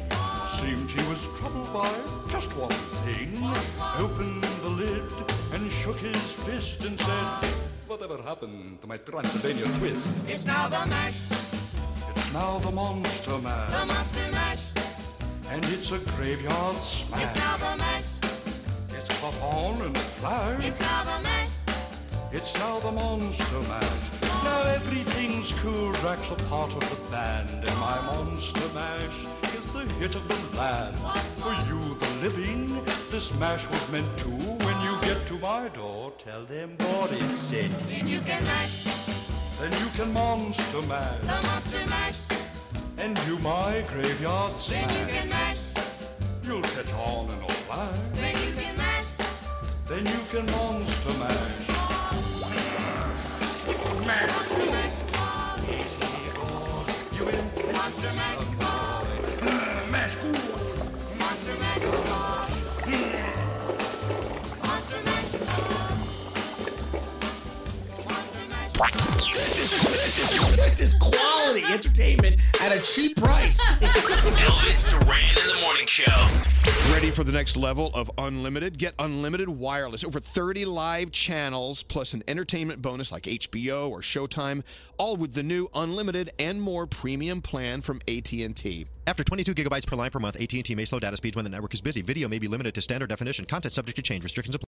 Speaker 18: Seemed he was troubled by just one thing. Opened the lid and shook his fist and said, Whatever happened to my Transylvania twist?
Speaker 26: It's now the mash,
Speaker 18: It's now the monster
Speaker 26: the
Speaker 18: mash.
Speaker 26: monster mash.
Speaker 18: And it's a graveyard
Speaker 26: It's now
Speaker 18: smash.
Speaker 26: the mash,
Speaker 18: It's caught on in a flash.
Speaker 26: it's now the mash.
Speaker 18: It's now the Monster Mash. Now everything's cool. Drax a part of the band, and my Monster Mash is the hit of the land. For you, the living, this mash was meant to. When you get to my door, tell them what is said.
Speaker 26: Then you can mash,
Speaker 18: Then you can Monster
Speaker 26: the
Speaker 18: Mash
Speaker 26: monster mash.
Speaker 18: and do my graveyard
Speaker 26: Then you can
Speaker 18: smash.
Speaker 26: mash,
Speaker 18: You'll catch on in a flash.
Speaker 26: then you can mash.
Speaker 18: Then you can Monster Mash.
Speaker 26: Monster mash. Monster mash. Monster mash.
Speaker 15: This is, this is, this is quality entertainment at a cheap price.
Speaker 7: Elvis Duran in the morning show.
Speaker 5: Ready for the next level of unlimited? Get unlimited wireless. Over 30 live channels, plus an entertainment bonus like HBO or Showtime, all with the new unlimited and more premium plan from AT&T.
Speaker 11: After 22 gigabytes per line per month, AT&T may slow data speeds when the network is busy. Video may be limited to standard definition. Content subject to change. Restrictions apply.